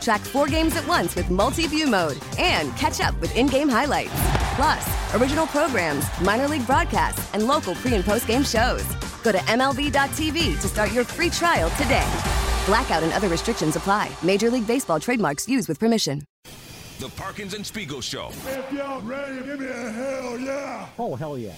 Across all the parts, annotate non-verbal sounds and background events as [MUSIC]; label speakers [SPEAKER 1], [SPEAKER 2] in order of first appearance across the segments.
[SPEAKER 1] Track four games at once with multi-view mode and catch up with in-game highlights. Plus, original programs, minor league broadcasts, and local pre- and post-game shows. Go to MLB.tv to start your free trial today. Blackout and other restrictions apply. Major League Baseball trademarks used with permission.
[SPEAKER 2] The Parkins and Spiegel Show.
[SPEAKER 3] If y'all ready, give me a hell yeah.
[SPEAKER 4] Oh, hell yeah.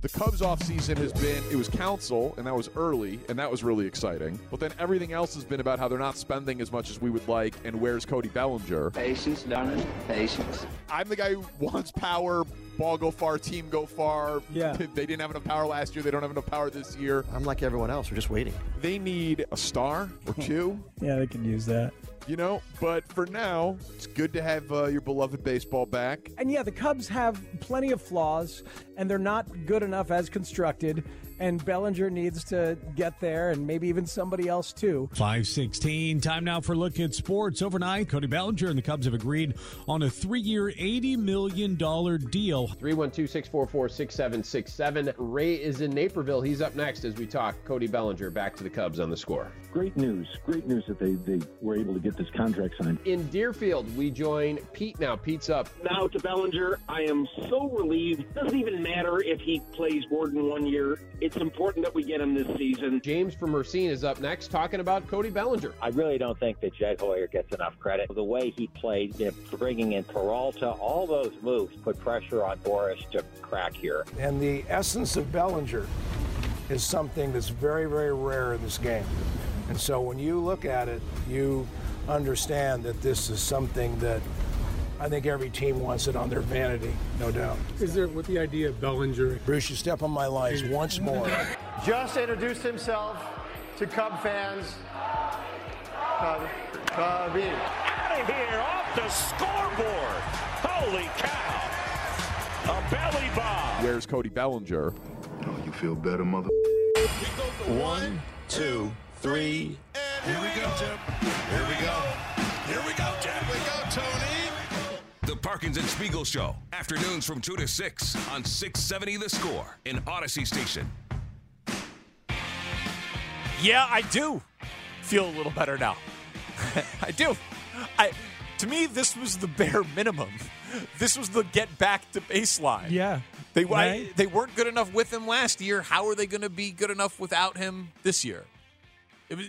[SPEAKER 5] The Cubs offseason has been, it was council, and that was early, and that was really exciting. But then everything else has been about how they're not spending as much as we would like, and where's Cody Bellinger?
[SPEAKER 6] Patience, Dunham. Patience.
[SPEAKER 5] I'm the guy who wants power, ball go far, team go far.
[SPEAKER 4] Yeah.
[SPEAKER 5] They didn't have enough power last year. They don't have enough power this year.
[SPEAKER 7] I'm like everyone else. We're just waiting.
[SPEAKER 5] They need a star
[SPEAKER 7] [LAUGHS]
[SPEAKER 5] or two.
[SPEAKER 4] yeah, they can use that
[SPEAKER 5] you know. But for now, it's good to have uh, your beloved baseball back.
[SPEAKER 4] And yeah, the Cubs have plenty of flaws, and they're not good enough as constructed. And Bellinger needs to get there, and maybe even somebody else too.
[SPEAKER 8] 516, time now for Look at Sports. Overnight, Cody Bellinger and the Cubs have agreed on a three year, $80 million deal.
[SPEAKER 9] 312 644 6767. Ray is in Naperville. He's up next as we talk. Cody Bellinger back to the Cubs on the score.
[SPEAKER 10] Great news. Great news that they, they were able to get this contract signed.
[SPEAKER 9] In Deerfield, we join Pete now. Pete's up.
[SPEAKER 11] Now to Bellinger. I am so relieved. Doesn't even matter if he plays Gordon one year. It's important that we get him this season.
[SPEAKER 9] James from Mercine is up next talking about Cody Bellinger.
[SPEAKER 12] I really don't think that Jed Hoyer gets enough credit. The way he played, you know, bringing in Peralta, all those moves put pressure on Boris to crack here.
[SPEAKER 13] And the essence of Bellinger is something that's very, very rare in this game. And so when you look at it, you understand that this is something that I think every team wants it on their vanity, no doubt.
[SPEAKER 14] Is there with the idea of Bellinger?
[SPEAKER 13] Bruce, you step on my lines once more.
[SPEAKER 15] Just introduced himself to Cub fans. Cub, E. Cubby.
[SPEAKER 16] Out of here, off the scoreboard. Holy cow! A belly bomb.
[SPEAKER 5] Where's Cody Bellinger?
[SPEAKER 1] Oh, you feel better, mother.
[SPEAKER 17] One, two, three.
[SPEAKER 16] Here we go, Jim. Here we go. Here we go, Jim. Here we go, Tony.
[SPEAKER 2] The Parkins and Spiegel Show. Afternoons from 2 to 6 on 670 The Score in Odyssey Station.
[SPEAKER 18] Yeah, I do feel a little better now. [LAUGHS] I do. I to me this was the bare minimum. This was the get back to baseline.
[SPEAKER 4] Yeah.
[SPEAKER 18] They right? I, they weren't good enough with him last year. How are they going to be good enough without him this year? It was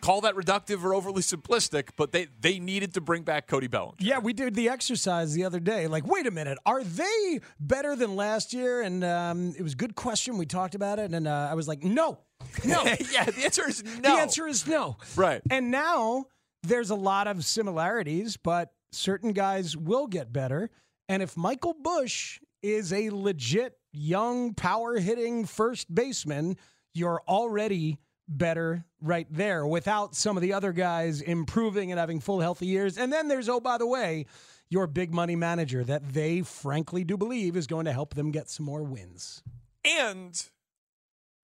[SPEAKER 18] call that reductive or overly simplistic, but they they needed to bring back Cody Bellinger.
[SPEAKER 4] Yeah, we did the exercise the other day. Like, wait a minute, are they better than last year? And um, it was a good question. We talked about it, and uh, I was like, no, no.
[SPEAKER 18] [LAUGHS] yeah, the answer is no.
[SPEAKER 4] The answer is no.
[SPEAKER 18] Right.
[SPEAKER 4] And now there's a lot of similarities, but certain guys will get better. And if Michael Bush is a legit young power hitting first baseman, you're already better right there without some of the other guys improving and having full healthy years. And then there's, oh, by the way, your big money manager that they frankly do believe is going to help them get some more wins.
[SPEAKER 18] And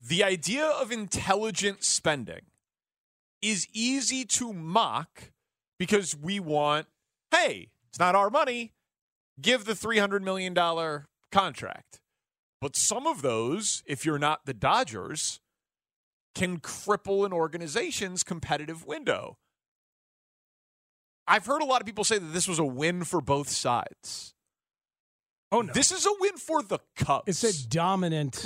[SPEAKER 18] the idea of intelligent spending is easy to mock because we want, hey, it's not our money, give the $300 million contract. But some of those, if you're not the Dodgers, can cripple an organization's competitive window. I've heard a lot of people say that this was a win for both sides.
[SPEAKER 4] Oh no.
[SPEAKER 18] This is a win for the Cubs.
[SPEAKER 4] It's a dominant,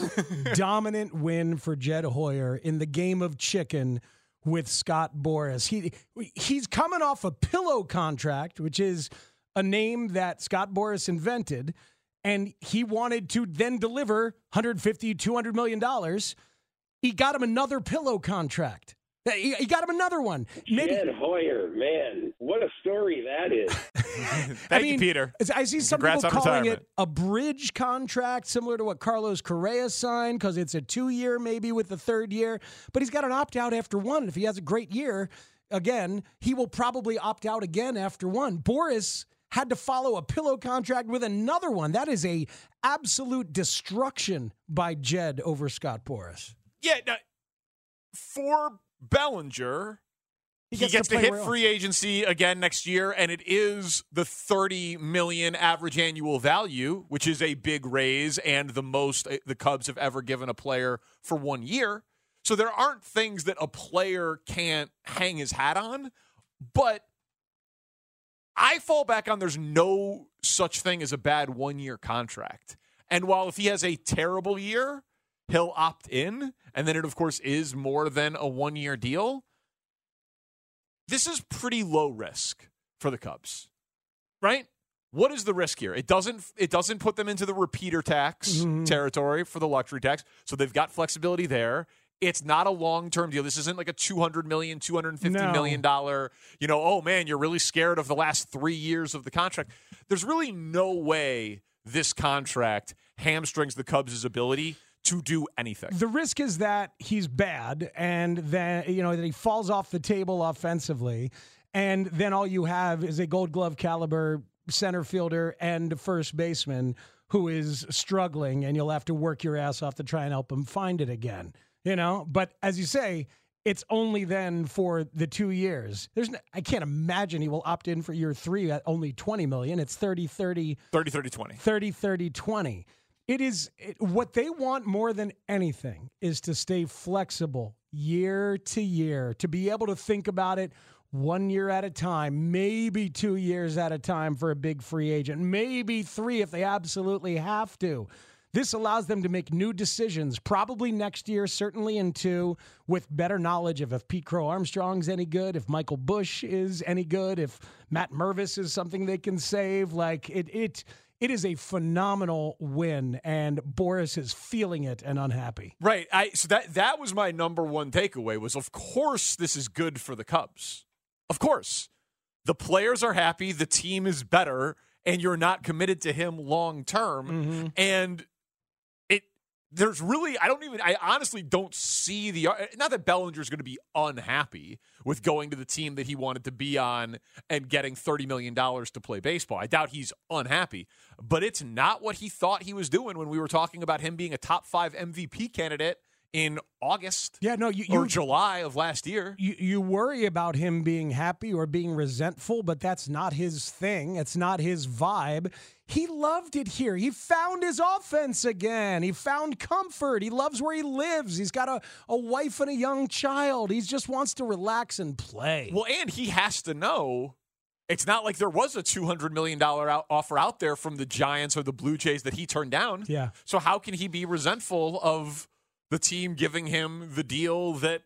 [SPEAKER 4] dominant win for Jed Hoyer in the game of chicken with Scott Boris. He he's coming off a pillow contract, which is a name that Scott Boris invented, and he wanted to then deliver 150, 200 million dollars. He got him another pillow contract. He, he got him another one. Maybe-
[SPEAKER 19] Jed Hoyer, man, what a story
[SPEAKER 16] [LAUGHS]
[SPEAKER 19] that is.
[SPEAKER 18] Thank
[SPEAKER 4] [LAUGHS] I mean,
[SPEAKER 18] you, Peter.
[SPEAKER 4] as- I see some
[SPEAKER 18] Congrats
[SPEAKER 4] people
[SPEAKER 18] on
[SPEAKER 4] calling
[SPEAKER 18] retirement.
[SPEAKER 4] it a bridge contract, similar to what Carlos Correa signed, because it's a two year, maybe with the third year. But he's got an opt out after one. And if he has a great year, again, he will probably opt out again after one. Boris had to follow a pillow contract with another one. That is a absolute destruction by Jed over Scott Boris.
[SPEAKER 18] Yeah, no, for Bellinger, he
[SPEAKER 4] gets
[SPEAKER 18] gets,
[SPEAKER 4] to
[SPEAKER 18] to,
[SPEAKER 4] play
[SPEAKER 18] hit
[SPEAKER 4] where
[SPEAKER 18] free agency again next year, and it is the 30 million average annual value, which is a big raise and the most uh, the Cubs have ever given a player for one year. So there aren't things that a player can't hang his hat on, but I fall back on there's no such thing as a bad one year contract. And while if he has a terrible year, he'll opt in. And then it, of course, is more than a one year deal. This is pretty low risk for the Cubs, right? What is the risk here? It doesn't it doesn't put them into the repeater tax territory for the luxury tax. So they've got flexibility there. It's not a long-term deal. This isn't like a 200 million, 250
[SPEAKER 4] No.
[SPEAKER 18] million dollar, you know, oh man, you're really scared of the last three years of the contract. There's really no way this contract hamstrings the Cubs' ability to do anything.
[SPEAKER 4] The risk is that he's bad and then, you know, that he falls off the table offensively. And then all you have is a gold glove caliber center fielder and a first baseman who is struggling, and you'll have to work your ass off to try and help him find it again, you know? But as you say, it's only then for the two years. There's, no, I can't imagine he will opt in for year three at only 20 million. It's 30, 30,
[SPEAKER 18] 30 30 20.
[SPEAKER 4] 30 30 20 it is it, what they want more than anything is to stay flexible year to year to be able to think about it one year at a time maybe two years at a time for a big free agent maybe three if they absolutely have to this allows them to make new decisions probably next year certainly in two with better knowledge of if pete crow armstrong's any good if michael bush is any good if matt mervis is something they can save like it it it is a phenomenal win, and Boris is feeling it and unhappy.
[SPEAKER 18] Right. I so that that was my number one takeaway was of course this is good for the Cubs. Of course. The players are happy, the team is better, and you're not committed to him long term. And it there's really I don't even I honestly don't see the not that Bellinger's going to be unhappy with going to the team that he wanted to be on and getting 30 million dollars to play baseball. I doubt he's unhappy, but it's not what he thought he was doing when we were talking about him being a top 5 MVP candidate in August
[SPEAKER 4] Yeah, no, you
[SPEAKER 18] or
[SPEAKER 4] you,
[SPEAKER 18] July of last year.
[SPEAKER 4] you you worry about him being happy or being resentful, but that's not his thing. It's not his vibe. He loved it here. He found his offense again. He found comfort. He loves where he lives. He's got a, a wife and a young child. He just wants to relax and play.
[SPEAKER 18] Well, and he has to know it's not like there was a two hundred million dollar out- offer out there from the Giants or the Blue Jays that he turned down.
[SPEAKER 4] Yeah.
[SPEAKER 18] So how can he be resentful of the team giving him the deal that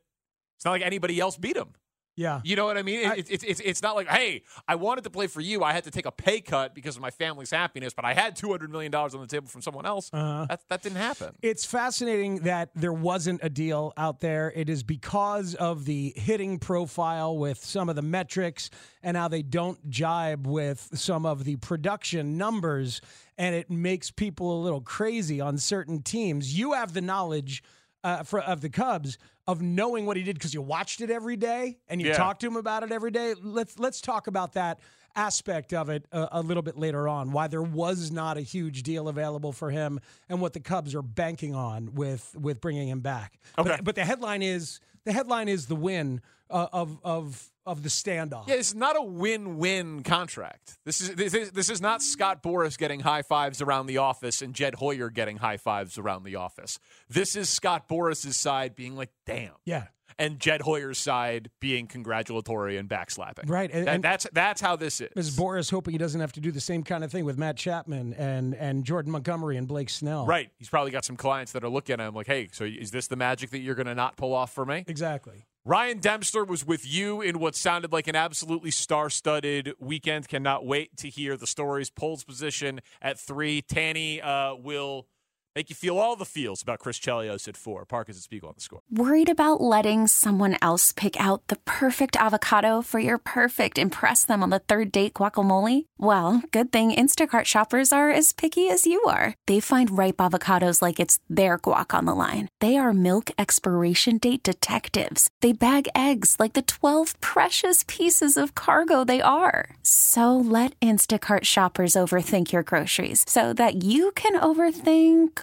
[SPEAKER 18] it's not like anybody else beat him?
[SPEAKER 4] Yeah.
[SPEAKER 18] You know what I mean? It,
[SPEAKER 4] I-
[SPEAKER 18] it, it's- it's it's not like hey, I wanted to play for you. I had to take a pay cut because of my family's happiness, but I had two hundred million dollars on the table from someone else.
[SPEAKER 4] Uh-huh.
[SPEAKER 18] That that didn't happen.
[SPEAKER 4] It's fascinating that there wasn't a deal out there. It is because of the hitting profile with some of the metrics and how they don't jibe with some of the production numbers. And it makes people a little crazy on certain teams. You have the knowledge uh, for, of the Cubs of knowing what he did because you watched it every day and you
[SPEAKER 18] Yeah.
[SPEAKER 4] talked to him about it every day. Let's let's talk about that aspect of it uh, a, a little bit later on. Why there was not a huge deal available for him and what the Cubs are banking on with with bringing him back.
[SPEAKER 18] Okay.
[SPEAKER 4] But, but the headline is the headline is the win uh, of of of the standoff.
[SPEAKER 18] Yeah, it's not a win-win contract. This is this is, this is not Scott Boris getting high fives around the office and Jed Hoyer getting high fives around the office. This is Scott Boris's side being like, "Damn."
[SPEAKER 4] Yeah.
[SPEAKER 18] And Jed Hoyer's side being congratulatory and backslapping.
[SPEAKER 4] Right, and-
[SPEAKER 18] That-
[SPEAKER 4] and-
[SPEAKER 18] that's that's how this is.
[SPEAKER 4] Is Boris hoping he doesn't have to do the same kind of thing with Matt Chapman and and Jordan Montgomery and Blake Snell?
[SPEAKER 18] Right. He's probably got some clients that are looking at him like, "Hey, so is this the magic that you're going to not pull off for me?"
[SPEAKER 4] Exactly.
[SPEAKER 18] Ryan Dempster was with you in what sounded like an absolutely star studded weekend. Cannot wait to hear the stories. Polls position at three. Tanny uh, will make you feel all the feels about Chris Chelios at four. Parkins and Spiegel on the score.
[SPEAKER 16] Worried about letting someone else pick out the perfect avocado for your perfect impress them on the third date guacamole? Well, good thing Instacart shoppers are as picky as you are. They find ripe avocados like it's their guac on the line. They are milk expiration date detectives. They bag eggs like the 12 precious pieces of cargo they are. So let Instacart shoppers overthink your groceries so that you can overthink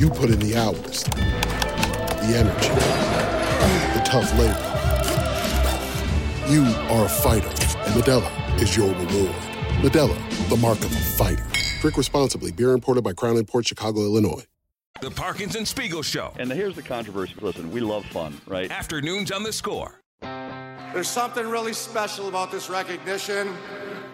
[SPEAKER 3] You put in the hours, the energy, the tough labor. You are a fighter, and Medella is your reward. Medella, the mark of a fighter. Drink responsibly. Beer imported by Crown Port Chicago, Illinois.
[SPEAKER 20] The Parkins and Spiegel Show.
[SPEAKER 2] And here's the controversy. Listen, we love fun, right?
[SPEAKER 20] Afternoons on the score.
[SPEAKER 15] There's something really special about this recognition.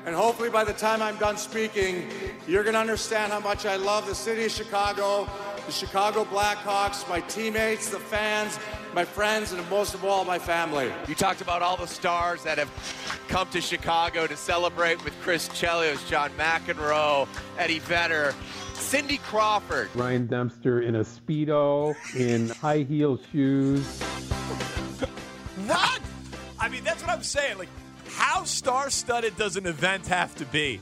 [SPEAKER 15] And hopefully, by the time I'm done speaking, you're going to understand how much I love the city of Chicago, the Chicago Blackhawks, my teammates, the fans, my friends, and most of all, my family.
[SPEAKER 5] You talked about all the stars that have come to Chicago to celebrate with Chris Chelios, John McEnroe, Eddie Vedder, Cindy Crawford.
[SPEAKER 21] Ryan Dempster in a Speedo, in high heel shoes.
[SPEAKER 18] What? I mean, that's what I'm saying. Like, how star studded does an event have to be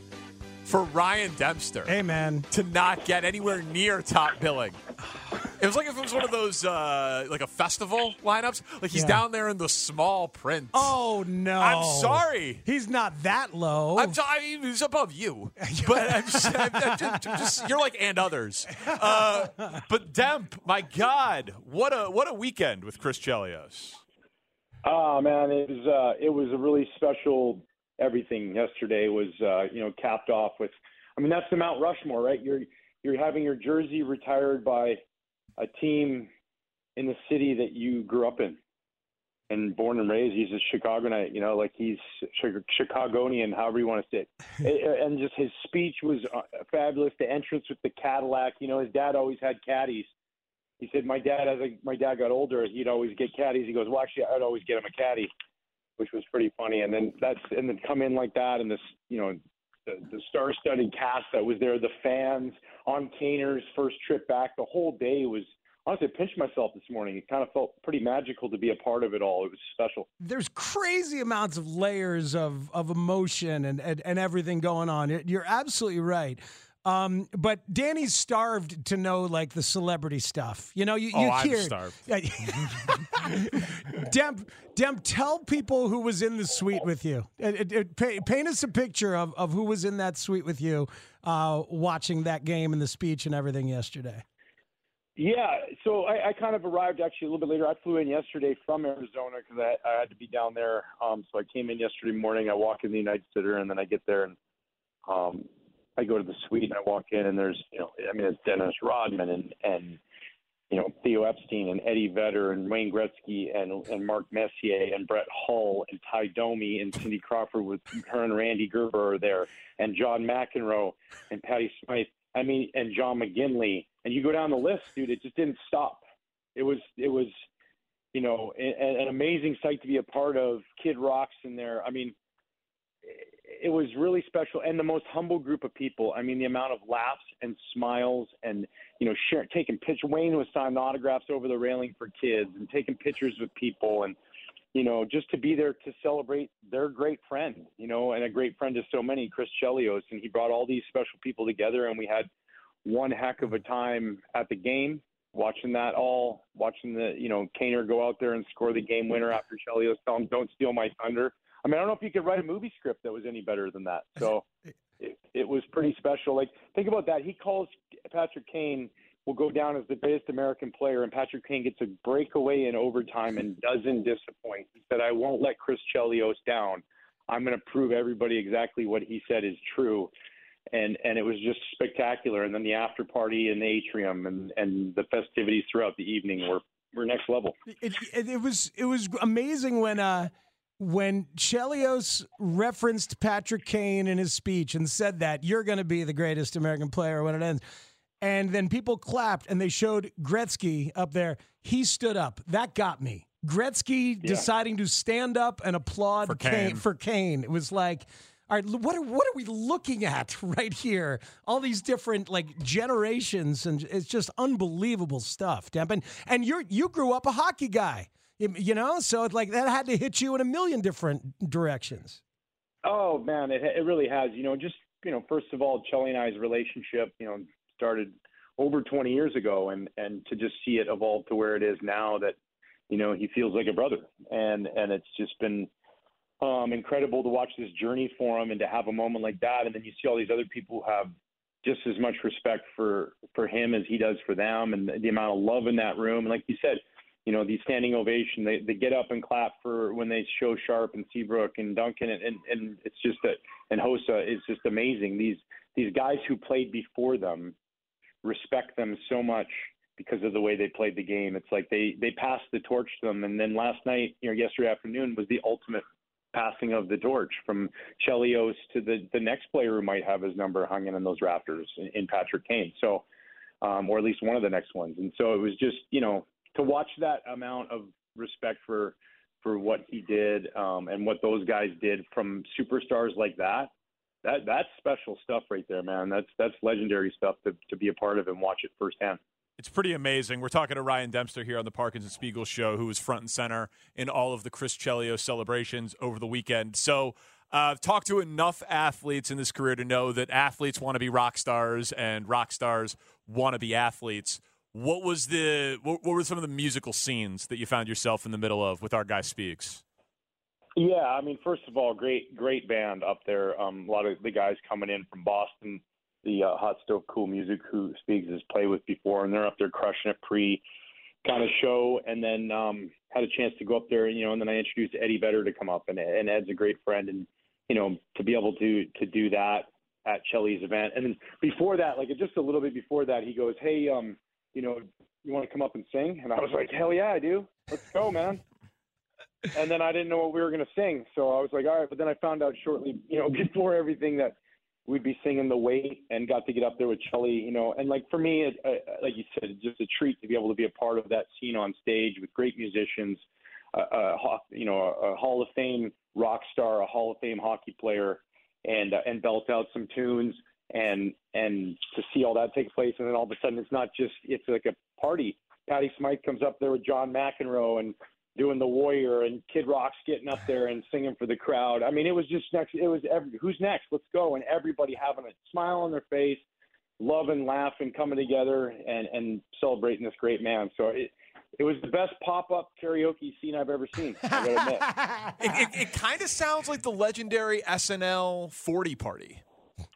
[SPEAKER 18] for Ryan Dempster? Hey,
[SPEAKER 4] man.
[SPEAKER 18] To not get anywhere near top billing. It was like if it was one of those, uh, like a festival lineups. Like he's
[SPEAKER 4] Yeah.
[SPEAKER 18] down there in the small print.
[SPEAKER 4] Oh no!
[SPEAKER 18] I'm sorry.
[SPEAKER 4] He's not that low.
[SPEAKER 18] I'm sorry, he's above you. But I'm just, I'm- I'm just- just- you're like and others. Uh, but Demp, my God, what a what a weekend with Chris Chelios.
[SPEAKER 22] Oh man, it was uh, it was a really special. Everything yesterday was uh, you know capped off with. I mean that's the Mount Rushmore, right? You're you're having your jersey retired by a team in the city that you grew up in and born and raised. He's a Chicagonite, you know, like he's Chi- Chicagonian, however you want to say it. it. And just his speech was uh, fabulous. The entrance with the Cadillac, you know, his dad always had caddies he said my dad as I, my dad got older he'd always get caddies he goes well actually i'd always get him a caddy which was pretty funny and then that's and then come in like that and this you know the, the star-studded cast that was there the fans on Kaner's first trip back the whole day was honestly I pinched myself this morning it kind of felt pretty magical to be a part of it all it was special
[SPEAKER 4] There's crazy amounts of layers of of emotion and and, and everything going on. You're- You're absolutely right. Um, but Danny's starved to know like the celebrity stuff. You know, you,
[SPEAKER 18] Oh,
[SPEAKER 4] you
[SPEAKER 18] I'm
[SPEAKER 4] hear-
[SPEAKER 18] starved.
[SPEAKER 4] [LAUGHS] Demp, Demp, tell people who was in the suite with you. It, it- it- pa- paint us a picture of, of who was in that suite with you, uh, watching that game and the speech and everything yesterday.
[SPEAKER 22] Yeah, so I, I kind of arrived actually a little bit later. I flew in yesterday from Arizona because I, I had to be down there. Um, so I came in yesterday morning. I walk in the United Center, and then I get there and um, I go to the suite and I walk in, and there's you know, I mean, it's Dennis Rodman and and you know Theo Epstein and Eddie Vedder and Wayne Gretzky and, and Mark Messier and Brett Hull and Ty Domi and Cindy Crawford with her and Randy Gerber are there and John McEnroe and Patty Smythe. I mean, and John McGinley. And you go down the list, dude. It just didn't stop. It was it was, you know, a- an amazing sight to be a part of. Kid Rock's in there. I mean, it was really special and the most humble group of people. I mean, the amount of laughs and smiles and you know, share, taking pictures. Wayne was signing autographs over the railing for kids and taking pictures with people and you know, just to be there to celebrate their great friend, you know, and a great friend to so many, Chris Chelios, and he brought all these special people together, and we had one heck of a time at the game watching that all, watching the you know Kaner go out there and score the game winner after Chelios tell him, "Don't steal my thunder." I mean, I don't know if you could write a movie script that was any better than that. So it, it was pretty special. Like, think about that. He calls Patrick Kane will go down as the greatest American player, and Patrick Kane gets a breakaway in overtime and doesn't disappoint. He said, I won't let Chris Chelios down. I'm going to prove everybody exactly what he said is true. And and it was just spectacular. And then the after party in the atrium and, and the festivities throughout the evening were, were next level.
[SPEAKER 4] It, it, it was it was amazing when uh when Chelios referenced Patrick Kane in his speech and said that you're going to be the greatest American player when it ends. And then people clapped and they showed Gretzky up there. He stood up. That got me. Gretzky deciding to stand up and applaud
[SPEAKER 3] For
[SPEAKER 4] Kane
[SPEAKER 3] Kane.
[SPEAKER 4] for Kane. It was like, all right, what are what are we looking at [LAUGHS] right here? All these different like generations, and it's just unbelievable stuff, Demp. And and you you grew up a hockey guy, you you know, so it's like that had to hit you in a million different directions.
[SPEAKER 22] Oh man, it it really has. You know, just you know, first of all, Chelly and I's relationship, you know, started over 20 years ago, and and to just see it evolve to where it is now, that you know he feels like a brother, and and it's just been um, incredible to watch this journey for him, and to have a moment like that, and then you see all these other people who have just as much respect for for him as he does for them, and the, the amount of love in that room, and like you said, you know, the standing ovation, they, they get up and clap for when they show Sharp and Seabrook and Duncan and, and, and it's just that and Hosa is just amazing. These these guys who played before them respect them so much because of the way they played the game. It's like they they passed the torch to them and then last night, you know, yesterday afternoon was the ultimate passing of the torch from Chelios to the the next player who might have his number hung in, in those rafters in, in Patrick Kane. So um, or at least one of the next ones. And so it was just, you know, to watch that amount of respect for for what he did um, and what those guys did from superstars like that. That that's special stuff right there, man. That's that's legendary stuff to to be a part of and watch it firsthand.
[SPEAKER 18] It's pretty amazing. We're talking to Ryan Dempster here on the Parkinson Spiegel show, who was front and center in all of the Chris Chelios celebrations over the weekend. So uh, I've talked to enough athletes in this career to know that athletes want to be rock stars and rock stars want to be athletes. What was the what, what were some of the musical scenes that you found yourself in the middle of with our guy speaks?
[SPEAKER 22] Yeah, I mean, first of all, great great band up there. Um, a lot of the guys coming in from Boston, the uh, Hot Stove Cool Music, who Speaks has played with before, and they're up there crushing it pre kind of show. And then um, had a chance to go up there, you know, and then I introduced Eddie Vedder to come up, and, and Ed's a great friend, and you know, to be able to to do that at Chelly's event. And then before that, like just a little bit before that, he goes, "Hey, um, you know, you want to come up and sing?" And I was like, "Hell yeah, I do. Let's go, man." and then I didn't know what we were going to sing. So I was like, all right. But then I found out shortly, you know, [LAUGHS] before everything that we'd be singing The Wait and got to get up there with Chelly, you know. And like for me, it, uh, like you said, it's just a treat to be able to be a part of that scene on stage with great musicians, uh, uh, ho- you know, a, a Hall of Fame rock star, a Hall of Fame hockey player, and uh, and belt out some tunes. And and to see all that take place, and then all of a sudden it's not just it's like a party. Patty Smythe comes up there with John McEnroe and doing the warrior and kid rock's getting up there and singing for the crowd i mean it was just next it was every, who's next let's go and everybody having a smile on their face loving laughing coming together and and celebrating this great man so it it was the best pop-up karaoke scene i've ever seen i
[SPEAKER 18] [LAUGHS]
[SPEAKER 22] gotta admit
[SPEAKER 18] It, it, it kind of sounds like the legendary SNL 40 party.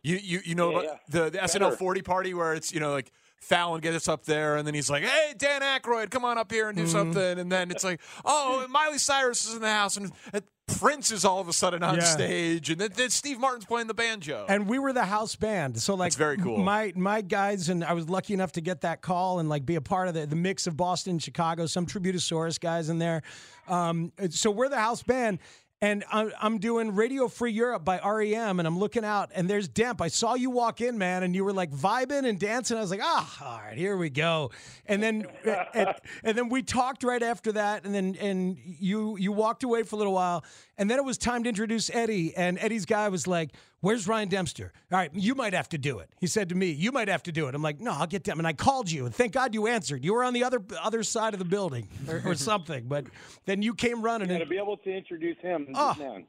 [SPEAKER 18] You you you know
[SPEAKER 22] Yeah,
[SPEAKER 18] about the, the
[SPEAKER 22] Better.
[SPEAKER 18] SNL 40 party where it's you know like Fallon gets up there and then he's like, "Hey, Dan Aykroyd, come on up here and do something." And then it's like, "Oh, Miley Cyrus is in the house and uh, Prince is all of a sudden on
[SPEAKER 4] Yeah.
[SPEAKER 18] stage, and then, then Steve Martin's playing the banjo.
[SPEAKER 4] And we were the house band, so like
[SPEAKER 18] That's very cool.
[SPEAKER 4] My my guys and I was lucky enough to get that call and like be a part of the, the mix of Boston, and Chicago, some Tributosaurus guys in there. Um, so we're the house band, and I'm, I'm doing Radio Free Europe by REM, and I'm looking out, and there's Demp. I saw you walk in, man, and you were like vibing and dancing. I was like, ah, all right, here we go. And then and, and then we talked right after that, and then and you you walked away for a little while, and then it was time to introduce Eddie, and Eddie's guy was like. Where's Ryan Dempster? All right, you might have to do it. He said to me, "You might have to do it." I'm like, "No, I'll get them." And I called you, and thank God you answered. You were on the other other side of the building or,
[SPEAKER 22] [LAUGHS]
[SPEAKER 4] or something, but then you came running.
[SPEAKER 22] Yeah,
[SPEAKER 4] And,
[SPEAKER 22] to be able to introduce him,
[SPEAKER 4] Oh,
[SPEAKER 22] man.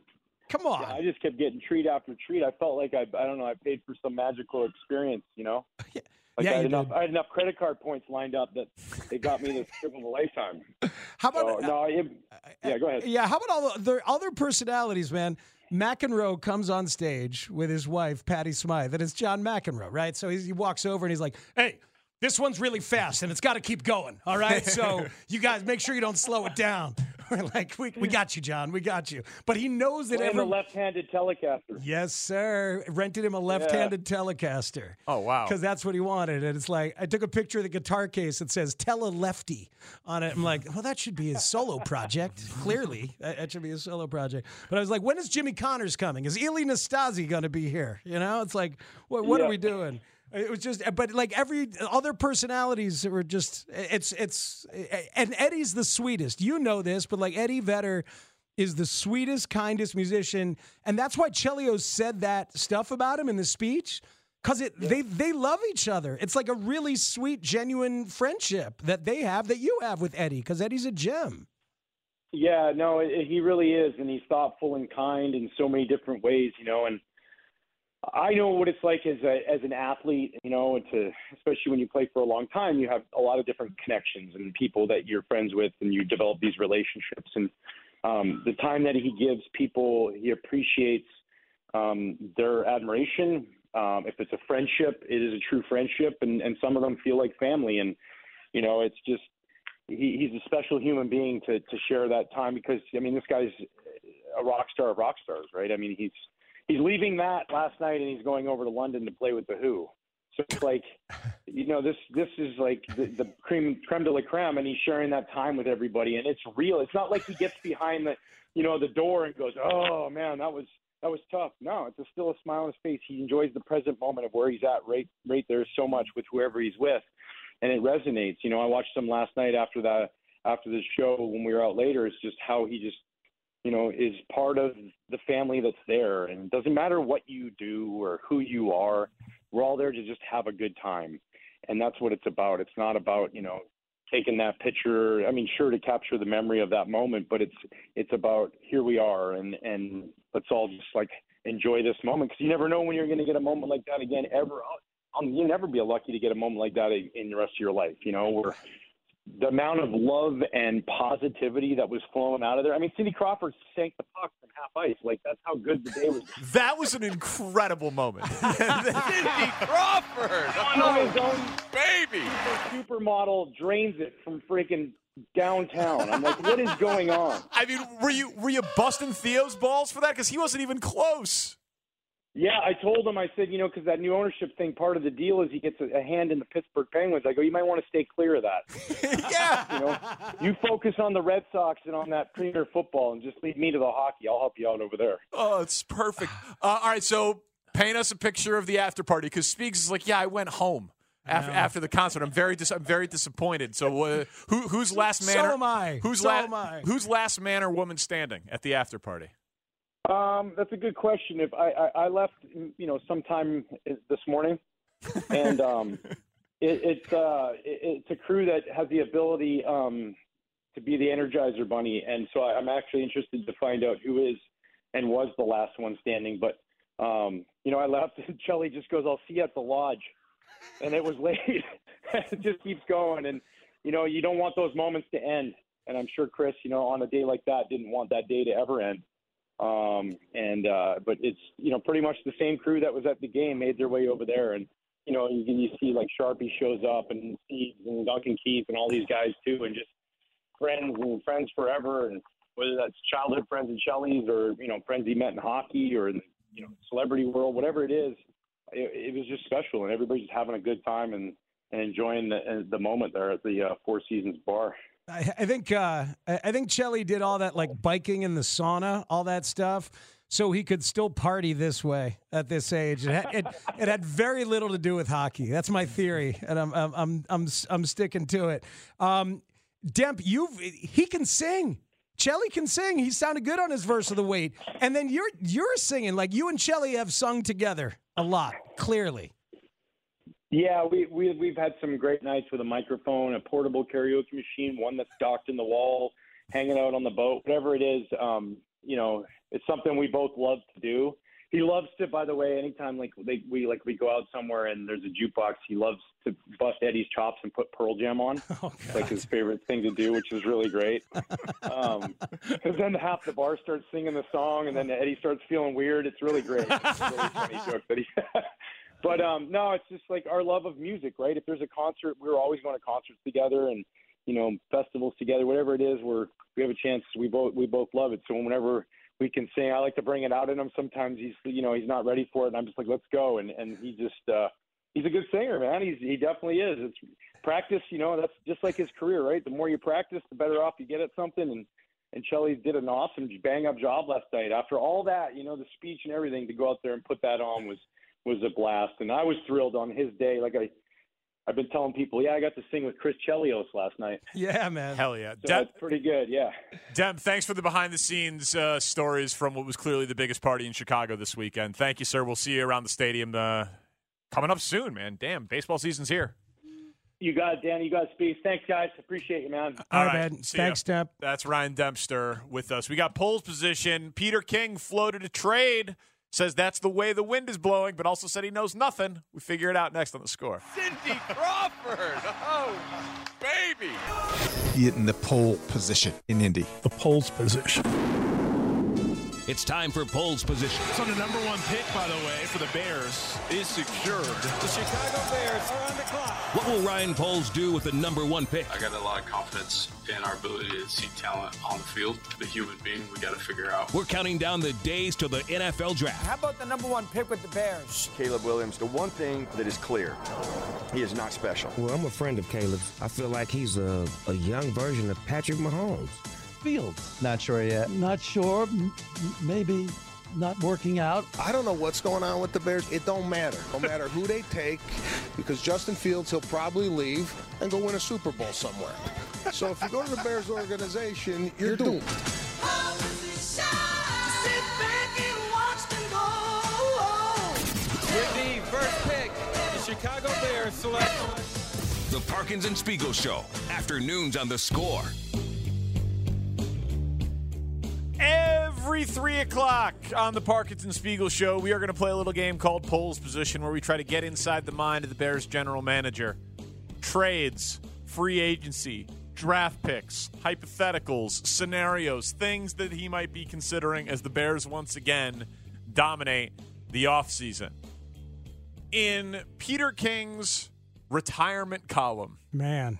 [SPEAKER 4] Come on.
[SPEAKER 22] I just kept getting treat after treat. I felt like I, I don't know, I paid for some magical experience, you know? Like
[SPEAKER 4] [LAUGHS] Yeah,
[SPEAKER 22] I, had
[SPEAKER 4] you
[SPEAKER 22] enough,
[SPEAKER 4] did.
[SPEAKER 22] I had enough credit card points lined up that they got
[SPEAKER 4] [LAUGHS]
[SPEAKER 22] me this trip of a lifetime.
[SPEAKER 4] How about
[SPEAKER 22] so, no? I, yeah, go ahead.
[SPEAKER 4] yeah, how about all the, the other personalities, man? McEnroe comes on stage with his wife, Patty Smythe, and it's John McEnroe, right? So he's, he walks over and he's like, "Hey." This one's really fast and it's got to keep going. All right.
[SPEAKER 22] [LAUGHS]
[SPEAKER 4] So you guys make sure you don't slow it down. [LAUGHS] We're like, we, we got you, John. We got you. But he knows that
[SPEAKER 22] Playing
[SPEAKER 4] every
[SPEAKER 22] the left-handed telecaster.
[SPEAKER 4] Yes, sir. Rented him a left-handed Telecaster.
[SPEAKER 22] Oh, wow.
[SPEAKER 4] Because that's what he wanted. And it's like I took a picture of the guitar case that says "Tele Lefty" on it. I'm like, well, that should be his solo project. Clearly, that, that should be his solo project. But I was like, when is Jimmy Connors coming? Is Eli Nastasi going to be here? You know, it's like, what, what are
[SPEAKER 3] Yeah.
[SPEAKER 4] we doing? It was just, but like every other personalities that were just, it's, it's, and Eddie's the sweetest. You know this, but like Eddie Vedder is the sweetest, kindest musician. And that's why Chelios said that stuff about him in the speech. Cause it they they love each other. It's like a really sweet, genuine friendship that they have that you have with Eddie, because Eddie's a gem.
[SPEAKER 22] Yeah, no, it, he really is, and he's thoughtful and kind in so many different ways, you know. And I know what it's like as a as an athlete, you know, and to especially when you play for a long time, you have a lot of different connections and people that you're friends with, and you develop these relationships. And um, the time that he gives people, he appreciates um, their admiration. Um, if it's a friendship, it is a true friendship, and and some of them feel like family. And you know, it's just he, he's a special human being to to share that time because I mean this guy's a rock star of rock stars, right? I mean he's he's leaving that last night and he's going over to London to play with the Who. So it's like you know this this is like the, the cream creme de la creme, and he's sharing that time with everybody, and it's real. It's not like he gets behind the you know the door and goes, oh man, that was. That was tough. No, it's a, still a smile on his face. He enjoys the present moment of where he's at right right there so much with whoever he's with and it resonates. You know, I watched him last night after that after the show when we were out later. It's just how he just you know is part of the family that's there, and it doesn't matter what you do or who you are. We're all there to just have a good time, and that's what it's about. It's not about you know taking that picture. I mean, sure to capture the memory of that moment, but it's it's about here we are, and and let's all just like enjoy this moment because you never know when you're going to get a moment like that again ever um, you'll never be lucky to get a moment like that in, in the rest of your life. You know, where the amount of love and positivity that was flowing out of there. I mean, Cindy Crawford sank the puck from half ice. Like that's how good the day was.
[SPEAKER 18] that was an incredible
[SPEAKER 22] [LAUGHS]
[SPEAKER 18] moment.
[SPEAKER 23] Cindy Crawford,
[SPEAKER 22] On his own
[SPEAKER 23] baby.
[SPEAKER 22] supermodel drains it from freaking downtown. I'm like, what is going on?
[SPEAKER 18] I mean, were you were you busting Theo's balls for that? Because he wasn't even close.
[SPEAKER 22] Yeah, I told him. I said, you know, because that new ownership thing, part of the deal is he gets a, a hand in the Pittsburgh Penguins. I go, you might want to stay clear of that.
[SPEAKER 18] yeah.
[SPEAKER 22] You know, you focus on the Red Sox and on that premier football, and just leave me to the hockey. I'll help you out over there.
[SPEAKER 18] Oh, it's
[SPEAKER 4] [SIGHS]
[SPEAKER 18] perfect. Uh, all right, so paint us a picture of the after party because Speaks is like, yeah, I went home after,
[SPEAKER 4] know.
[SPEAKER 18] after the concert. I'm very dis- I'm very disappointed. So uh, who who's last man?
[SPEAKER 4] So
[SPEAKER 18] or-
[SPEAKER 4] am I.
[SPEAKER 18] Who's
[SPEAKER 4] So
[SPEAKER 18] la-
[SPEAKER 4] am I.
[SPEAKER 18] Who's last man or woman standing at the after party?
[SPEAKER 22] Um, that's a good question. If I, I, I left, you know, sometime this morning, and um, it, it's uh, it, it's a crew that has the ability um, to be the Energizer Bunny, and so I, I'm actually interested to find out who is and was the last one standing. But um, you know, I left, and [LAUGHS] Chelly just goes, "I'll see you at the lodge," and it was [LAUGHS] late. it just keeps going, and you know, you don't want those moments to end. And I'm sure Chris, you know, on a day like that, didn't want that day to ever end. Um, and uh, but it's you know pretty much the same crew that was at the game made their way over there, and you know you can you see like Sharpie shows up and Steve and Duncan Keith and all these guys too, and just friends and friends forever, and whether that's childhood friends at Shelley's or you know friends he met in hockey or in the you know celebrity world, whatever it is, it, it was just special, and everybody's just having a good time and, and enjoying the, uh, the moment there at the uh, Four Seasons bar.
[SPEAKER 4] I, I think uh, I I think Chelly did all that like biking in the sauna, all that stuff, so he could still party this way at this age. It had, it, it had very little to do with hockey. That's my theory, and I'm I'm I'm I'm, I'm sticking to it. Um, Demp, you he can sing. Chelly can sing. He sounded good on his verse of the weight, and then you're you're singing like you and Chelly have sung together a lot. Clearly,
[SPEAKER 22] Yeah, we, we we've had some great nights with a microphone, a portable karaoke machine, one that's docked in the wall, hanging out on the boat, whatever it is. Um, you know, it's something we both love to do. He loves to, by the way, anytime like they, we like we go out somewhere and there's a jukebox, he loves to bust Eddie's chops and put Pearl Jam on. It's like his favorite thing to do, which is really great. Um, 'cause then half the bar starts singing the song, and then Eddie starts feeling weird. It's really great. It's a really funny joke that he. [LAUGHS] But um, no, it's just like our love of music, right? If there's a concert, we're always going to concerts together, and you know, festivals together, whatever it is. We're we have a chance. We both we both love it. So whenever we can sing, I like to bring it out in him. Sometimes he's you know he's not ready for it, and I'm just like, let's go. And and he just uh, he's a good singer, man. He's he definitely is. It's practice, you know. That's just like his career, right? The more you practice, the better off you get at something. And and Shelly did an awesome bang up job last night. After all that, you know, the speech and everything to go out there and put that on was was a blast. And I was thrilled on his day. Like I, I've been telling people, yeah, I got to sing with Chris Chelios last night.
[SPEAKER 4] Yeah, man.
[SPEAKER 18] Hell yeah.
[SPEAKER 22] So
[SPEAKER 18] Dem,
[SPEAKER 22] that's pretty good. Yeah.
[SPEAKER 18] Dem, thanks for the behind the scenes uh, stories from what was clearly the biggest party in Chicago this weekend. Thank you, sir. We'll see you around the stadium uh, coming up soon, man. Damn, baseball season's here.
[SPEAKER 22] You got it, Dan. You got speed. Thanks, guys. Appreciate you, man.
[SPEAKER 4] All right, man.
[SPEAKER 18] see
[SPEAKER 4] Thanks,
[SPEAKER 18] ya.
[SPEAKER 4] Demp.
[SPEAKER 18] That's Ryan Dempster with us. We got polls position. Peter King floated a trade. Says that's the way the wind is blowing, but also said he knows nothing. We figure it out next on the score.
[SPEAKER 23] Cindy Crawford. Oh, baby.
[SPEAKER 3] in the pole position in Indy. The pole's position.
[SPEAKER 24] It's time for Poles Position.
[SPEAKER 6] So the number one pick, by the way, for the Bears is secured. The Chicago Bears are on the clock.
[SPEAKER 24] What will Ryan Poles do with the number one pick?
[SPEAKER 25] I got a lot of confidence in our ability to see talent on the field. The human being, we got to figure out.
[SPEAKER 24] We're counting down the days to the NFL draft.
[SPEAKER 17] How about the number one pick with the Bears?
[SPEAKER 26] Caleb Williams, the one thing that is clear, he is not special.
[SPEAKER 27] Well, I'm a friend of Caleb's. I feel like he's a, a young version of Patrick Mahomes.
[SPEAKER 28] Fields. Not sure yet. Not sure. M- m- maybe not working out.
[SPEAKER 29] I don't know what's going on with the Bears. It don't matter. No matter who they take, because Justin Fields, he'll probably leave and go win a Super Bowl somewhere. So if you go to the Bears organization, you're, doomed.
[SPEAKER 25] With the first pick, the Chicago Bears select.
[SPEAKER 24] The Parkins and Spiegel Show. Afternoons on the score.
[SPEAKER 18] Every three o'clock on the Parkinson Spiegel show, we are going to play a little game called Polls Position, where we try to get inside the mind of the Bears general manager. Trades, free agency, draft picks, hypotheticals, scenarios, things that he might be considering as the Bears once again dominate the offseason. In Peter King's retirement column,
[SPEAKER 4] man.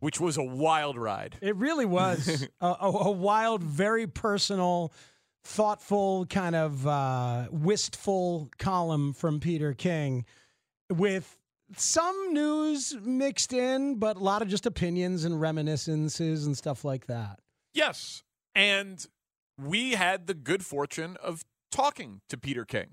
[SPEAKER 18] which was a wild ride.
[SPEAKER 4] It really was a, a, a wild, very personal, thoughtful, kind of uh, wistful column from Peter King with some news mixed in, but a lot of just opinions and reminiscences and stuff like that.
[SPEAKER 18] Yes. And we had the good fortune of talking to Peter King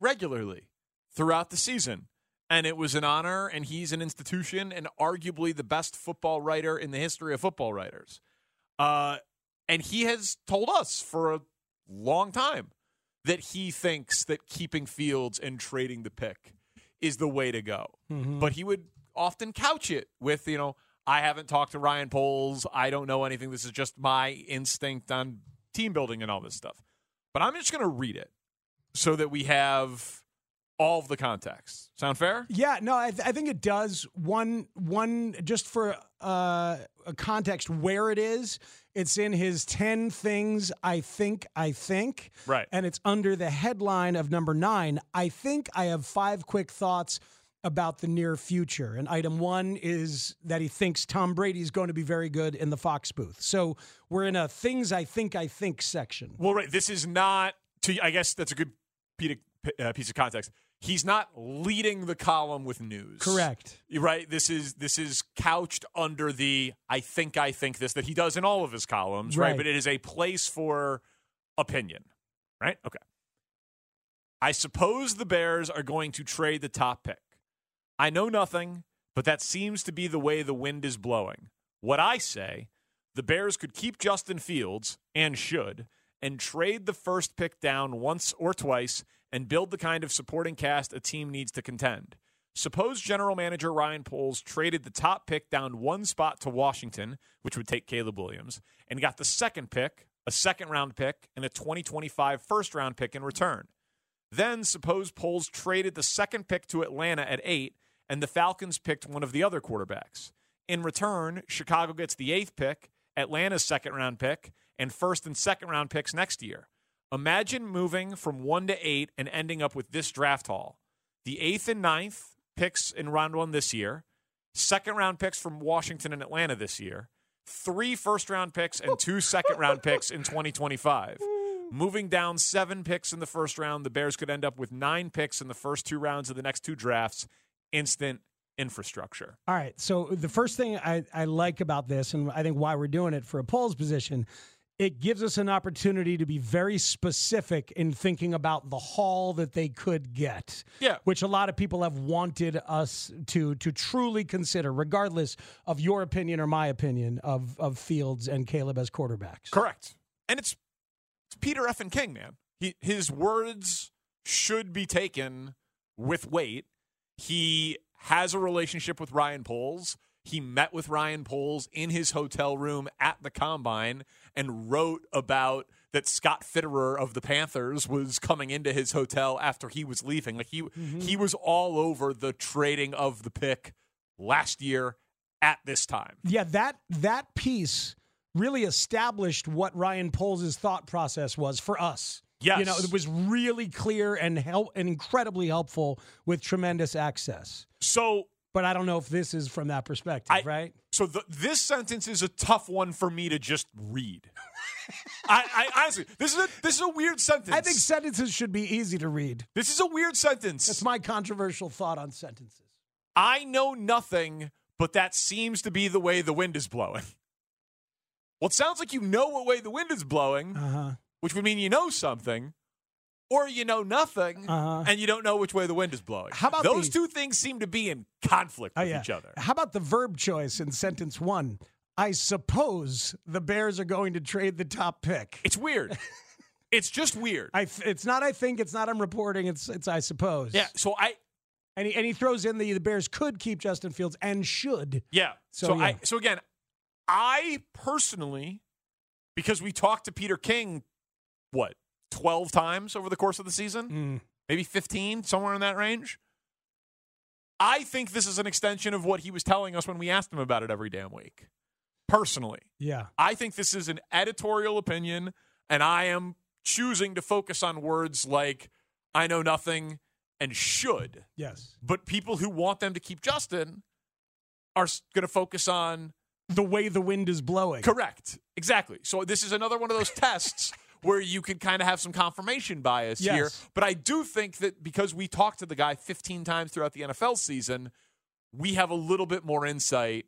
[SPEAKER 18] regularly throughout the season. And it was an honor, and he's an institution and arguably the best football writer in the history of football writers. Uh, and he has told us for a long time that he thinks that keeping Fields and trading the pick is the way to go.
[SPEAKER 30] Mhm.
[SPEAKER 18] But he would often couch it with, you know, I haven't talked to Ryan Poles. I don't know anything. This is just my instinct on team building and all this stuff. But I'm just going to read it so that we have all of the context. Sound fair?
[SPEAKER 4] Yeah, no, I, th- I think it does. One, one, just for uh, a context where it is, it's in his 10 things I think I think.
[SPEAKER 18] Right.
[SPEAKER 4] And it's under the headline of number nine I think I have five quick thoughts about the near future. And item one is that he thinks Tom Brady is going to be very good in the Fox booth. So we're in a things I think I think section.
[SPEAKER 18] Well, right. This is not to. I guess that's a good pe- uh, piece of context. He's not leading the column with news.
[SPEAKER 4] Correct.
[SPEAKER 18] You're right. This is this is couched under the I think I think this that he does in all of his columns. Right.
[SPEAKER 4] Right.
[SPEAKER 18] But it is a place for opinion. Right. Okay. I suppose the Bears are going to trade the top pick. I know nothing, but that seems to be the way the wind is blowing. What I say, the Bears could keep Justin Fields and should, and trade the first pick down once or twice and build the kind of supporting cast a team needs to contend. Suppose general manager Ryan Poles traded the top pick down one spot to Washington, which would take Caleb Williams, and got the second pick, a second round pick, and a 2025 first round pick in return. Then suppose Poles traded the second pick to Atlanta at eight, and the Falcons picked one of the other quarterbacks. In return, Chicago gets the eighth pick, Atlanta's second round pick, and first and second round picks next year. Imagine moving from one to eight and ending up with this draft haul. The eighth and ninth picks in round one this year, second round picks from Washington and Atlanta this year, three first round picks and two second round picks in 2025. Moving down seven picks in the first round, the Bears could end up with nine picks in the first two rounds of the next two drafts. Instant infrastructure.
[SPEAKER 4] All right. So the first thing I, I like about this, and I think why we're doing it for a polls position, it gives us an opportunity to be very specific in thinking about the haul that they could get.
[SPEAKER 18] Yeah.
[SPEAKER 4] Which a lot of people have wanted us to to truly consider, regardless of your opinion or my opinion of of Fields and Caleb as quarterbacks.
[SPEAKER 18] Correct. And it's it's Peter F. and King, man. He, his words should be taken with weight. He has a relationship with Ryan Poles. He met with Ryan Poles in his hotel room at the combine and wrote about that Scott Fitterer of the Panthers was coming into his hotel after he was leaving. Like he he was all over the trading of the pick last year at this time.
[SPEAKER 4] Yeah, that that piece really established what Ryan Poles' thought process was for us.
[SPEAKER 18] Yes.
[SPEAKER 4] You know, it was really clear and help and incredibly helpful with tremendous access.
[SPEAKER 18] So
[SPEAKER 4] but I don't know if this is from that perspective, right?
[SPEAKER 18] So the, this sentence is a tough one for me to just read. I, I honestly, this is a this is a weird sentence.
[SPEAKER 4] I think sentences should be easy to read.
[SPEAKER 18] This is a weird sentence.
[SPEAKER 4] That's my controversial thought on sentences.
[SPEAKER 18] I know nothing, but that seems to be the way the wind is blowing. Well, it sounds like you know what way the wind is blowing,
[SPEAKER 4] Uh-huh.
[SPEAKER 18] which would mean you know something, or you know nothing, and you don't know which way the wind is blowing.
[SPEAKER 4] Uh-huh. How about
[SPEAKER 18] those
[SPEAKER 4] the-
[SPEAKER 18] two things seem to be in conflict with each other?
[SPEAKER 4] Oh, How about the verb choice in sentence one? I suppose the Bears are going to trade the top pick. [LAUGHS]
[SPEAKER 18] It's weird. it's just weird.
[SPEAKER 4] I, th- it's not. I think it's not. I'm reporting. It's. It's. I suppose.
[SPEAKER 18] Yeah. So I.
[SPEAKER 4] And he, and he throws in the the Bears could keep Justin Fields and should.
[SPEAKER 18] Yeah. So,
[SPEAKER 4] So,
[SPEAKER 18] I
[SPEAKER 4] yeah.
[SPEAKER 18] so again, I personally, because we talked to Peter King, what twelve times over the course of the
[SPEAKER 4] Mm.
[SPEAKER 18] season, maybe fifteen, somewhere in that range. I think this is an extension of what he was telling us when we asked him about it every damn week. Personally,
[SPEAKER 4] Yeah.
[SPEAKER 18] I think this is an editorial opinion, and I am choosing to focus on words like "I know nothing" and "should."
[SPEAKER 4] Yes.
[SPEAKER 18] But people who want them to keep Justin are going to focus on
[SPEAKER 4] The way the wind is blowing.
[SPEAKER 18] correct. Exactly. So this is another one of those tests [LAUGHS] where you can kind of have some confirmation bias
[SPEAKER 4] Yes.
[SPEAKER 18] here. But I do think that because we talked to the guy 15 times throughout the NFL season, we have a little bit more insight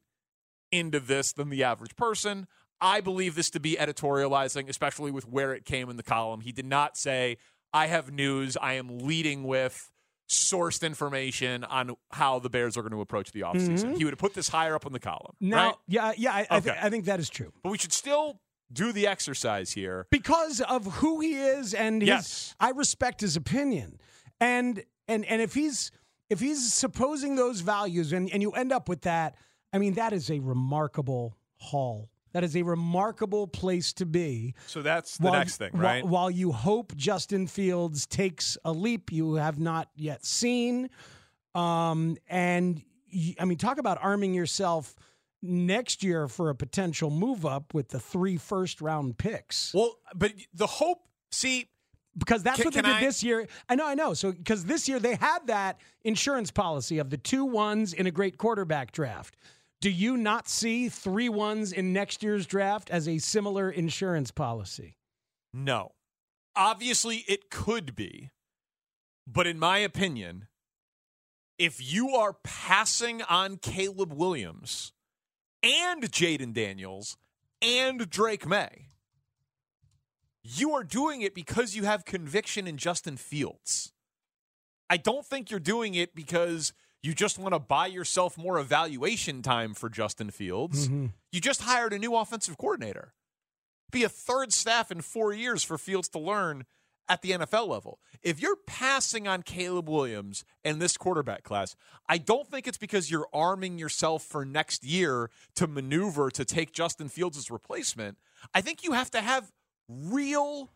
[SPEAKER 18] into this than the average person. I believe this to be editorializing, especially with where it came in the column. He did not say, I have news. I am leading with sourced information on how the Bears are going to approach the offseason.
[SPEAKER 4] Mhm.
[SPEAKER 18] He would have put this higher up in the column.
[SPEAKER 4] Now,
[SPEAKER 18] right?
[SPEAKER 4] yeah, yeah, I, I, th-
[SPEAKER 18] Okay.
[SPEAKER 4] I think that is true
[SPEAKER 18] But we should still do the exercise here.
[SPEAKER 4] because of who he is and his,
[SPEAKER 18] Yes.
[SPEAKER 4] I respect his opinion. And and and if he's if he's supposing those values and and you end up with that, I mean that is a remarkable haul. That is a remarkable place to be.
[SPEAKER 18] So that's the next thing, right?
[SPEAKER 4] While, while you hope Justin Fields takes a leap you have not yet seen, um, and y I I mean, talk about arming yourself next year for a potential move up with the three first round picks.
[SPEAKER 18] Well, but the hope, see,
[SPEAKER 4] because that's
[SPEAKER 18] Can-
[SPEAKER 4] what they
[SPEAKER 18] can
[SPEAKER 4] did
[SPEAKER 18] I-
[SPEAKER 4] this year. I know, I know. So because this year they had that insurance policy of the two ones in a great quarterback draft. Do you not see three ones in next year's draft as a similar insurance policy?
[SPEAKER 18] No. Obviously, it could be. But in my opinion, if you are passing on Caleb Williams and Jaden Daniels and Drake May, you are doing it because you have conviction in Justin Fields. I don't think you're doing it because you just want to buy yourself more evaluation time for Justin Fields.
[SPEAKER 31] Mhm.
[SPEAKER 18] You just hired a new offensive coordinator be a third staff in four years for Fields to learn at the NFL level. If you're passing on Caleb Williams and this quarterback class, I don't think it's because you're arming yourself for next year to maneuver to take Justin Fields' replacement. I think you have to have real,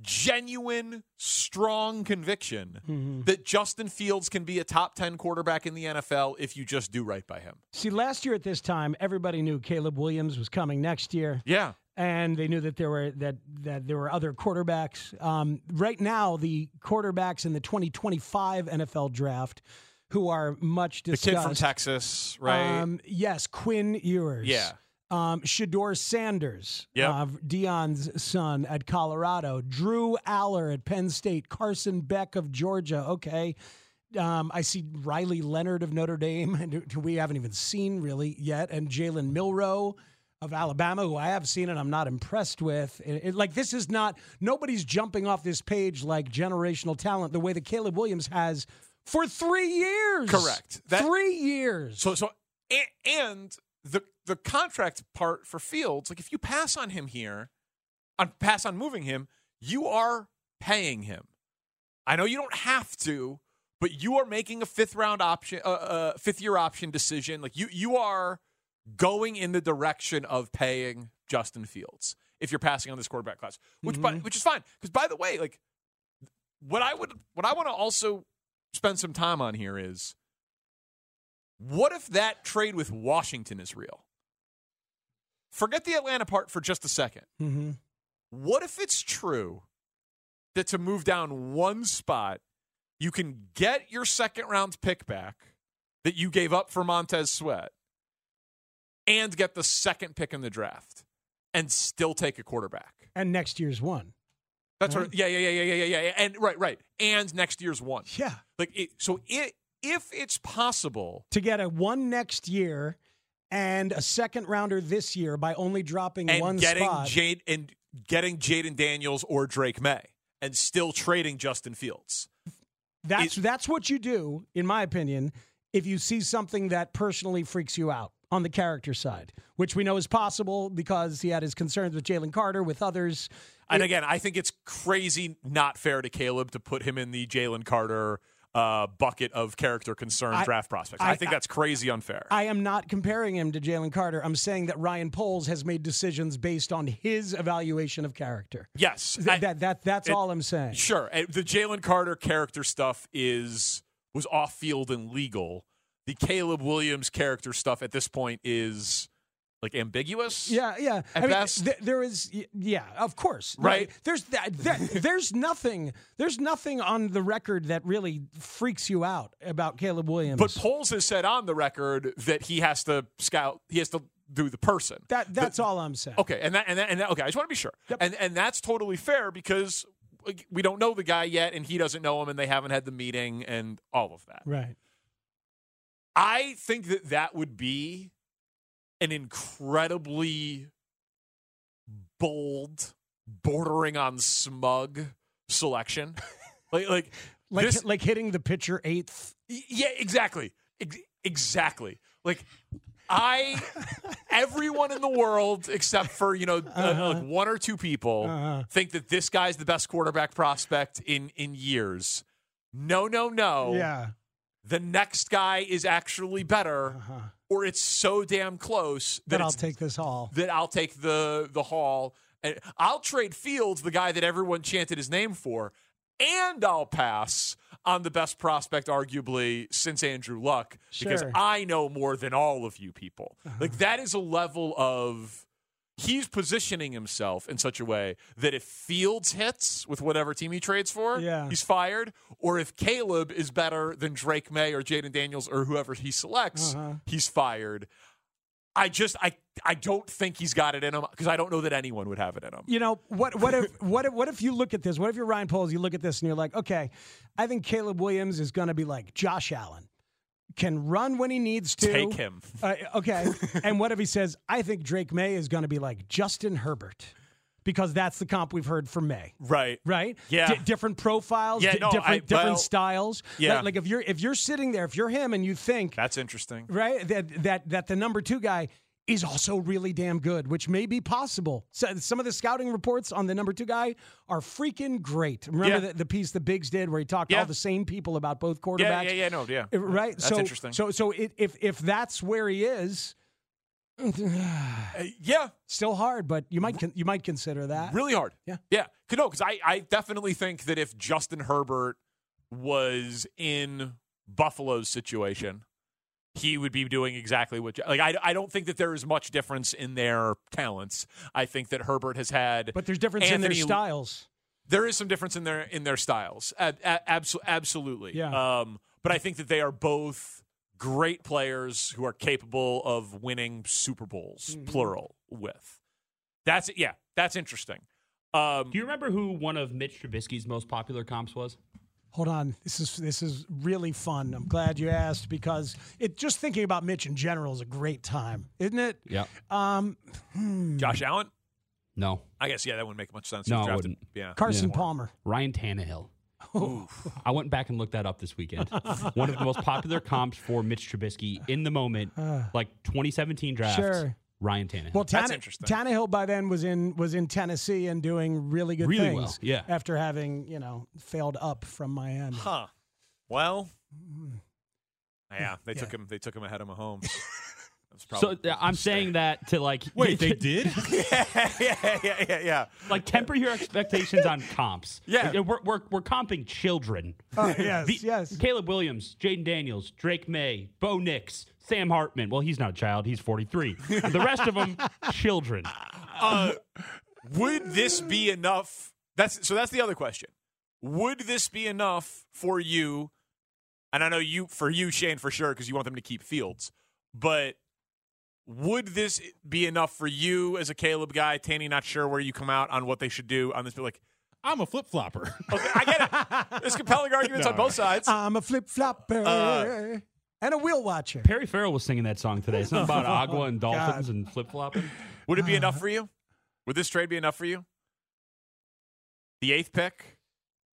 [SPEAKER 18] genuine, strong conviction that Justin Fields can be a top 10 quarterback in the NFL if you just do right by him.
[SPEAKER 4] See, last year at this time, everybody knew Caleb Williams was coming next year.
[SPEAKER 18] Yeah.
[SPEAKER 4] and they knew that there were that that there were other quarterbacks. Um, right now, the quarterbacks in the 2025 NFL draft who are much
[SPEAKER 18] The
[SPEAKER 4] discussed.
[SPEAKER 18] kid from Texas, right?
[SPEAKER 4] Um, yes, Quinn Ewers.
[SPEAKER 18] Yeah.
[SPEAKER 4] Um, Shador Sanders,
[SPEAKER 18] Yep.
[SPEAKER 4] uh, Dion's son at Colorado, Drew Aller at Penn State, Carson Beck of Georgia. Okay. Um, I see Riley Leonard of Notre Dame, [LAUGHS] and who we haven't even seen really yet, and Jalen Milrow of Alabama, who I have seen and I'm not impressed with. It- it- like, this is not, nobody's jumping off this page like generational talent the way that Caleb Williams has for three years.
[SPEAKER 18] Correct.
[SPEAKER 4] three years.
[SPEAKER 18] So so and, and the the contract part for Fields, like if you pass on him here, on pass on moving him, you are paying him. I know you don't have to, but you are making a fifth round option, uh, uh, fifth year option decision. Like you you are going in the direction of paying Justin Fields if you're passing on this quarterback class, which by,
[SPEAKER 4] Mm-hmm.
[SPEAKER 18] which is fine because by the way, like what I would what I want to also spend some time on here is what if that trade with Washington is real? Forget the Atlanta part for just a second.
[SPEAKER 24] Hmm.
[SPEAKER 4] Mm-hmm.
[SPEAKER 18] What if it's true that to move down one spot, you can get your second round pick back that you gave up for Montez Sweat and get the second pick in the draft and still take a quarterback?
[SPEAKER 4] And next year's one.
[SPEAKER 18] That's what, yeah, yeah, yeah, yeah, yeah, yeah, yeah. And right, right. And next year's one.
[SPEAKER 4] Yeah.
[SPEAKER 18] Like, it, so it, if it's possible
[SPEAKER 4] to get a one next year and a second rounder this year by only dropping
[SPEAKER 18] and
[SPEAKER 4] one
[SPEAKER 18] getting
[SPEAKER 4] spot.
[SPEAKER 18] Jade and getting Jaden Daniels or Drake May and still trading Justin Fields.
[SPEAKER 4] that's that's what you do, in my opinion, if you see something that personally freaks you out on the character side, which we know is possible because he had his concerns with Jalen Carter, with others.
[SPEAKER 18] And again, I think it's crazy not fair to Caleb to put him in the Jalen Carter uh, bucket of character concern
[SPEAKER 4] I-
[SPEAKER 18] draft prospects.
[SPEAKER 4] I-
[SPEAKER 18] I, think that's crazy unfair.
[SPEAKER 4] I am not comparing him to Jalen Carter. I'm saying that Ryan Poles has made decisions based on his evaluation of character.
[SPEAKER 18] yes.
[SPEAKER 4] Th- that, that, that's
[SPEAKER 18] it-
[SPEAKER 4] all I'm saying.
[SPEAKER 18] Sure. And The Jalen Carter character stuff is was off field and legal. The Caleb Williams character stuff at this point is like ambiguous.
[SPEAKER 4] Yeah, yeah.
[SPEAKER 18] At
[SPEAKER 4] I mean,
[SPEAKER 18] best.
[SPEAKER 4] th- there is, y- yeah, of course,
[SPEAKER 18] Right?
[SPEAKER 4] There's that.
[SPEAKER 18] [LAUGHS]
[SPEAKER 4] that- there's nothing. There's nothing on the record that really freaks you out about Caleb Williams.
[SPEAKER 18] But Poles has said on the record that he has to scout. He has to do the person.
[SPEAKER 4] that that's all I'm saying.
[SPEAKER 18] Okay, and that and that, and that okay. I just want to be sure. And and that's totally fair because like, we don't know the guy yet, and he doesn't know him, and they haven't had the meeting, and all of that.
[SPEAKER 4] Right.
[SPEAKER 18] I think that that would be an incredibly bold, bordering on smug
[SPEAKER 4] [LAUGHS]
[SPEAKER 18] selection. like like
[SPEAKER 4] Like
[SPEAKER 18] this,
[SPEAKER 4] like hitting the pitcher eighth.
[SPEAKER 18] yeah, exactly. Ex- exactly. Like
[SPEAKER 4] [LAUGHS]
[SPEAKER 18] I everyone in the world except for, you know, uh, like one or two people
[SPEAKER 4] Uh-huh.
[SPEAKER 18] think that this guy's the best quarterback prospect in in years. No, no, no.
[SPEAKER 4] Yeah.
[SPEAKER 18] The next guy is actually better or it's so damn close that
[SPEAKER 4] That Uh-huh. I'll
[SPEAKER 18] it's-
[SPEAKER 4] take this all.
[SPEAKER 18] that I'll take the the haul and I'll trade Fields, the guy that everyone chanted his name for, and I'll pass on the best prospect arguably since Andrew Luck because
[SPEAKER 4] Sure.
[SPEAKER 18] I know more than all of you people. Like that is a level of he's positioning himself in such a way that if Fields hits with whatever team he trades for,
[SPEAKER 4] Yeah.
[SPEAKER 18] he's fired. Or if Caleb is better than Drake May or Jaden Daniels or whoever he selects,
[SPEAKER 4] Uh-huh.
[SPEAKER 18] he's fired. I just I I don't think he's got it in him because I don't know that anyone would have it in him.
[SPEAKER 4] You know what? What if [LAUGHS] what if, what if you look at this? What if you're Ryan Poles? You look at this and you're like, okay, I think Caleb Williams is going to be like Josh Allen, can run when he needs to.
[SPEAKER 18] Take him.
[SPEAKER 4] Uh,
[SPEAKER 18] [LAUGHS]
[SPEAKER 4] okay, and what if he says, I think Drake May is going to be like Justin Herbert, because that's the comp we've heard from May.
[SPEAKER 18] Right.
[SPEAKER 4] Right.
[SPEAKER 18] Yeah.
[SPEAKER 4] Di- different profiles.
[SPEAKER 18] Yeah,
[SPEAKER 4] di-
[SPEAKER 18] no,
[SPEAKER 4] different
[SPEAKER 18] I-
[SPEAKER 4] different
[SPEAKER 18] well,
[SPEAKER 4] styles.
[SPEAKER 18] yeah.
[SPEAKER 4] Like, like if you're if you're sitting there, if you're him and you think
[SPEAKER 18] That's interesting.
[SPEAKER 4] right? That that that the number two guy is also really damn good, which may be possible. So some of the scouting reports on the number two guy are freaking great. Remember
[SPEAKER 18] Yeah.
[SPEAKER 4] the, the piece the Biggs did where he talked to
[SPEAKER 18] Yeah.
[SPEAKER 4] all the same people about both quarterbacks.
[SPEAKER 18] Yeah, yeah, yeah, no, yeah.
[SPEAKER 4] Uh, Right.
[SPEAKER 18] That's
[SPEAKER 4] so
[SPEAKER 18] interesting.
[SPEAKER 4] So so it, if if that's where he
[SPEAKER 18] [SIGHS]
[SPEAKER 4] is.
[SPEAKER 18] Uh, yeah,
[SPEAKER 4] still hard, but you might con- you might consider that
[SPEAKER 18] Really hard.
[SPEAKER 4] Yeah.
[SPEAKER 18] Yeah. 'Cause- No, because I, I definitely think that if Justin Herbert was in Buffalo's situation, he would be doing exactly what. Like, I, I don't think that there is much difference in their talents. I think that Herbert has had.
[SPEAKER 4] But there's difference in their
[SPEAKER 18] Anthony-
[SPEAKER 4] styles.
[SPEAKER 18] There is some difference in their in their styles. Ab- a- abso- absolutely.
[SPEAKER 4] Yeah.
[SPEAKER 18] Um, but I think that they are both great players who are capable of winning Super Bowls,
[SPEAKER 4] Mm-hmm.
[SPEAKER 31] Mhm.
[SPEAKER 18] plural, with. That's yeah, that's interesting. Um,
[SPEAKER 31] Do you remember who one of Mitch Trubisky's most popular comps was?
[SPEAKER 4] Hold on, this is this is really fun. I'm glad you asked because it just thinking about Mitch in general is a great time, isn't it?
[SPEAKER 31] Yeah.
[SPEAKER 4] Um, hmm.
[SPEAKER 18] Josh Allen?
[SPEAKER 31] No.
[SPEAKER 18] I guess yeah, that wouldn't make much sense.
[SPEAKER 31] No,
[SPEAKER 18] He
[SPEAKER 31] it
[SPEAKER 18] drafted-
[SPEAKER 31] wouldn't.
[SPEAKER 18] Yeah,
[SPEAKER 4] Carson Palmer.
[SPEAKER 31] Ryan Tannehill. I went back and looked that up
[SPEAKER 4] [LAUGHS]
[SPEAKER 31] this weekend. One of the most popular comps for Mitch Trubisky in
[SPEAKER 4] [SIGHS]
[SPEAKER 31] the moment,
[SPEAKER 4] Ah.
[SPEAKER 31] like 2017 draft,
[SPEAKER 4] Sure.
[SPEAKER 31] Ryan Tannehill.
[SPEAKER 4] [LAUGHS] Well, Tanne- Tannehill by then was in was in Tennessee and doing really good
[SPEAKER 31] Really
[SPEAKER 4] things.
[SPEAKER 31] well, yeah.
[SPEAKER 4] After having you know failed up from Miami.
[SPEAKER 18] Huh. Well,
[SPEAKER 4] Mm-hmm.
[SPEAKER 18] yeah, they
[SPEAKER 4] Yeah.
[SPEAKER 18] took him. They took him ahead of Mahomes.
[SPEAKER 4] [LAUGHS]
[SPEAKER 18] That was
[SPEAKER 31] So
[SPEAKER 18] probably.
[SPEAKER 31] uh, I'm saying that to like
[SPEAKER 18] [LAUGHS] Wait,
[SPEAKER 31] [LAUGHS]
[SPEAKER 18] they
[SPEAKER 31] did?
[SPEAKER 18] yeah, yeah, yeah, yeah.
[SPEAKER 31] Like temper your expectations on comps.
[SPEAKER 18] [LAUGHS] Yeah.
[SPEAKER 31] Like, we're, we're, we're comping children.
[SPEAKER 4] Oh,
[SPEAKER 31] [LAUGHS]
[SPEAKER 4] yes, yes.
[SPEAKER 31] Caleb Williams, Jaden Daniels, Drake May, Bo Nix, Sam Hartman. Well, he's not a child; he's 43. the rest of
[SPEAKER 18] [LAUGHS]
[SPEAKER 31] them, children.
[SPEAKER 18] Uh, would this be enough? That's so. That's the other question. Would this be enough for you? And I know you for you, Shane, for sure, because you want them to keep Fields. But would this be enough for you as a Caleb guy? Tanny, not sure where you come out on what they should do on this. But like,
[SPEAKER 1] I'm a flip
[SPEAKER 18] [LAUGHS]
[SPEAKER 1] flopper.
[SPEAKER 18] there's compelling arguments
[SPEAKER 31] No,
[SPEAKER 18] on both sides.
[SPEAKER 4] I'm a flip flopper
[SPEAKER 31] Uh,
[SPEAKER 4] and a wheel watcher.
[SPEAKER 31] Perry Farrell was singing that song today. Something [LAUGHS]
[SPEAKER 18] [LAUGHS]
[SPEAKER 31] about
[SPEAKER 18] Oh,
[SPEAKER 31] agua and dolphins and flip flopping.
[SPEAKER 18] Would it be enough for you? Would this trade be enough for you? The eighth pick,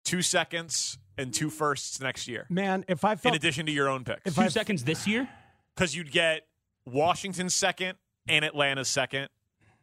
[SPEAKER 18] two seconds, and two firsts next year.
[SPEAKER 4] [LAUGHS] Man, if I
[SPEAKER 18] in
[SPEAKER 4] felt
[SPEAKER 18] addition to your own picks.
[SPEAKER 4] If Two I've-
[SPEAKER 31] seconds this year?
[SPEAKER 18] Because you'd get Washington's second and Atlanta's second,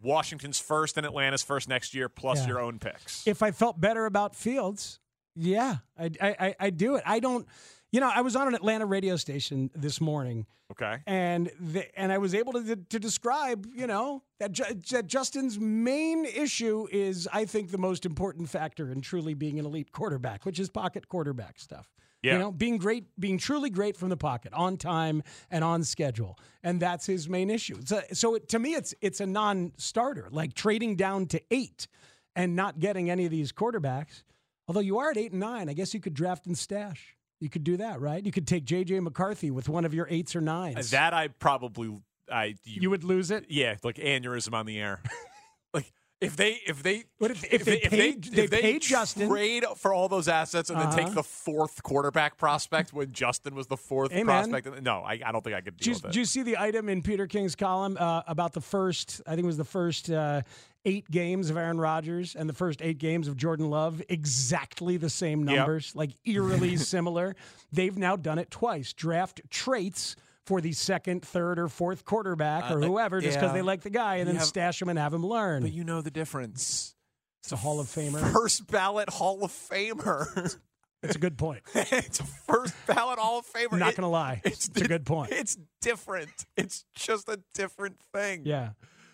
[SPEAKER 18] Washington's first and Atlanta's first next year, plus
[SPEAKER 4] Yeah.
[SPEAKER 18] your own picks.
[SPEAKER 4] if I felt better about Fields, yeah, I I I I'd do it. I don't, you know, I was on an Atlanta radio station this morning.
[SPEAKER 18] Okay.
[SPEAKER 4] and the, and I was able to to describe, you know, that, Ju- that Justin's main issue is, I think, the most important factor in truly being an elite quarterback, which is pocket quarterback stuff.
[SPEAKER 32] Yeah.
[SPEAKER 4] You know, being great, being truly great from the pocket, on time and on schedule, and that's his main issue. So, so it, to me, it's it's a non-starter, like trading down to eight and not getting any of these quarterbacks. Although you are at eight and nine, I guess you could draft and stash. You could do that, right? You could take JJ McCarthy with one of your eights or nines.
[SPEAKER 18] That I probably I you,
[SPEAKER 4] would lose it.
[SPEAKER 18] Yeah, like aneurysm on the air. [LAUGHS] like if they if they
[SPEAKER 4] But if- if they paid- they paid Justin-
[SPEAKER 18] trade for all those assets and then
[SPEAKER 4] Uh-huh.
[SPEAKER 18] take the fourth quarterback prospect when Justin was the fourth
[SPEAKER 4] Hey, man.
[SPEAKER 18] prospect, no, I, I don't think I could
[SPEAKER 4] Do
[SPEAKER 18] deal
[SPEAKER 4] you,
[SPEAKER 18] with it.
[SPEAKER 4] do you see the item in Peter King's column uh, about the first, I think it was the first uh, eight games of Aaron Rodgers and the first eight games of Jordan Love? Exactly the same
[SPEAKER 19] Yep.
[SPEAKER 4] numbers, like
[SPEAKER 18] [LAUGHS]
[SPEAKER 4] eerily similar. They've now done it twice. Draft traits for the second, third, or fourth quarterback or
[SPEAKER 18] Uh,
[SPEAKER 4] whoever just because
[SPEAKER 18] yeah.
[SPEAKER 4] they like the guy and
[SPEAKER 18] You
[SPEAKER 4] then
[SPEAKER 18] have-
[SPEAKER 4] stash him and have him learn. But
[SPEAKER 18] you know the difference.
[SPEAKER 4] It's a Hall of Famer.
[SPEAKER 18] First ballot Hall of
[SPEAKER 4] [LAUGHS]
[SPEAKER 18] Famer.
[SPEAKER 4] That's a good point.
[SPEAKER 18] [LAUGHS] it's a first ballot Hall of Famer.
[SPEAKER 4] Not
[SPEAKER 18] It-
[SPEAKER 4] going to lie. It's, a good point.
[SPEAKER 18] It's different. It's just a different thing.
[SPEAKER 4] Yeah.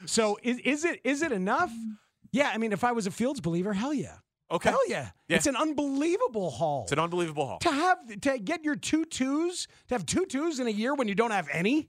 [SPEAKER 4] So is, is it is it enough? Yeah, I mean, if I was a Fields believer, hell yeah.
[SPEAKER 18] Okay.
[SPEAKER 4] Hell yeah.
[SPEAKER 18] Yeah.
[SPEAKER 4] It's an unbelievable haul.
[SPEAKER 18] It's an unbelievable haul.
[SPEAKER 4] to have to get your two twos, to have two twos in a year when you don't have any.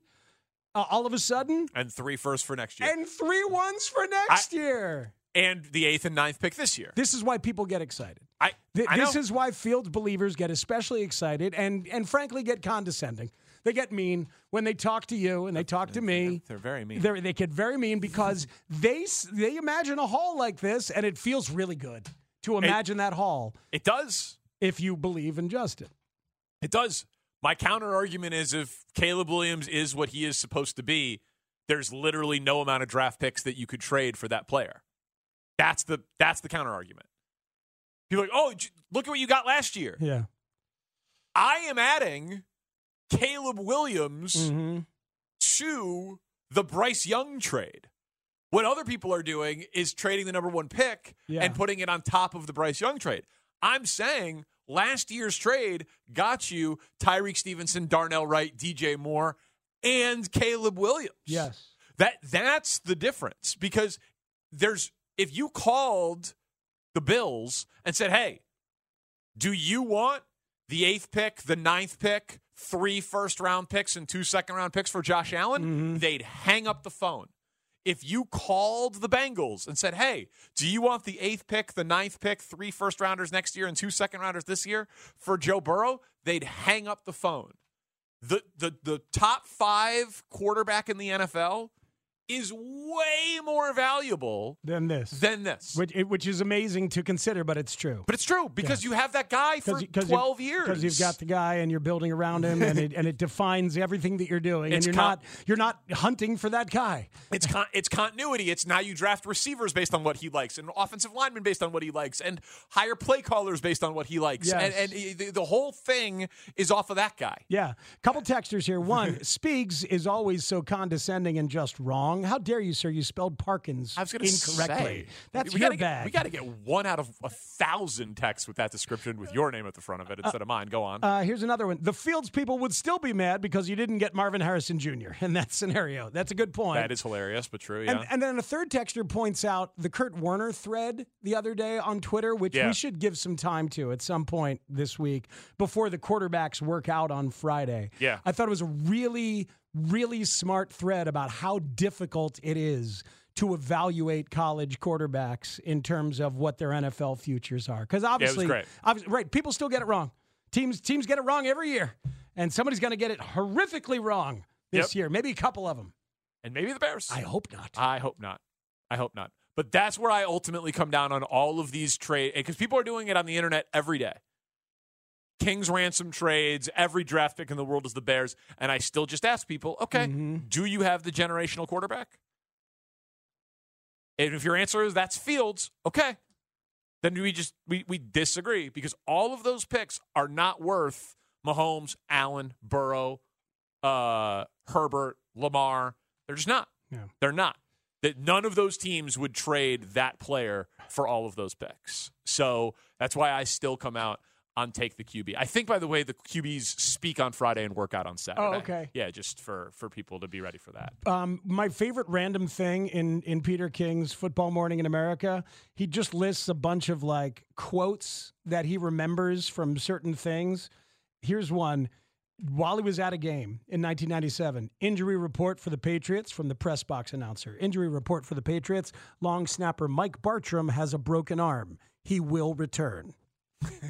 [SPEAKER 4] uh, all of a sudden,
[SPEAKER 18] and three firsts for next year,
[SPEAKER 4] and three ones for next year.
[SPEAKER 18] and the eighth and ninth pick this year.
[SPEAKER 4] This is why people get excited.
[SPEAKER 18] I,
[SPEAKER 4] Th-
[SPEAKER 18] I know.
[SPEAKER 4] this is why Fields believers get especially excited and and frankly get condescending. They get mean when they talk to you and they talk to me.
[SPEAKER 18] They're very mean.
[SPEAKER 4] They're, they get very mean
[SPEAKER 18] [LAUGHS]
[SPEAKER 4] because they s- they imagine a hall like this and it feels really good to imagine that hall.
[SPEAKER 18] It does.
[SPEAKER 4] If you believe in Justin.
[SPEAKER 18] It does. My counter argument is if Caleb Williams is what he is supposed to be, there's literally no amount of draft picks that you could trade for that player. That's the that's the counter argument. People are like, oh, j- look at what you got last year.
[SPEAKER 4] Yeah.
[SPEAKER 18] I am adding Caleb Williams to the Bryce Young trade. What other people are doing is trading the number one pick
[SPEAKER 2] Yeah.
[SPEAKER 18] and putting it on top of the Bryce Young trade. I'm saying last year's trade got you Tyreek Stevenson, Darnell Wright, DJ Moore, and Caleb Williams.
[SPEAKER 4] Yes.
[SPEAKER 18] That that's the difference because there's if you called the Bills and said, "Hey, do you want the eighth pick, the ninth pick, three first round picks, and two second round picks for Josh Allen? They'd hang up the phone. If you called the Bengals and said, hey, do you want the eighth pick, the ninth pick, three first rounders next year, and two second rounders this year for Joe Burrow? They'd hang up the phone. The, the, the top five quarterback in the NFL is way more valuable
[SPEAKER 4] Then this.
[SPEAKER 18] than this.
[SPEAKER 4] Which, it- which is amazing to consider, but it's true.
[SPEAKER 18] But it's true because you have that guy for 12 years.
[SPEAKER 4] Because you've got the guy and you're building around him, and it, and it defines everything that you're doing.
[SPEAKER 18] [LAUGHS] It's
[SPEAKER 4] and you're
[SPEAKER 18] com-
[SPEAKER 4] not you're not hunting for that guy.
[SPEAKER 18] It's con- it's continuity. It's now you draft receivers based on what he likes, and offensive linemen based on what he likes, and hire play callers based on what he likes,
[SPEAKER 4] Yes.
[SPEAKER 18] and, and the, the whole thing is off of that guy.
[SPEAKER 4] Yeah.
[SPEAKER 18] [LAUGHS]
[SPEAKER 4] Couple texters here. One, Speaks is always so condescending and just wrong. How dare you, sir? You spelled Parkins
[SPEAKER 18] I was going to
[SPEAKER 4] incorrectly.
[SPEAKER 18] Say,
[SPEAKER 4] That's
[SPEAKER 18] we
[SPEAKER 4] your
[SPEAKER 18] gotta get-
[SPEAKER 4] bag.
[SPEAKER 18] we got to get one out of a thousand texts with that description with your name at the front of it instead of mine. Go on.
[SPEAKER 4] Uh, here's another one. The Fields people would still be mad because you didn't get Marvin Harrison Jr. in that scenario. That's a good point.
[SPEAKER 18] that is hilarious, but true. Yeah.
[SPEAKER 4] And, and then a third texture points out the Kurt Warner thread the other day on Twitter, which
[SPEAKER 18] Yeah.
[SPEAKER 4] we should give some time to at some point this week before the quarterbacks work out on Friday.
[SPEAKER 18] Yeah.
[SPEAKER 4] I thought it was a really, really smart thread about how difficult it is to evaluate college quarterbacks in terms of what their NFL futures are. Because
[SPEAKER 18] was
[SPEAKER 4] obviously,
[SPEAKER 18] great.
[SPEAKER 4] obvi- right, people still get it wrong. Teams teams get it wrong every year, and somebody's going to get it horrifically wrong this
[SPEAKER 18] Yep.
[SPEAKER 4] year. Maybe a couple of them.
[SPEAKER 18] and maybe the Bears. I
[SPEAKER 4] hope not.
[SPEAKER 18] I hope not. I hope not. But that's where I ultimately come down on all of these trade because people are doing it on the internet every day. King's ransom trades, every draft pick in the world is the Bears, and I still just ask people, okay,
[SPEAKER 4] Mm-hmm.
[SPEAKER 18] do you have the generational quarterback? And if your answer is that's Fields, okay, then we just we we disagree because all of those picks are not worth Mahomes, Allen, Burrow, uh, Herbert, Lamar. They're just not.
[SPEAKER 4] Yeah.
[SPEAKER 18] They're not. That none of those teams would trade that player for all of those picks. So that's why I still come out on take the QB. I think, by the way, the QBs speak on Friday and work out on Saturday.
[SPEAKER 4] Oh, okay.
[SPEAKER 18] Yeah, just for for people to be ready for that.
[SPEAKER 4] Um, my favorite random thing in in Peter King's Football Morning in America, he just lists a bunch of like quotes that he remembers from certain things. Here's one. While he was at a game in 1997, injury report for the Patriots from the press box announcer. Injury report for the Patriots. Long snapper Mike Bartram has a broken arm. He will return.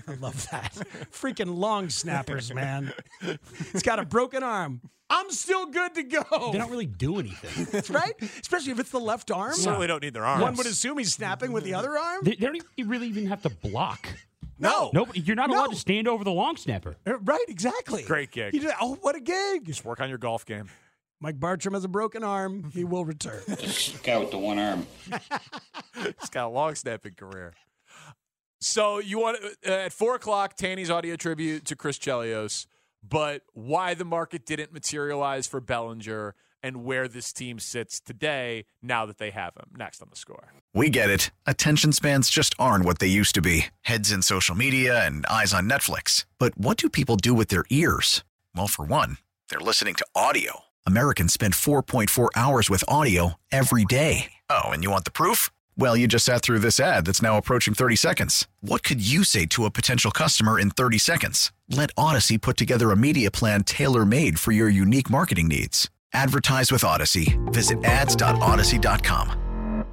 [SPEAKER 4] I love
[SPEAKER 18] [LAUGHS]
[SPEAKER 4] that. Freaking long snappers,
[SPEAKER 31] [LAUGHS]
[SPEAKER 4] man. He's got a broken arm. I'm still good to go.
[SPEAKER 18] Oh.
[SPEAKER 31] They don't really do anything.
[SPEAKER 4] That's [LAUGHS] right. Especially if it's the left arm.
[SPEAKER 31] Certainly
[SPEAKER 18] don't need their
[SPEAKER 4] One would assume he's snapping with the other arm.
[SPEAKER 31] They, they don't even, really even have to block.
[SPEAKER 4] No.
[SPEAKER 31] Nobody, you're not allowed to stand over the long snapper.
[SPEAKER 4] Uh, Right, exactly.
[SPEAKER 18] Great gig.
[SPEAKER 4] He did- oh, what a gig.
[SPEAKER 18] Just work on your golf game.
[SPEAKER 4] Mike Bartram has a broken arm. He will
[SPEAKER 18] [LAUGHS]
[SPEAKER 4] return.
[SPEAKER 18] guy with the one [LAUGHS] arm. He's got a long snapping career. So you want uh, at four o'clock, Tanny's audio tribute to Chris Chelios, but why the market didn't materialize for Bellinger and where this team sits today now that they have him. Next on the score.
[SPEAKER 1] We get it. Attention spans just aren't what they used to be heads in social media and eyes on Netflix. But what do people do with their ears? Well, for one, they're listening to audio. Americans spend 4.4 hours with audio every day. Oh, and you want the proof? Well, you just sat through this ad that's now approaching 30 seconds. What could you say to a potential customer in 30 seconds? Let Odyssey put together a media plan tailor made for your unique marketing needs. Advertise with Odyssey. Visit ads.odyssey.com.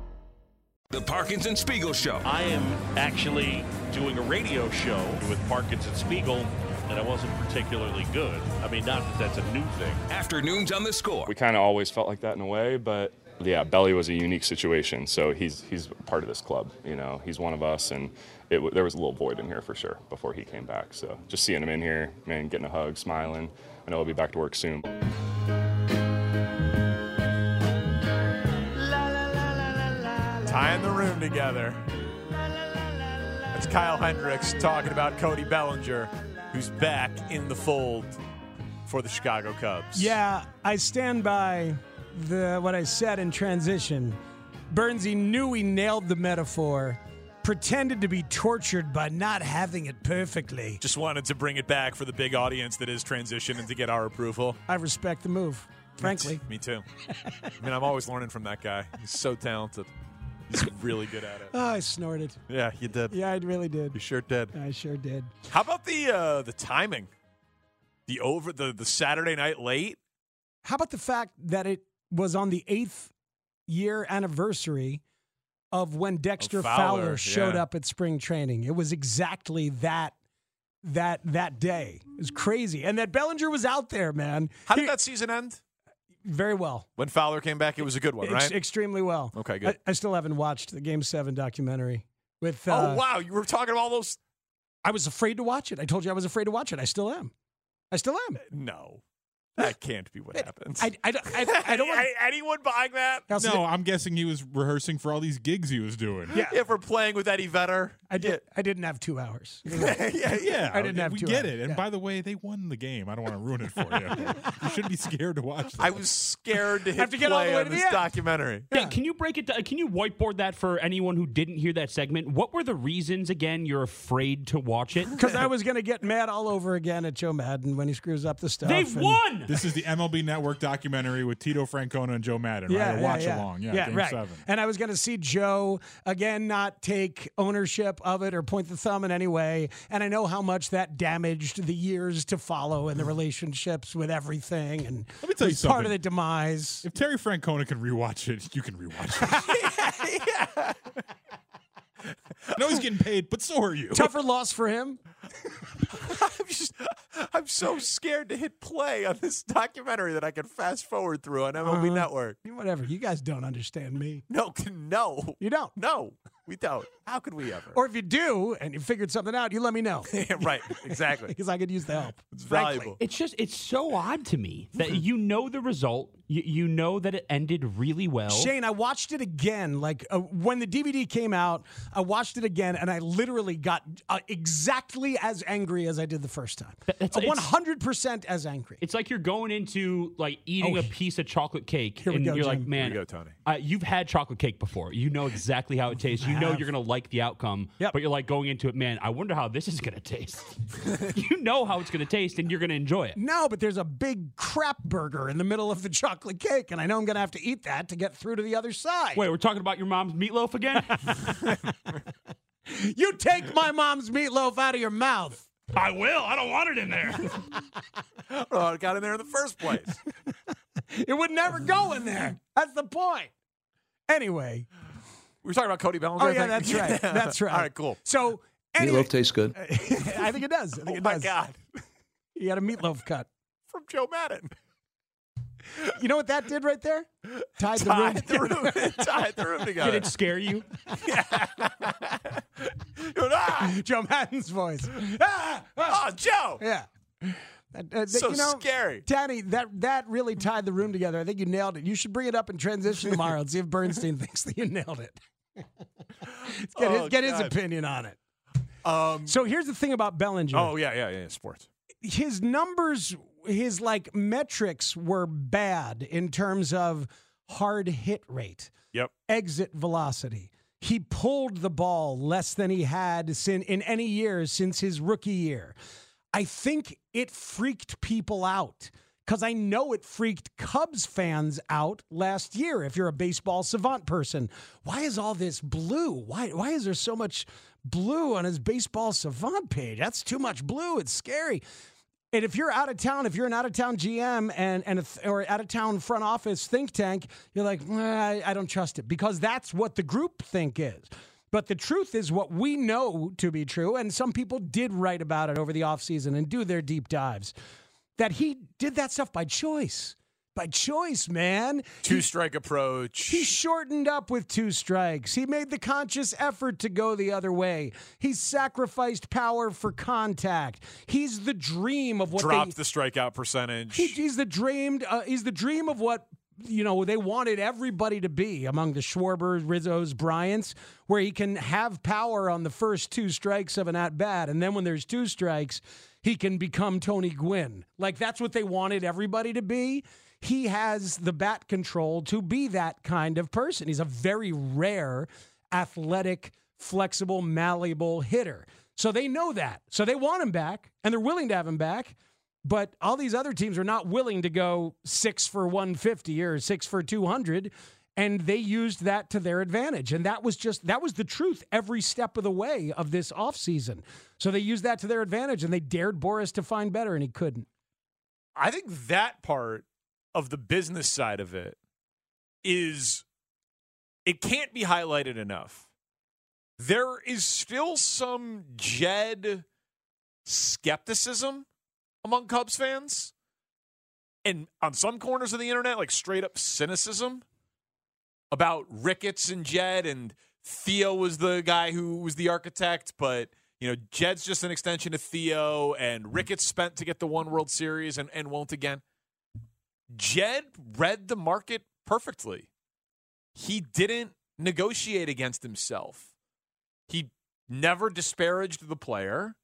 [SPEAKER 24] The Parkinson Spiegel Show.
[SPEAKER 2] I am actually doing a radio show with Parkinson Spiegel, and I wasn't particularly good. I mean, not that that's a new thing.
[SPEAKER 24] Afternoons on the score.
[SPEAKER 14] We kind of always felt like that in a way, but yeah, Belly was a unique situation. So he's he's part of this club. You know, he's one of us, and it, w- there was a little void in here for sure before he came back. So just seeing him in here, man, getting a hug, smiling. I know he'll be back to work soon.
[SPEAKER 18] Tying the room together. That's Kyle Hendricks talking about Cody Bellinger, who's back in the fold for the Chicago Cubs.
[SPEAKER 4] Yeah, I stand by the what I said in transition. Bernsey knew he nailed the metaphor, pretended to be tortured by not having it perfectly.
[SPEAKER 18] Just wanted to bring it back for the big audience that is transition and to get our approval.
[SPEAKER 4] I respect the move, frankly.
[SPEAKER 18] Me too. I mean, I'm always learning from that guy. He's so talented. He's really good at it.
[SPEAKER 4] Oh, I snorted.
[SPEAKER 18] Yeah, you did.
[SPEAKER 4] Yeah, I really did.
[SPEAKER 18] You sure did.
[SPEAKER 4] I sure did.
[SPEAKER 18] How about the uh, the timing? The over the the Saturday night late.
[SPEAKER 4] How about the fact that it was on the eighth year anniversary of when Dexter
[SPEAKER 18] Of
[SPEAKER 4] Fowler,
[SPEAKER 18] Fowler,
[SPEAKER 4] showed
[SPEAKER 18] yeah.
[SPEAKER 4] up at spring training? It was exactly that that that day. It was crazy, and that Bellinger was out there, man.
[SPEAKER 18] How did that season end?
[SPEAKER 4] Very well.
[SPEAKER 18] When Fowler came back, it was a good one,
[SPEAKER 4] Ex-
[SPEAKER 18] right?
[SPEAKER 4] extremely well.
[SPEAKER 18] Okay, good.
[SPEAKER 4] I, I still haven't watched the Game Seven documentary. With uh,
[SPEAKER 18] oh wow, you were talking about all those.
[SPEAKER 4] I was afraid to watch it. I told you I was afraid to watch it. I still am. I still am.
[SPEAKER 18] Uh, No, that can't be what
[SPEAKER 32] [LAUGHS]
[SPEAKER 18] happens.
[SPEAKER 4] I, I, don't- I,
[SPEAKER 18] [LAUGHS]
[SPEAKER 4] I don't want
[SPEAKER 18] anyone buying that.
[SPEAKER 32] No, I'm guessing he was rehearsing for all these gigs he was
[SPEAKER 18] [LAUGHS]
[SPEAKER 32] doing.
[SPEAKER 18] Yeah. If we're playing with Eddie Vedder,
[SPEAKER 4] I did. I didn't have two hours.
[SPEAKER 32] yeah, yeah.
[SPEAKER 4] I didn't have
[SPEAKER 32] We
[SPEAKER 4] two
[SPEAKER 32] get
[SPEAKER 4] hours.
[SPEAKER 32] it. And
[SPEAKER 4] Yeah.
[SPEAKER 32] by the way, they won the game. I don't want to ruin it for
[SPEAKER 18] [LAUGHS]
[SPEAKER 32] you. you shouldn't be scared to watch. That.
[SPEAKER 18] I was [LAUGHS] scared to hit
[SPEAKER 32] Have to get all
[SPEAKER 18] play
[SPEAKER 32] the way
[SPEAKER 18] on
[SPEAKER 32] to the
[SPEAKER 18] this
[SPEAKER 32] end.
[SPEAKER 18] documentary.
[SPEAKER 31] Hey, can you break it down? Can you whiteboard that for anyone who didn't hear that segment? What were the reasons, again, you're afraid to
[SPEAKER 4] [LAUGHS]
[SPEAKER 31] watch it?
[SPEAKER 4] Because
[SPEAKER 18] [LAUGHS]
[SPEAKER 4] I was going to get mad all over again at Joe Madden when he screws up the stuff. and-
[SPEAKER 32] This is the MLB Network documentary with Tito Francona and Joe Madden. right? A watch along. Yeah, game
[SPEAKER 4] right.
[SPEAKER 32] seven.
[SPEAKER 4] And I was going to see Joe again not take ownership of it or point the thumb in any way. And I know how much that damaged the years to follow
[SPEAKER 18] Mm.
[SPEAKER 4] and the relationships with everything. And
[SPEAKER 32] Let me tell you
[SPEAKER 4] it's part
[SPEAKER 32] something.
[SPEAKER 4] of the demise.
[SPEAKER 32] If Terry Francona can rewatch it, you can rewatch it. no, he's getting paid, but so are you.
[SPEAKER 4] Tougher loss for him.
[SPEAKER 18] [LAUGHS] I'm just, I'm so scared to hit play on this documentary that I can fast forward through on MLB
[SPEAKER 4] Uh-huh.
[SPEAKER 18] Network.
[SPEAKER 4] Whatever. You guys don't understand me.
[SPEAKER 18] No, [LAUGHS] no,
[SPEAKER 4] You don't.
[SPEAKER 18] no, we don't. How could we ever?
[SPEAKER 4] Or if you do and you figured something out, you let me
[SPEAKER 18] [LAUGHS]
[SPEAKER 4] know.
[SPEAKER 18] right,
[SPEAKER 4] [LAUGHS]
[SPEAKER 18] exactly.
[SPEAKER 4] Because I could use the help.
[SPEAKER 18] It's
[SPEAKER 31] Frankly, it's just it's so odd to me
[SPEAKER 4] Mm-hmm.
[SPEAKER 31] that you know the result, you, you know that it ended really well.
[SPEAKER 4] Shane, I watched it again. Like uh, when the DVD came out, I watched it again, and I literally got uh, exactly as angry as I did the first time.
[SPEAKER 31] it's-
[SPEAKER 4] One hundred percent as angry.
[SPEAKER 31] It's like you're going into like eating
[SPEAKER 4] Oh,
[SPEAKER 31] a piece of chocolate cake,
[SPEAKER 4] here we
[SPEAKER 31] and
[SPEAKER 4] go,
[SPEAKER 31] you're like,
[SPEAKER 4] Jim.
[SPEAKER 31] man,
[SPEAKER 4] Here we go,
[SPEAKER 18] Tony.
[SPEAKER 31] Uh, you've had chocolate cake before. You know exactly how it tastes. You know
[SPEAKER 4] have.
[SPEAKER 31] you're gonna like the outcome. But you're like going into it, man. I wonder how this is gonna
[SPEAKER 4] [LAUGHS]
[SPEAKER 31] taste. you know how it's gonna taste, and you're gonna enjoy it.
[SPEAKER 4] No, but there's a big crap burger in the middle of the chocolate cake, and I know I'm gonna have to eat that to get through to the other side.
[SPEAKER 31] Wait, we're talking about your mom's meatloaf again?
[SPEAKER 4] [LAUGHS] You take my mom's meatloaf out of your mouth.
[SPEAKER 31] I will. I don't want it in there.
[SPEAKER 18] [LAUGHS] oh, it got in there in the first place.
[SPEAKER 4] [LAUGHS] It would never go in there. That's the point. Anyway.
[SPEAKER 18] We were talking about Cody Bellinger.
[SPEAKER 4] Oh
[SPEAKER 18] I
[SPEAKER 4] yeah, that's
[SPEAKER 18] think. [LAUGHS]
[SPEAKER 4] right.
[SPEAKER 2] [LAUGHS]
[SPEAKER 4] That's right.
[SPEAKER 18] All right, cool.
[SPEAKER 4] So anyway,
[SPEAKER 26] tastes
[SPEAKER 4] [LAUGHS]
[SPEAKER 26] good.
[SPEAKER 4] I think it does. I think it
[SPEAKER 18] Oh my
[SPEAKER 4] does.
[SPEAKER 18] God.
[SPEAKER 4] You got a meatloaf cut.
[SPEAKER 18] From Joe Madden.
[SPEAKER 4] You know what that did right there? Tied the room.
[SPEAKER 18] Tied the room. [LAUGHS] tied the room together.
[SPEAKER 31] Did it scare
[SPEAKER 18] [LAUGHS]
[SPEAKER 31] you?
[SPEAKER 4] [LAUGHS] Joe Madden's voice. Ah,
[SPEAKER 18] Oh, Joe.
[SPEAKER 4] Yeah. Uh, uh, th-
[SPEAKER 18] So
[SPEAKER 4] you know,
[SPEAKER 18] scary.
[SPEAKER 4] Danny. That that really tied the room together. I think you nailed it. You should bring it up in transition tomorrow and see if Bernstein [LAUGHS] thinks that you nailed it. Let's get
[SPEAKER 18] Oh,
[SPEAKER 4] his, get his
[SPEAKER 18] God.
[SPEAKER 4] opinion on it.
[SPEAKER 18] Um,
[SPEAKER 4] so here's the thing about Bellinger.
[SPEAKER 18] Oh yeah, yeah, yeah. Sports.
[SPEAKER 4] his numbers, his like metrics were bad in terms of hard hit rate,
[SPEAKER 18] Yep.
[SPEAKER 4] exit velocity. He pulled the ball less than he had sin, in any year since his rookie year. I think it freaked people out because I know it freaked Cubs fans out last year. If you're a baseball savant person, why is all this blue? Why why is there so much blue on his baseball savant page? That's too much blue. It's scary And if you're out of town, if you're an out of town GM and and a th- or out of town front office think tank, you're like, "Nah, I, I don't trust it because that's what the group think is. But the truth is what we know to be true, and some people did write about it over the offseason and do their deep dives. That he did that stuff by choice, by choice, man.
[SPEAKER 18] Two strike approach.
[SPEAKER 4] He shortened up with two strikes. He made the conscious effort to go the other way. He sacrificed power for contact. He's the dream of what
[SPEAKER 18] Dropped
[SPEAKER 4] they,
[SPEAKER 18] the strikeout percentage.
[SPEAKER 4] he- he's the dreamed. Uh, he's the dream of what you know they wanted everybody to be among the Schwarbers, Rizzos, Bryants, where he can have power on the first two strikes of an at bat, and then when there's two strikes, he can become Tony Gwynn. Like that's what they wanted everybody to be. He has the bat control to be that kind of person. He's a very rare, athletic, flexible, malleable hitter. So they know that. So they want him back, and they're willing to have him back. But all these other teams are not willing to go six for 150 or six for 200. And they used that to their advantage. And that was just, that was the truth every step of the way of this offseason. So they used that to their advantage and they dared Boris to find better and he couldn't.
[SPEAKER 18] I think that part of the business side of it is it can't be highlighted enough. There is still some Jed skepticism among Cubs fans and on some corners of the internet, like straight up cynicism about Ricketts and Jed and Theo was the guy who was the architect, but you know, Jed's just an extension of Theo and Ricketts spent to get the one World Series and, and won't again. Jed read the market perfectly. He didn't negotiate against himself. He never disparaged the player.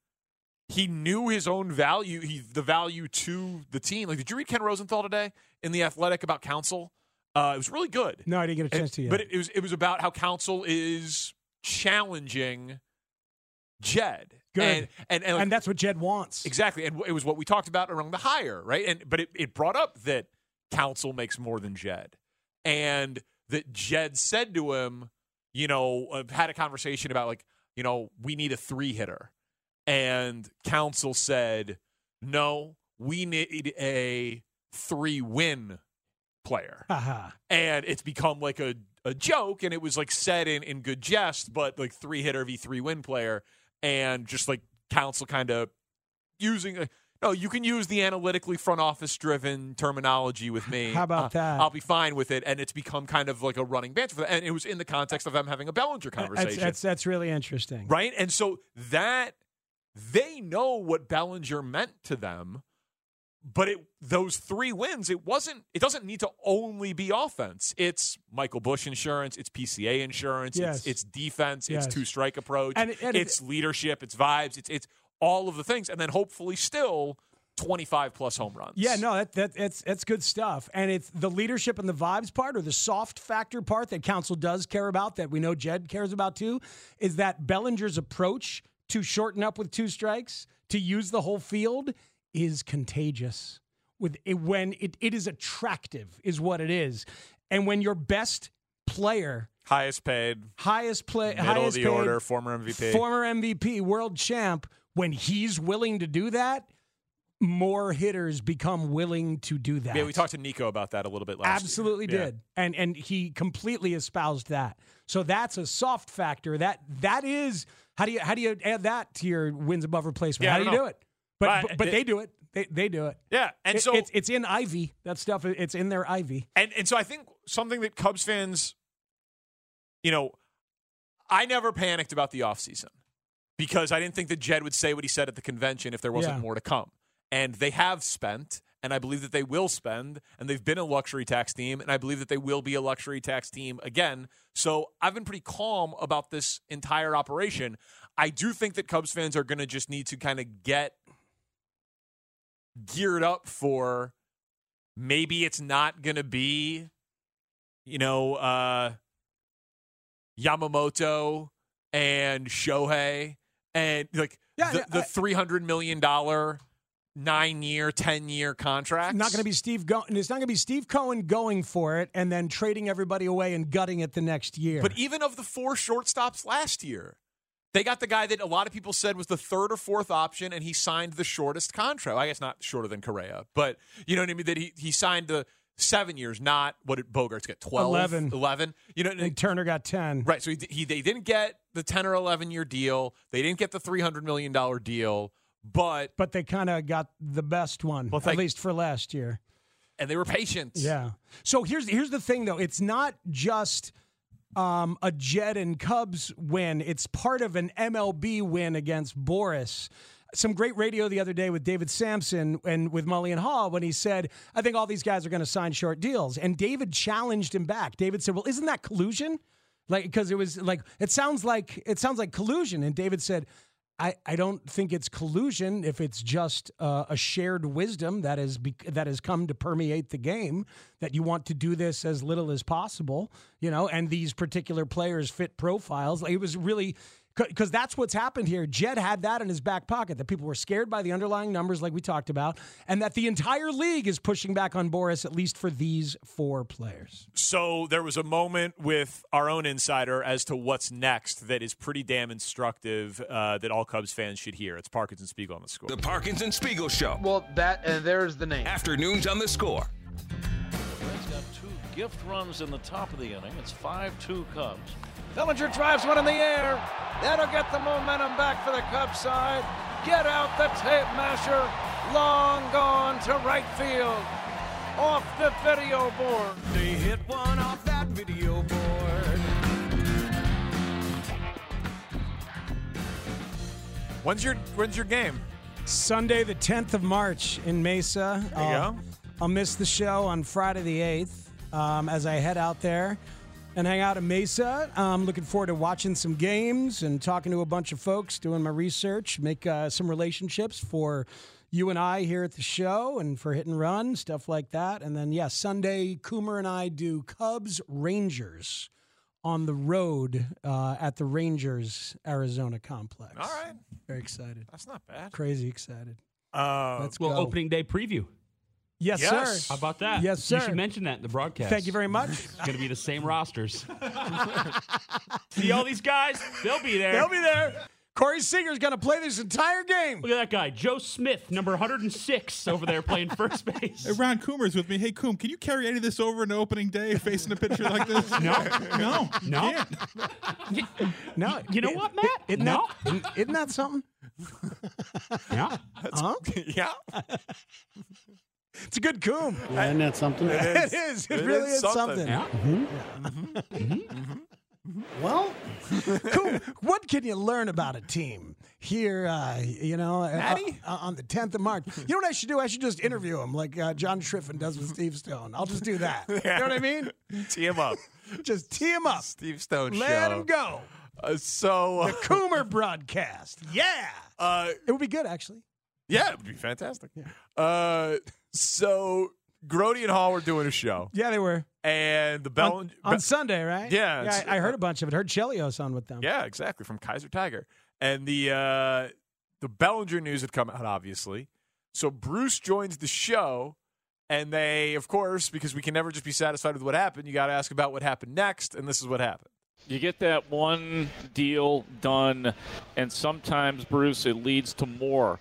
[SPEAKER 18] He knew his own value, he, the value to the team. Like, did you read Ken Rosenthal today in The Athletic about counsel? Uh, it was really good.
[SPEAKER 4] No, I didn't get a chance to yet.
[SPEAKER 18] But it, it was it was about how counsel is challenging Jed.
[SPEAKER 4] Good.
[SPEAKER 18] And and, and, like,
[SPEAKER 4] and that's what Jed wants.
[SPEAKER 18] Exactly, and it was what we talked about around the hire, right? And but it, it brought up that counsel makes more than Jed, and that Jed said to him, you know, uh, had a conversation about like, you know, we need a three hitter, and counsel said, no, we need a three win player
[SPEAKER 4] Haha.
[SPEAKER 18] and it's become like a, a joke and it was like said in, in good jest but like three hitter v three win player and just like council kind of using a, no you can use the analytically front office driven terminology with me Uh,
[SPEAKER 4] How about that?
[SPEAKER 18] i'll be fine with it and it's become kind of like a running banter for that and it was in the context of them having a bellinger conversation
[SPEAKER 4] That's, that's, that's really interesting.
[SPEAKER 18] right? And so that they know what Bellinger meant to them, but it those three wins, it wasn't it doesn't need to only be offense. It's Michael Bush insurance, it's PCA insurance,
[SPEAKER 4] Yes.
[SPEAKER 18] it's, it's defense,
[SPEAKER 4] Yes.
[SPEAKER 18] it's two strike approach,
[SPEAKER 4] And it- and it-
[SPEAKER 18] it's leadership, it's vibes, it's it's all of the things, and then hopefully still twenty five plus home runs.
[SPEAKER 4] Yeah, no, that, that that's that's good stuff. And it's the leadership and the vibes part or the soft factor part that council does care about that we know Jed cares about too is that Bellinger's approach to shorten up with two strikes, to use the whole field is contagious. With it, when it, it is attractive is what it is. And when your best player
[SPEAKER 18] Highest paid,
[SPEAKER 4] highest play,
[SPEAKER 18] middle
[SPEAKER 4] highest
[SPEAKER 18] of the
[SPEAKER 4] paid,
[SPEAKER 18] order, former MVP.
[SPEAKER 4] former MVP, world champ. When he's willing to do that, more hitters become willing to do that.
[SPEAKER 18] yeah, we talked to Nico about that a little bit last year.
[SPEAKER 4] Absolutely
[SPEAKER 18] Yeah.
[SPEAKER 4] did, and and he completely espoused that. So that's a soft factor. That that is how do you how do you add that to your wins above replacement?
[SPEAKER 18] Yeah, I
[SPEAKER 4] how do you
[SPEAKER 18] don't
[SPEAKER 4] do
[SPEAKER 18] know.
[SPEAKER 4] it? But
[SPEAKER 18] But
[SPEAKER 4] but, but
[SPEAKER 18] it-
[SPEAKER 4] they do it. They they do it.
[SPEAKER 18] Yeah, and
[SPEAKER 4] It-
[SPEAKER 18] so
[SPEAKER 4] it's it's in Ivy. That stuff. It's in their Ivy.
[SPEAKER 18] And and so I think something that Cubs fans, you know, I never panicked about the offseason because I didn't think that Jed would say what he said at the convention if there wasn't
[SPEAKER 4] Yeah.
[SPEAKER 18] more to come. And they have spent, and I believe that they will spend, and they've been a luxury tax team, and I believe that they will be a luxury tax team again. So I've been pretty calm about this entire operation. I do think that Cubs fans are going to just need to kind of get geared up for maybe it's not going to be, you know, uh, Yamamoto and Shohei and like
[SPEAKER 4] Yeah,
[SPEAKER 18] the,
[SPEAKER 4] yeah,
[SPEAKER 18] the
[SPEAKER 4] I-
[SPEAKER 18] three hundred million dollar nine year, ten year contracts.
[SPEAKER 4] Not going to be Steve. Go- it's not going to be Steve Cohen going for it and then trading everybody away and gutting it the next year.
[SPEAKER 18] But even of the four shortstops last year, They got the guy that a lot of people said was the third or fourth option, and he signed the shortest contract. I guess not shorter than Correa, but you know what I mean. That he he signed the seven years, not what did Bogarts get 12,
[SPEAKER 4] 11.
[SPEAKER 18] 11. You know,
[SPEAKER 4] And Turner got 10.
[SPEAKER 18] Right. So he, he they didn't get the 10 or 11 year deal. They didn't get the $300 million deal, but
[SPEAKER 4] But they kind of got the best one, at
[SPEAKER 18] thank-
[SPEAKER 4] least for last year.
[SPEAKER 18] and they were patient.
[SPEAKER 4] Yeah. So here's here's the thing though. It's not just um, a Jet and Cubs win. It's part of an MLB win against Boris. Some great radio the other day with David Sampson and with Mully and Haw when he said, I think all these guys are going to sign short deals. And David challenged him back. David said, Well, isn't that collusion? Like, because it was like, it sounds like, it sounds like collusion. And David said, I, I don't think it's collusion if it's just uh, a shared wisdom that is bec that has come to permeate the game that you want to do this as little as possible, you know, and these particular players fit profiles. Like it was really because that's what's happened here. Jed had that in his back pocket that people were scared by the underlying numbers, like we talked about, and that the entire league is pushing back on Boris at least for these four players.
[SPEAKER 18] So there was a moment with our own insider as to what's next that is pretty damn instructive uh, that all Cubs fans should hear. It's Parkinson Spiegel on the score.
[SPEAKER 2] The Parkinson Spiegel Show.
[SPEAKER 33] Well, that and there's
[SPEAKER 18] [LAUGHS]
[SPEAKER 33] the name.
[SPEAKER 2] Afternoons on the score.
[SPEAKER 13] Gift runs in the top of the inning. It's 5-2 Cubs. Bellinger drives one in the air. That'll get the momentum back for the Cubs side. Get out the tape measure. Long gone to right field. Off the video board. They hit one off that video board.
[SPEAKER 18] When's your when's your game?
[SPEAKER 4] Sunday the 10th of March in Mesa.
[SPEAKER 18] There you
[SPEAKER 4] I'll,
[SPEAKER 18] go.
[SPEAKER 4] I'll miss the show on Friday the 8th um, as I head out there and hang out in Mesa. I'm looking forward to watching some games and talking to a bunch of folks, doing my research, make uh, some relationships for you and I here at the show and for hit and run, stuff like that. And then, yeah, Sunday, Coomer and I do Cubs Rangers on the road uh, at the Rangers Arizona complex.
[SPEAKER 18] All right.
[SPEAKER 4] Very excited.
[SPEAKER 18] That's not bad.
[SPEAKER 4] Crazy
[SPEAKER 31] [LAUGHS]
[SPEAKER 4] excited.
[SPEAKER 18] Uh,
[SPEAKER 4] Let's
[SPEAKER 31] well,
[SPEAKER 4] go.
[SPEAKER 31] opening day preview.
[SPEAKER 4] Yes, Yes. sir.
[SPEAKER 31] How about that?
[SPEAKER 4] Yes,
[SPEAKER 31] You
[SPEAKER 4] sir.
[SPEAKER 31] should mention that in the broadcast.
[SPEAKER 4] Thank you very much.
[SPEAKER 31] It's going to be the same
[SPEAKER 4] [LAUGHS]
[SPEAKER 31] rosters. See all these guys? They'll be there.
[SPEAKER 4] They'll be there. Corey Singer's going to play this entire game.
[SPEAKER 31] Look at that guy, Joe Smith, number 106 over there playing first base.
[SPEAKER 32] [LAUGHS] Hey, Ron Coomer's with me. Hey, Coom, can you carry any of this over into opening day facing a pitcher like this?
[SPEAKER 31] No.
[SPEAKER 32] No.
[SPEAKER 31] No.
[SPEAKER 32] Can't.
[SPEAKER 4] No,
[SPEAKER 31] you know what, Matt?
[SPEAKER 4] Isn't
[SPEAKER 31] no.
[SPEAKER 4] that, isn't that something?
[SPEAKER 31] [LAUGHS] yeah.
[SPEAKER 4] Huh?
[SPEAKER 18] [LAUGHS] yeah.
[SPEAKER 4] It's a good coom.
[SPEAKER 23] isn't that something?
[SPEAKER 4] [LAUGHS] It is. It, really is something. Mm-hmm.
[SPEAKER 18] Mm-hmm.
[SPEAKER 4] Well, cool. what can you learn about a team here? Uh, you know, uh,
[SPEAKER 18] Matty?
[SPEAKER 4] uh, on the tenth of March. You know what I should do? I should just interview him, like uh, John Shriffen does with Steve Stone. I'll just do
[SPEAKER 18] [LAUGHS]
[SPEAKER 4] that. You know what I mean?
[SPEAKER 18] Tee him up.
[SPEAKER 4] [LAUGHS] Just tee him up.
[SPEAKER 18] Steve Stone
[SPEAKER 4] Let
[SPEAKER 18] show.
[SPEAKER 4] him go.
[SPEAKER 18] Uh, so
[SPEAKER 4] The Coomer broadcast. Yeah.
[SPEAKER 18] Uh,
[SPEAKER 4] it would be good, actually.
[SPEAKER 18] yeah, it would be fantastic. Uh, so Grody and Hall were doing a show,
[SPEAKER 4] Yeah, they were.
[SPEAKER 18] and the Bell
[SPEAKER 4] on, on Sunday, right?
[SPEAKER 18] Yeah,
[SPEAKER 4] yeah
[SPEAKER 18] it's- uh,
[SPEAKER 4] I, I heard a bunch of it. Heard Chelios on with them.
[SPEAKER 18] Yeah, exactly. From Kaiser Tiger. And the uh, the Bellinger news had come out, obviously. So Bruce joins the show, and they, of course, because we can never just be satisfied with what happened, you got to ask about what happened next, and this is what happened.
[SPEAKER 27] You get that one deal done, and sometimes, Bruce, it leads to more.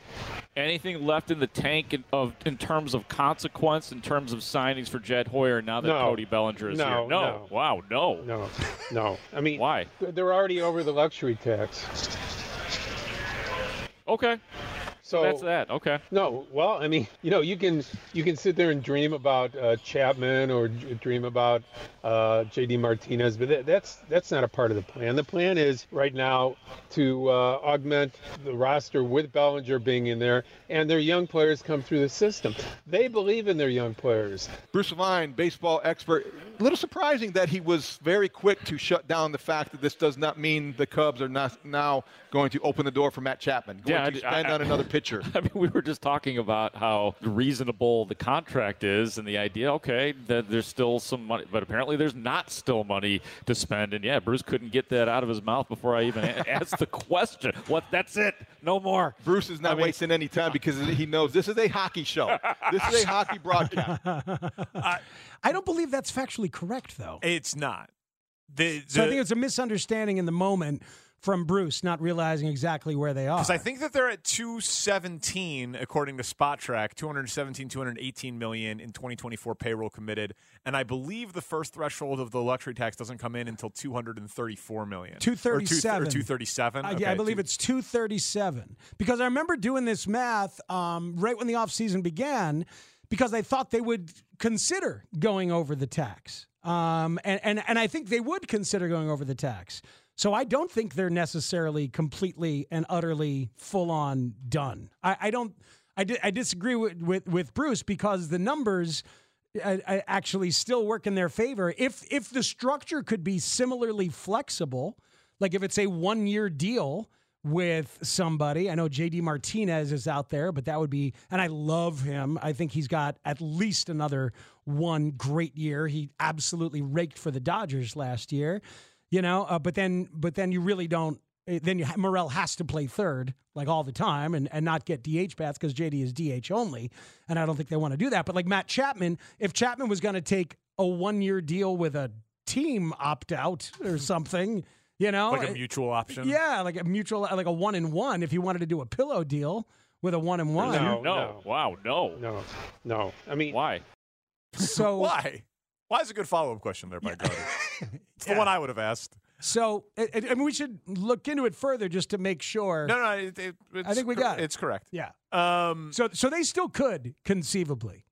[SPEAKER 27] Anything left in the tank in, of in terms of consequence, in terms of signings for Jed Hoyer now that
[SPEAKER 34] No.
[SPEAKER 27] Cody Bellinger is
[SPEAKER 34] No,
[SPEAKER 27] here?
[SPEAKER 34] no.
[SPEAKER 27] Wow, no. [LAUGHS]
[SPEAKER 34] No, no. I mean,
[SPEAKER 27] why?
[SPEAKER 34] They're already over the luxury tax.
[SPEAKER 27] Okay.
[SPEAKER 34] So
[SPEAKER 27] That's that. Okay.
[SPEAKER 34] No, well, I mean, you know, you can you can sit there and dream about uh, Chapman or d- dream about uh, J.D. Martinez, but that, that's that's not a part of the plan. The plan is right now to uh, augment the roster with Bellinger being in there, and their young players come through the system. They believe in their young players.
[SPEAKER 35] Bruce Levine, baseball expert. A little surprising that he was very quick to shut down the fact that this does not mean the Cubs are not now going to open the door for Matt Chapman. Going
[SPEAKER 27] I
[SPEAKER 35] to
[SPEAKER 27] d- I-
[SPEAKER 35] spend
[SPEAKER 27] I-
[SPEAKER 35] on another pitcher.
[SPEAKER 27] [LAUGHS] I mean, we were just talking about how reasonable the contract is and the idea, okay, that there's still some money, but apparently there's not still money to spend. And yeah, Bruce couldn't get that out of his mouth before I even a- [LAUGHS] asked the question. What? That's it. No more.
[SPEAKER 35] Bruce is not wasting any time because he knows this is a hockey show. this is a hockey
[SPEAKER 4] [LAUGHS]
[SPEAKER 35] broadcast.
[SPEAKER 18] Uh,
[SPEAKER 4] I don't believe that's factually correct, though.
[SPEAKER 18] [LAUGHS] It's not. The,
[SPEAKER 4] So I
[SPEAKER 18] the-
[SPEAKER 4] think it's a misunderstanding in the moment from Bruce, not realizing exactly where they are.
[SPEAKER 18] Because I think that they're at 217, according to Spot Track, 217, 218 million in 2024 payroll committed. And I believe the first threshold of the luxury tax doesn't come in until 234 million. Or two-
[SPEAKER 4] 237.
[SPEAKER 18] Or 237.
[SPEAKER 4] I, yeah,
[SPEAKER 18] Okay,
[SPEAKER 4] I believe it's 237. Because I remember doing this math um, right when the offseason began because I thought they would consider going over the tax. Um, and, and, and I think they would consider going over the tax. So I don't think they're necessarily completely and utterly full on done. I, I don't. I, di- I disagree with, with, with Bruce because the numbers I, I actually still work in their favor. If if the structure could be similarly flexible, like if it's a one year deal with somebody, I know JD Martinez is out there, but that would be, and I love him. I think he's got at least another one great year. He absolutely raked for the Dodgers last year, you know. Uh, but then, but then you really don't. eh, Then you, Morel has to play third like all the time and, and not get DH bats because JD is DH only. And I don't think they want to do that. But like Matt Chapman, if Chapman was going to take a one year deal with a team opt out
[SPEAKER 18] [LAUGHS]
[SPEAKER 4] or something, you know,
[SPEAKER 18] Like a
[SPEAKER 4] eh,
[SPEAKER 18] mutual option?
[SPEAKER 4] yeah, like a mutual, like a one and one. If you wanted to do a pillow deal with a one and one,
[SPEAKER 36] No, no, Wow, no.
[SPEAKER 37] No, no. I mean,
[SPEAKER 36] why?
[SPEAKER 4] So
[SPEAKER 18] [LAUGHS] why? Why is a good follow up question there by
[SPEAKER 4] [LAUGHS]
[SPEAKER 18] Cody? it's the one I would have asked.
[SPEAKER 4] So, I, I I mean, we should look into it further just to make sure.
[SPEAKER 18] No, no, it, it, it's
[SPEAKER 4] I think we
[SPEAKER 18] cor-
[SPEAKER 4] got it.
[SPEAKER 18] It's correct.
[SPEAKER 4] Yeah.
[SPEAKER 18] Um,
[SPEAKER 4] so, so they still could conceivably.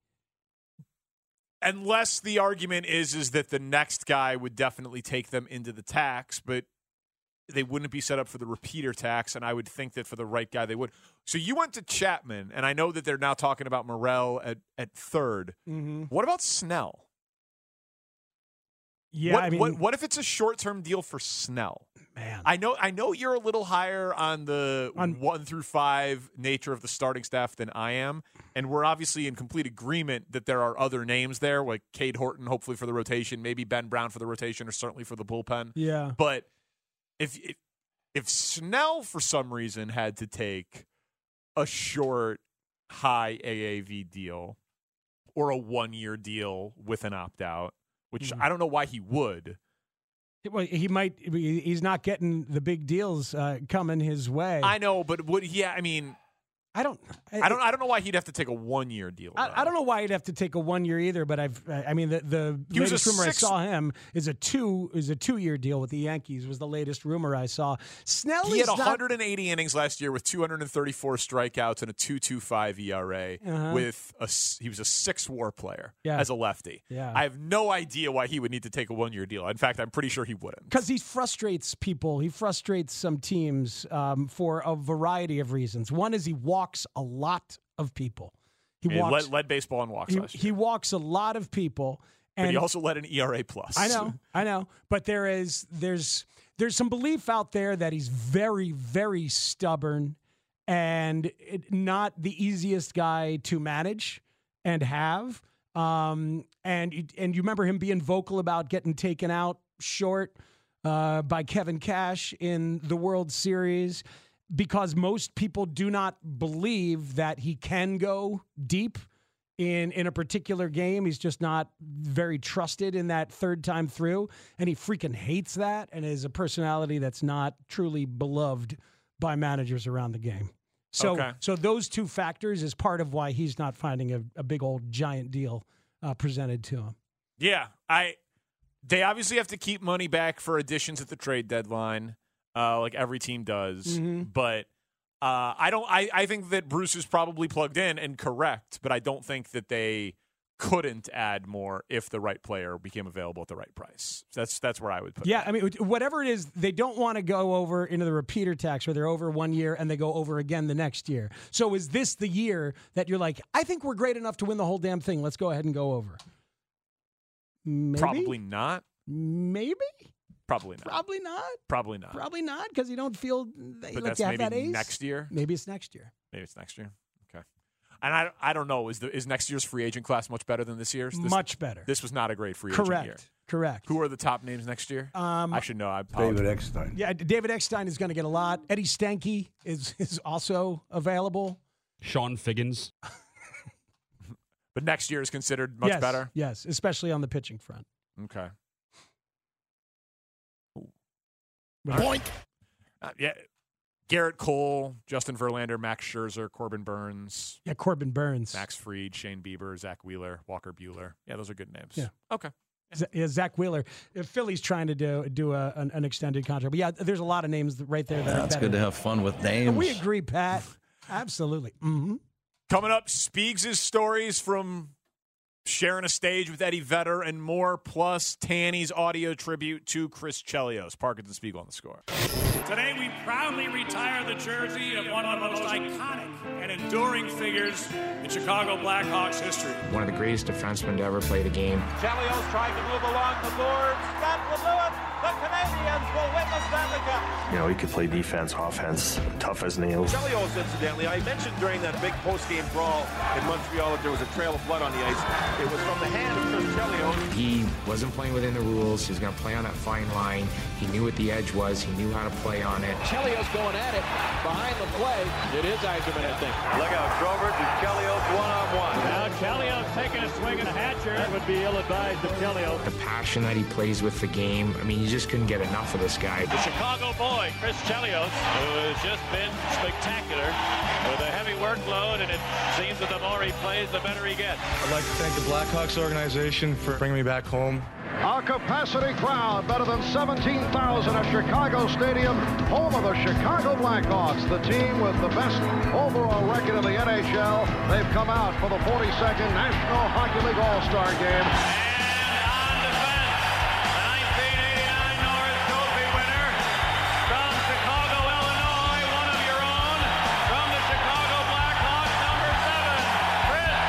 [SPEAKER 18] unless the argument is is that the next guy would definitely take them into the tax, but they wouldn't be set up for the repeater tax, and I would think that for the right guy they would. So you went to Chapman, and I know that they're now talking about Morel at at 3rd
[SPEAKER 4] Mhm.
[SPEAKER 18] What about Snell?
[SPEAKER 4] Yeah,
[SPEAKER 18] What,
[SPEAKER 4] I mean,
[SPEAKER 18] what, what if it's a short term deal for Snell? Man, I know I know you're a little higher on the one through five nature of the starting staff than I am, and we're obviously in complete agreement that there are other names there, like Cade Horton, hopefully for the rotation, maybe Ben Brown for the rotation, or certainly for the bullpen.
[SPEAKER 4] Yeah.
[SPEAKER 18] but if if, if Snell for some reason had to take a short, high AAV deal or a one year deal with an opt out, which
[SPEAKER 4] Mhm.
[SPEAKER 18] I don't know why he would.
[SPEAKER 4] Well, he might. he- He's not getting the big deals uh, coming his way.
[SPEAKER 18] I know, but would yeah, I mean
[SPEAKER 4] I don't
[SPEAKER 18] I don't I don't know why he'd have to take a one year deal.
[SPEAKER 4] I, I don't know why he'd have to take a one year either, but I've. I mean, the the
[SPEAKER 18] He was a
[SPEAKER 4] latest rumor
[SPEAKER 18] six-
[SPEAKER 4] I saw him is a two is a two year deal with the Yankees was the latest rumor I saw. Snell is
[SPEAKER 18] He
[SPEAKER 4] not-
[SPEAKER 18] had 180 innings last year with 234 strikeouts and a 2.25 ERA.
[SPEAKER 4] Uh-huh.
[SPEAKER 18] E With a s- he was a six WAR player
[SPEAKER 4] Yeah.
[SPEAKER 18] as a lefty.
[SPEAKER 4] Yeah.
[SPEAKER 18] I have no idea why he would need to take a one year deal. In fact, I'm pretty sure he wouldn't.
[SPEAKER 4] Because he frustrates people. He frustrates some teams um, for a variety of reasons. One is he walks a lot of people. He
[SPEAKER 18] I mean,
[SPEAKER 4] walks.
[SPEAKER 18] led, led baseball in walks
[SPEAKER 4] he,
[SPEAKER 18] last year.
[SPEAKER 4] he walks a lot of people. And
[SPEAKER 18] but he also led an ERA plus.
[SPEAKER 4] I know, I know. But there is there's there's some belief out there that he's very very stubborn and it, not the easiest guy to manage and have. Um, and you- and you remember him being vocal about getting taken out short uh, by Kevin Cash in the World Series because most people do not believe that he can go deep in in a particular game. He's just not very trusted in that third time through, and he freaking hates that, and is a personality that's not truly beloved by managers around the game. So,
[SPEAKER 18] Okay.
[SPEAKER 4] so those two factors is part of why he's not finding a, a big old giant deal uh, presented to him.
[SPEAKER 18] Yeah, I. They obviously have to keep money back for additions at the trade deadline, uh, like every team does.
[SPEAKER 4] Mhm.
[SPEAKER 18] But uh, I don't. I, I think that Bruce is probably plugged in and correct, but I don't think that they couldn't add more if the right player became available at the right price. That's that's where I would put. it.
[SPEAKER 4] Yeah, I mean, whatever it is, they don't want to go over into the repeater tax where they're over one year and they go over again the next year. So is this the year that you're like, I think we're great enough to win the whole damn thing? Let's go ahead and go over. Maybe?
[SPEAKER 18] Probably not.
[SPEAKER 4] Maybe?
[SPEAKER 18] Probably not.
[SPEAKER 4] Probably not.
[SPEAKER 18] Probably not.
[SPEAKER 4] Probably not because you don't feel that you
[SPEAKER 18] But
[SPEAKER 4] like
[SPEAKER 18] that's
[SPEAKER 4] you have that
[SPEAKER 18] maybe
[SPEAKER 4] ace.
[SPEAKER 18] next year.
[SPEAKER 4] Maybe it's next year.
[SPEAKER 18] Maybe it's next year. Okay. And I, I don't know. Is the is next year's free agent class much better than this year's? This,
[SPEAKER 4] Much better.
[SPEAKER 18] This was not a great free agent
[SPEAKER 4] Correct.
[SPEAKER 18] year.
[SPEAKER 4] Correct.
[SPEAKER 18] Who are the top names next year?
[SPEAKER 4] Um,
[SPEAKER 18] I should know. I apologize.
[SPEAKER 3] David Eckstein.
[SPEAKER 4] Yeah, David Eckstein is going to get a lot. Eddie Stanky is is also available.
[SPEAKER 31] Sean Figgins.
[SPEAKER 18] [LAUGHS] But next year is considered much
[SPEAKER 4] yes,
[SPEAKER 18] better.
[SPEAKER 4] Yes, especially on the pitching front.
[SPEAKER 18] Okay.
[SPEAKER 4] Right.
[SPEAKER 18] Point. Uh, yeah. Garrett Cole, Justin Verlander, Max Scherzer, Corbin Burns,
[SPEAKER 4] Yeah, Corbin Burns.
[SPEAKER 18] Max Fried, Shane Bieber, Zach Wheeler, Walker Bueller. Yeah, those are good names.
[SPEAKER 4] Yeah.
[SPEAKER 18] Okay.
[SPEAKER 4] Z- yeah, Zach Wheeler. If Philly's trying to do do a, an, an extended contract, but yeah, there's a lot of names that- right there. That are
[SPEAKER 3] That's
[SPEAKER 4] better.
[SPEAKER 3] good to have fun with names.
[SPEAKER 4] And we agree, Pat. Absolutely. Mm-hmm.
[SPEAKER 18] Coming up, Spiegs' stories from sharing a stage with Eddie Vedder and more, plus Tanny's audio tribute to Chris Chelios. Parkinson Spiegel on the score.
[SPEAKER 13] Today, we proudly retire the jersey of one of the most iconic and enduring figures in Chicago Blackhawks history.
[SPEAKER 5] One of the greatest defensemen to ever play the game.
[SPEAKER 6] Chelios trying to move along the boards. That will do it. The Canadians will win the Stanley Cup.
[SPEAKER 5] You know, he could play defense, offense, tough as nails.
[SPEAKER 6] Chelios, incidentally, I mentioned during that big post-game brawl in Montreal that there was a trail of blood on the ice. It was from the hand of Chris Chelios.
[SPEAKER 5] He wasn't playing within the rules. He was going to play on that fine line. He knew what the edge was. He knew how to play on it.
[SPEAKER 6] Chelios going at it behind the play. It is Eiserman, I think. Look out, Trovert and Chelios one-on-one.
[SPEAKER 13] Now, Callio's taking a swing at a hatcher. That would be ill advised of Callio.
[SPEAKER 5] The passion that he plays with the game. I mean, you just couldn't get enough of this guy.
[SPEAKER 13] The Chicago boy, Chris Chelios, who has just been spectacular with a heavy workload, and it seems that the more he plays, the better he gets.
[SPEAKER 38] I'd like to thank the Blackhawks organization for bringing me back home.
[SPEAKER 15] Our capacity crowd, better than 17,000 at Chicago Stadium, home of the Chicago Blackhawks, the team with the best overall record in the NHL. They've come out for the 42nd National Hockey League All-Star Game.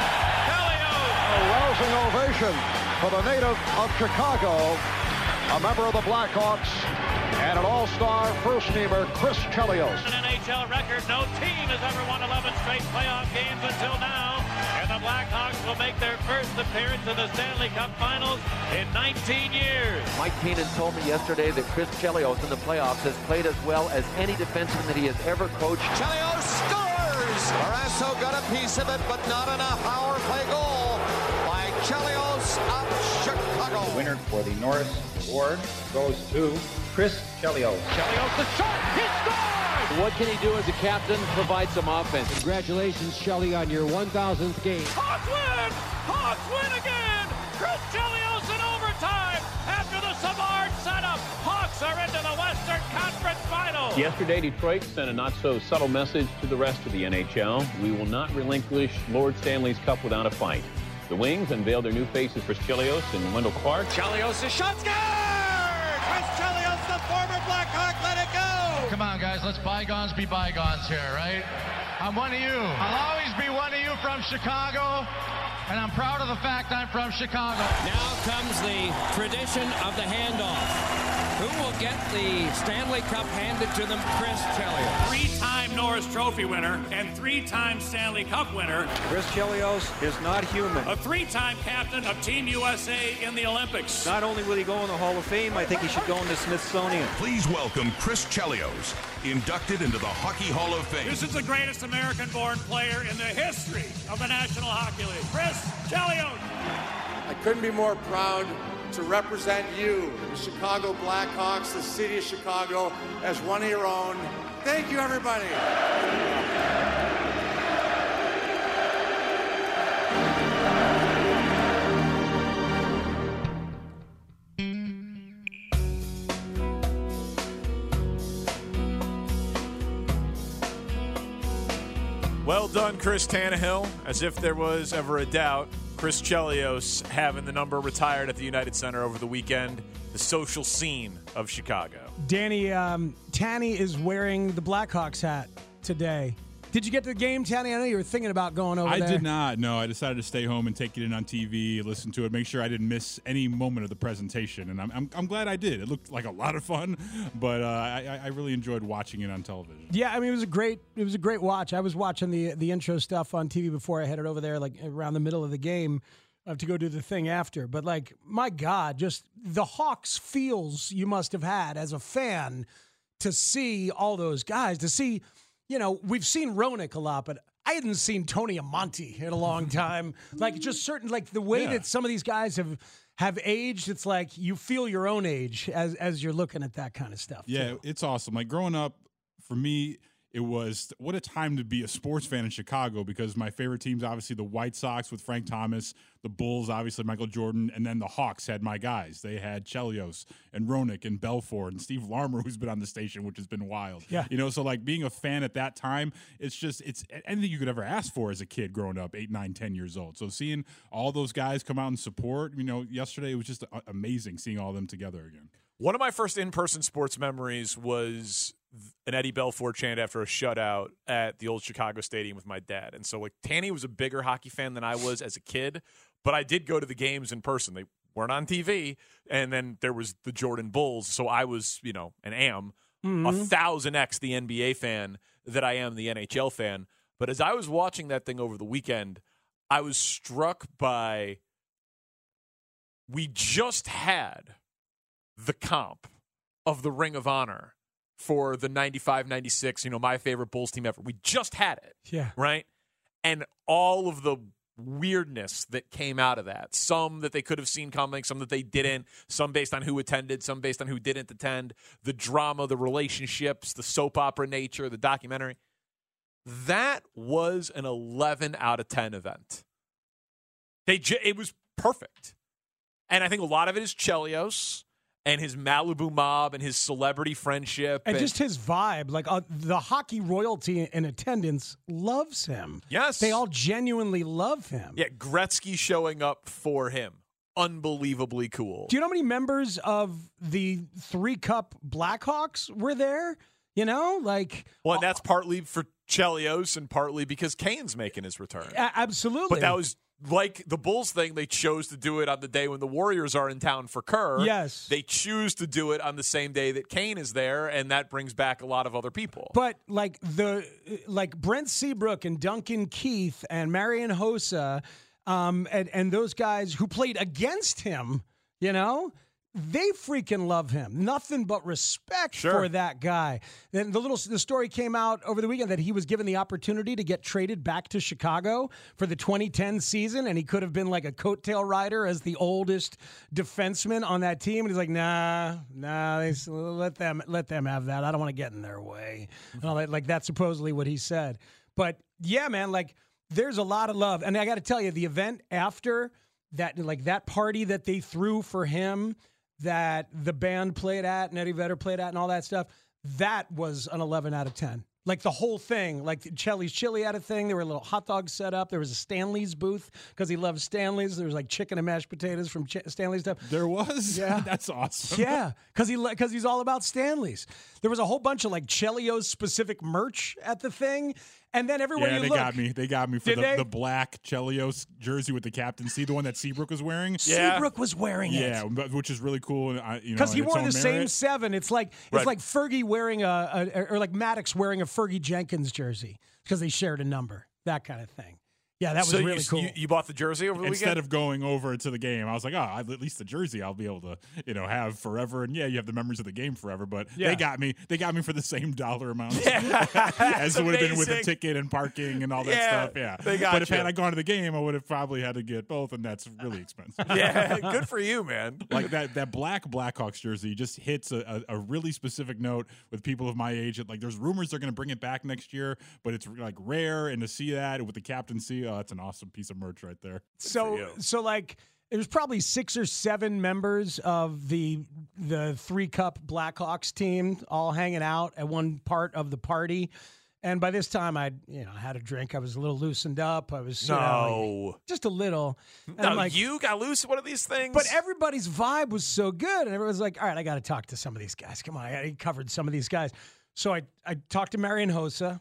[SPEAKER 15] A rousing ovation for the native of Chicago, a member of the Blackhawks, and an all-star first-teamer, Chris Chelios.
[SPEAKER 13] An NHL record. No team has ever won 11 straight playoff games until now. And the Blackhawks will make their first appearance in the Stanley Cup Finals in 19 years.
[SPEAKER 39] Mike Keenan told me yesterday that Chris Chelios in the playoffs has played as well as any defenseman that he has ever coached.
[SPEAKER 6] Chelios scores! Barrasso got a piece of it, but not enough. Power play goal by Chelios of Chicago.
[SPEAKER 23] The winner for the Norris Award goes to Chris Chelios.
[SPEAKER 6] Chelios the shot, he scores!
[SPEAKER 39] What can he do as a captain? Provide some offense. Congratulations, Shelly, on your 1,000th game.
[SPEAKER 13] Hawks win! Hawks win again! Chris Chelios in overtime after the Savard setup. Hawks are into the Western Conference Finals.
[SPEAKER 22] Yesterday, Detroit sent a not so subtle message to the rest of the NHL. We will not relinquish Lord Stanley's Cup without a fight. The Wings unveiled their new faces for Chelios and Wendell Clark.
[SPEAKER 6] Chelios' shot scared! Chris Chelios, the former Blackhawk, let it go!
[SPEAKER 30] Come on, guys, let's bygones be bygones here, right? I'm one of you. I'll always be one of you from Chicago, and I'm proud of the fact I'm from Chicago.
[SPEAKER 40] Now comes the tradition of the handoff. Who will get the Stanley Cup handed to them? Chris Chelios.
[SPEAKER 13] Three-time Norris Trophy winner and three-time Stanley Cup winner.
[SPEAKER 41] Chris Chelios is not human.
[SPEAKER 13] A three-time captain of Team USA in the Olympics.
[SPEAKER 41] Not only will he go in the Hall of Fame, I think he should go in the Smithsonian.
[SPEAKER 24] Please welcome Chris Chelios, inducted into the Hockey Hall of Fame.
[SPEAKER 13] This is the greatest American-born player in the history of the National Hockey League. Chris Chelios.
[SPEAKER 42] I couldn't be more proud to represent you, the Chicago Blackhawks, the city of Chicago, as one of your own. Thank you, everybody.
[SPEAKER 18] Well done, Chris Tannehill. As if there was ever a doubt, Chris Chelios having the number retired at the United Center over the weekend, the social scene of Chicago.
[SPEAKER 4] Danny um, Tanny is wearing the Blackhawks hat today. Did you get to the game, Tanny? I know you were thinking about going over
[SPEAKER 32] I
[SPEAKER 4] there.
[SPEAKER 32] did not. No, I decided to stay home and take it in on TV, listen to it, make sure I didn't miss any moment of the presentation. And I'm, I'm, I'm glad I did. It looked like a lot of fun, but uh, I, I really enjoyed watching it on television.
[SPEAKER 4] Yeah, I mean it was a great it was a great watch. I was watching the the intro stuff on TV before I headed over there, like around the middle of the game, uh, to go do the thing after. But like, my God, just the Hawks feels you must have had as a fan to see all those guys. To see, you know, we've seen Ronick a lot, but I hadn't seen Tony Amonte in a long time. like just certain like the way that some of these guys have have aged. It's like you feel your own age as as you're looking at that kind of stuff.
[SPEAKER 32] Yeah, it's awesome. Like growing up, for me, it was what a time to be a sports fan in Chicago because my favorite teams, obviously, the White Sox with Frank Thomas, the Bulls, obviously, Michael Jordan, and then the Hawks had my guys. They had Chelios and Ronick and Belford and Steve Larmer, [LAUGHS] who's been on the station, which has been wild.
[SPEAKER 2] Yeah.
[SPEAKER 32] You know, so like being a fan at that time, it's just, it's anything you could ever ask for as a kid growing up, eight, nine, ten years old. So seeing all those guys come out and support, you know, yesterday it was just a- amazing seeing all of them together again.
[SPEAKER 18] One of my first in-person sports memories was th- an Eddie Belfort chant after a shutout at the old Chicago Stadium with my dad. And so like Tanny was a bigger hockey fan than I was as a kid, but I did go to the games in person. They weren't on TV, and then there was the Jordan Bulls, so I was, you know, and am a
[SPEAKER 14] Mhm.
[SPEAKER 18] thousand X the NBA fan that I am the NHL fan. But as I was watching that thing over the weekend, I was struck by we just had the comp of the Ring of Honor for the 95 96, you know, my favorite Bulls team ever. We just had it,
[SPEAKER 4] Yeah.
[SPEAKER 18] right? And all of the weirdness that came out of that some that they could have seen coming, some that they didn't, some based on who attended, some based on who didn't attend, the drama, the relationships, the soap opera nature, the documentary. That was an 11 out of 10 event. They ju- it was perfect. And I think a lot of it is Chelios and his Malibu mob and his celebrity friendship
[SPEAKER 4] And just his vibe, like uh, the hockey royalty in attendance loves him.
[SPEAKER 18] Yes.
[SPEAKER 4] They all genuinely love him.
[SPEAKER 18] yeah, Gretzky showing up for him. Unbelievably cool.
[SPEAKER 4] Do you know how many members of the three cup Blackhawks were there? You know, like
[SPEAKER 18] Well, and that's partly for Chelios and partly because Kane's making his return.
[SPEAKER 4] a- absolutely.
[SPEAKER 18] But that was like the Bulls thing. They chose to do it on the day when the Warriors are in town for Kerr.
[SPEAKER 4] Yes.
[SPEAKER 18] They choose to do it on the same day that Kane is there, and that brings back a lot of other people.
[SPEAKER 4] [LAUGHS] But like the like Brent Seabrook and Duncan Keith and Marion Hosa, um, and and those guys who played against him, you know, they freaking love him. Nothing but respect for that guy. Then the little the story came out over the weekend that he was given the opportunity to get traded back to Chicago for the 2010 season, and he could have been like a coattail rider as the oldest defenseman on that team. And he's like, nah, nah, they, s- let them let them have that. I don't want to get in their way. And all that, like that's supposedly what he said. But yeah, man, like there's a lot of love, and I got to tell you, the event after that, like that party that they threw for him, that the band played at and Eddie Vedder played at and all that stuff, that was an 11 out of 10. Like the whole thing, like Chelly's Chili had a thing. There were little hot dogs set up. There was a Stanley's booth because he loves Stanley's. There was like chicken and mashed potatoes from Ch- Stanley's stuff.
[SPEAKER 32] There was?
[SPEAKER 4] Yeah.
[SPEAKER 32] [LAUGHS] That's awesome.
[SPEAKER 4] Yeah. Because he, because he's all about Stanley's. There was a whole bunch of like Chelios specific merch at the thing. And then everywhere
[SPEAKER 32] yeah,
[SPEAKER 4] you
[SPEAKER 32] they
[SPEAKER 4] look.
[SPEAKER 32] got me. They got me for
[SPEAKER 4] Did
[SPEAKER 32] the,
[SPEAKER 4] they?
[SPEAKER 32] the black Chelios jersey with the captain. See the one that Seabrook was wearing.
[SPEAKER 4] Yeah. Seabrook was wearing it.
[SPEAKER 32] Yeah, but- which is really cool. and I- you know,
[SPEAKER 4] because he
[SPEAKER 32] in its
[SPEAKER 4] wore the
[SPEAKER 32] own
[SPEAKER 4] same
[SPEAKER 32] merit.
[SPEAKER 4] seven. It's like it's
[SPEAKER 32] Right.
[SPEAKER 4] like Fergie wearing a, a or like Maddox wearing a Fergie Jenkins jersey because they shared a number. That kind of thing. Yeah, that was
[SPEAKER 18] So you-
[SPEAKER 4] really cool.
[SPEAKER 18] You, you bought the jersey over the
[SPEAKER 32] Instead
[SPEAKER 18] weekend?
[SPEAKER 32] of going over to the game, I was like, oh, at least the jersey I'll be able to, you know, have forever. And yeah, you have the memories of the game forever. But
[SPEAKER 18] Yeah.
[SPEAKER 32] they got me. They got me for the same dollar
[SPEAKER 18] [LAUGHS]
[SPEAKER 32] amount [LAUGHS] as it would have been with a
[SPEAKER 18] amazing.
[SPEAKER 32] ticket and parking and all that
[SPEAKER 18] Yeah,
[SPEAKER 32] stuff. Yeah,
[SPEAKER 18] they got
[SPEAKER 32] But if
[SPEAKER 18] you.
[SPEAKER 32] had I gone to the game, I would have probably had to get both, and that's really expensive.
[SPEAKER 18] [LAUGHS] yeah, good for you, man.
[SPEAKER 32] like that that black Blackhawks jersey just hits a, a, a really specific note with people of my age. It, like there's rumors they're going to bring it back next year, but it's like rare, and to see that with the captaincy, oh, that's an awesome piece of merch right there.
[SPEAKER 4] so so like there was probably six or seven members of the the three cup Blackhawks team all hanging out at one part of the party. And by this time, I you know I had a drink. I was a little loosened up. I was you know,
[SPEAKER 18] No.
[SPEAKER 4] like, just a little. And
[SPEAKER 18] No,
[SPEAKER 4] I'm like,
[SPEAKER 18] you got loose at one of these things. [SIGHS]
[SPEAKER 4] But e- everybody's vibe was so good, and everyone's like, "All right, I got to talk to some of these guys. Come on, I I covered some of these guys." So I I talked to Marion Hosa.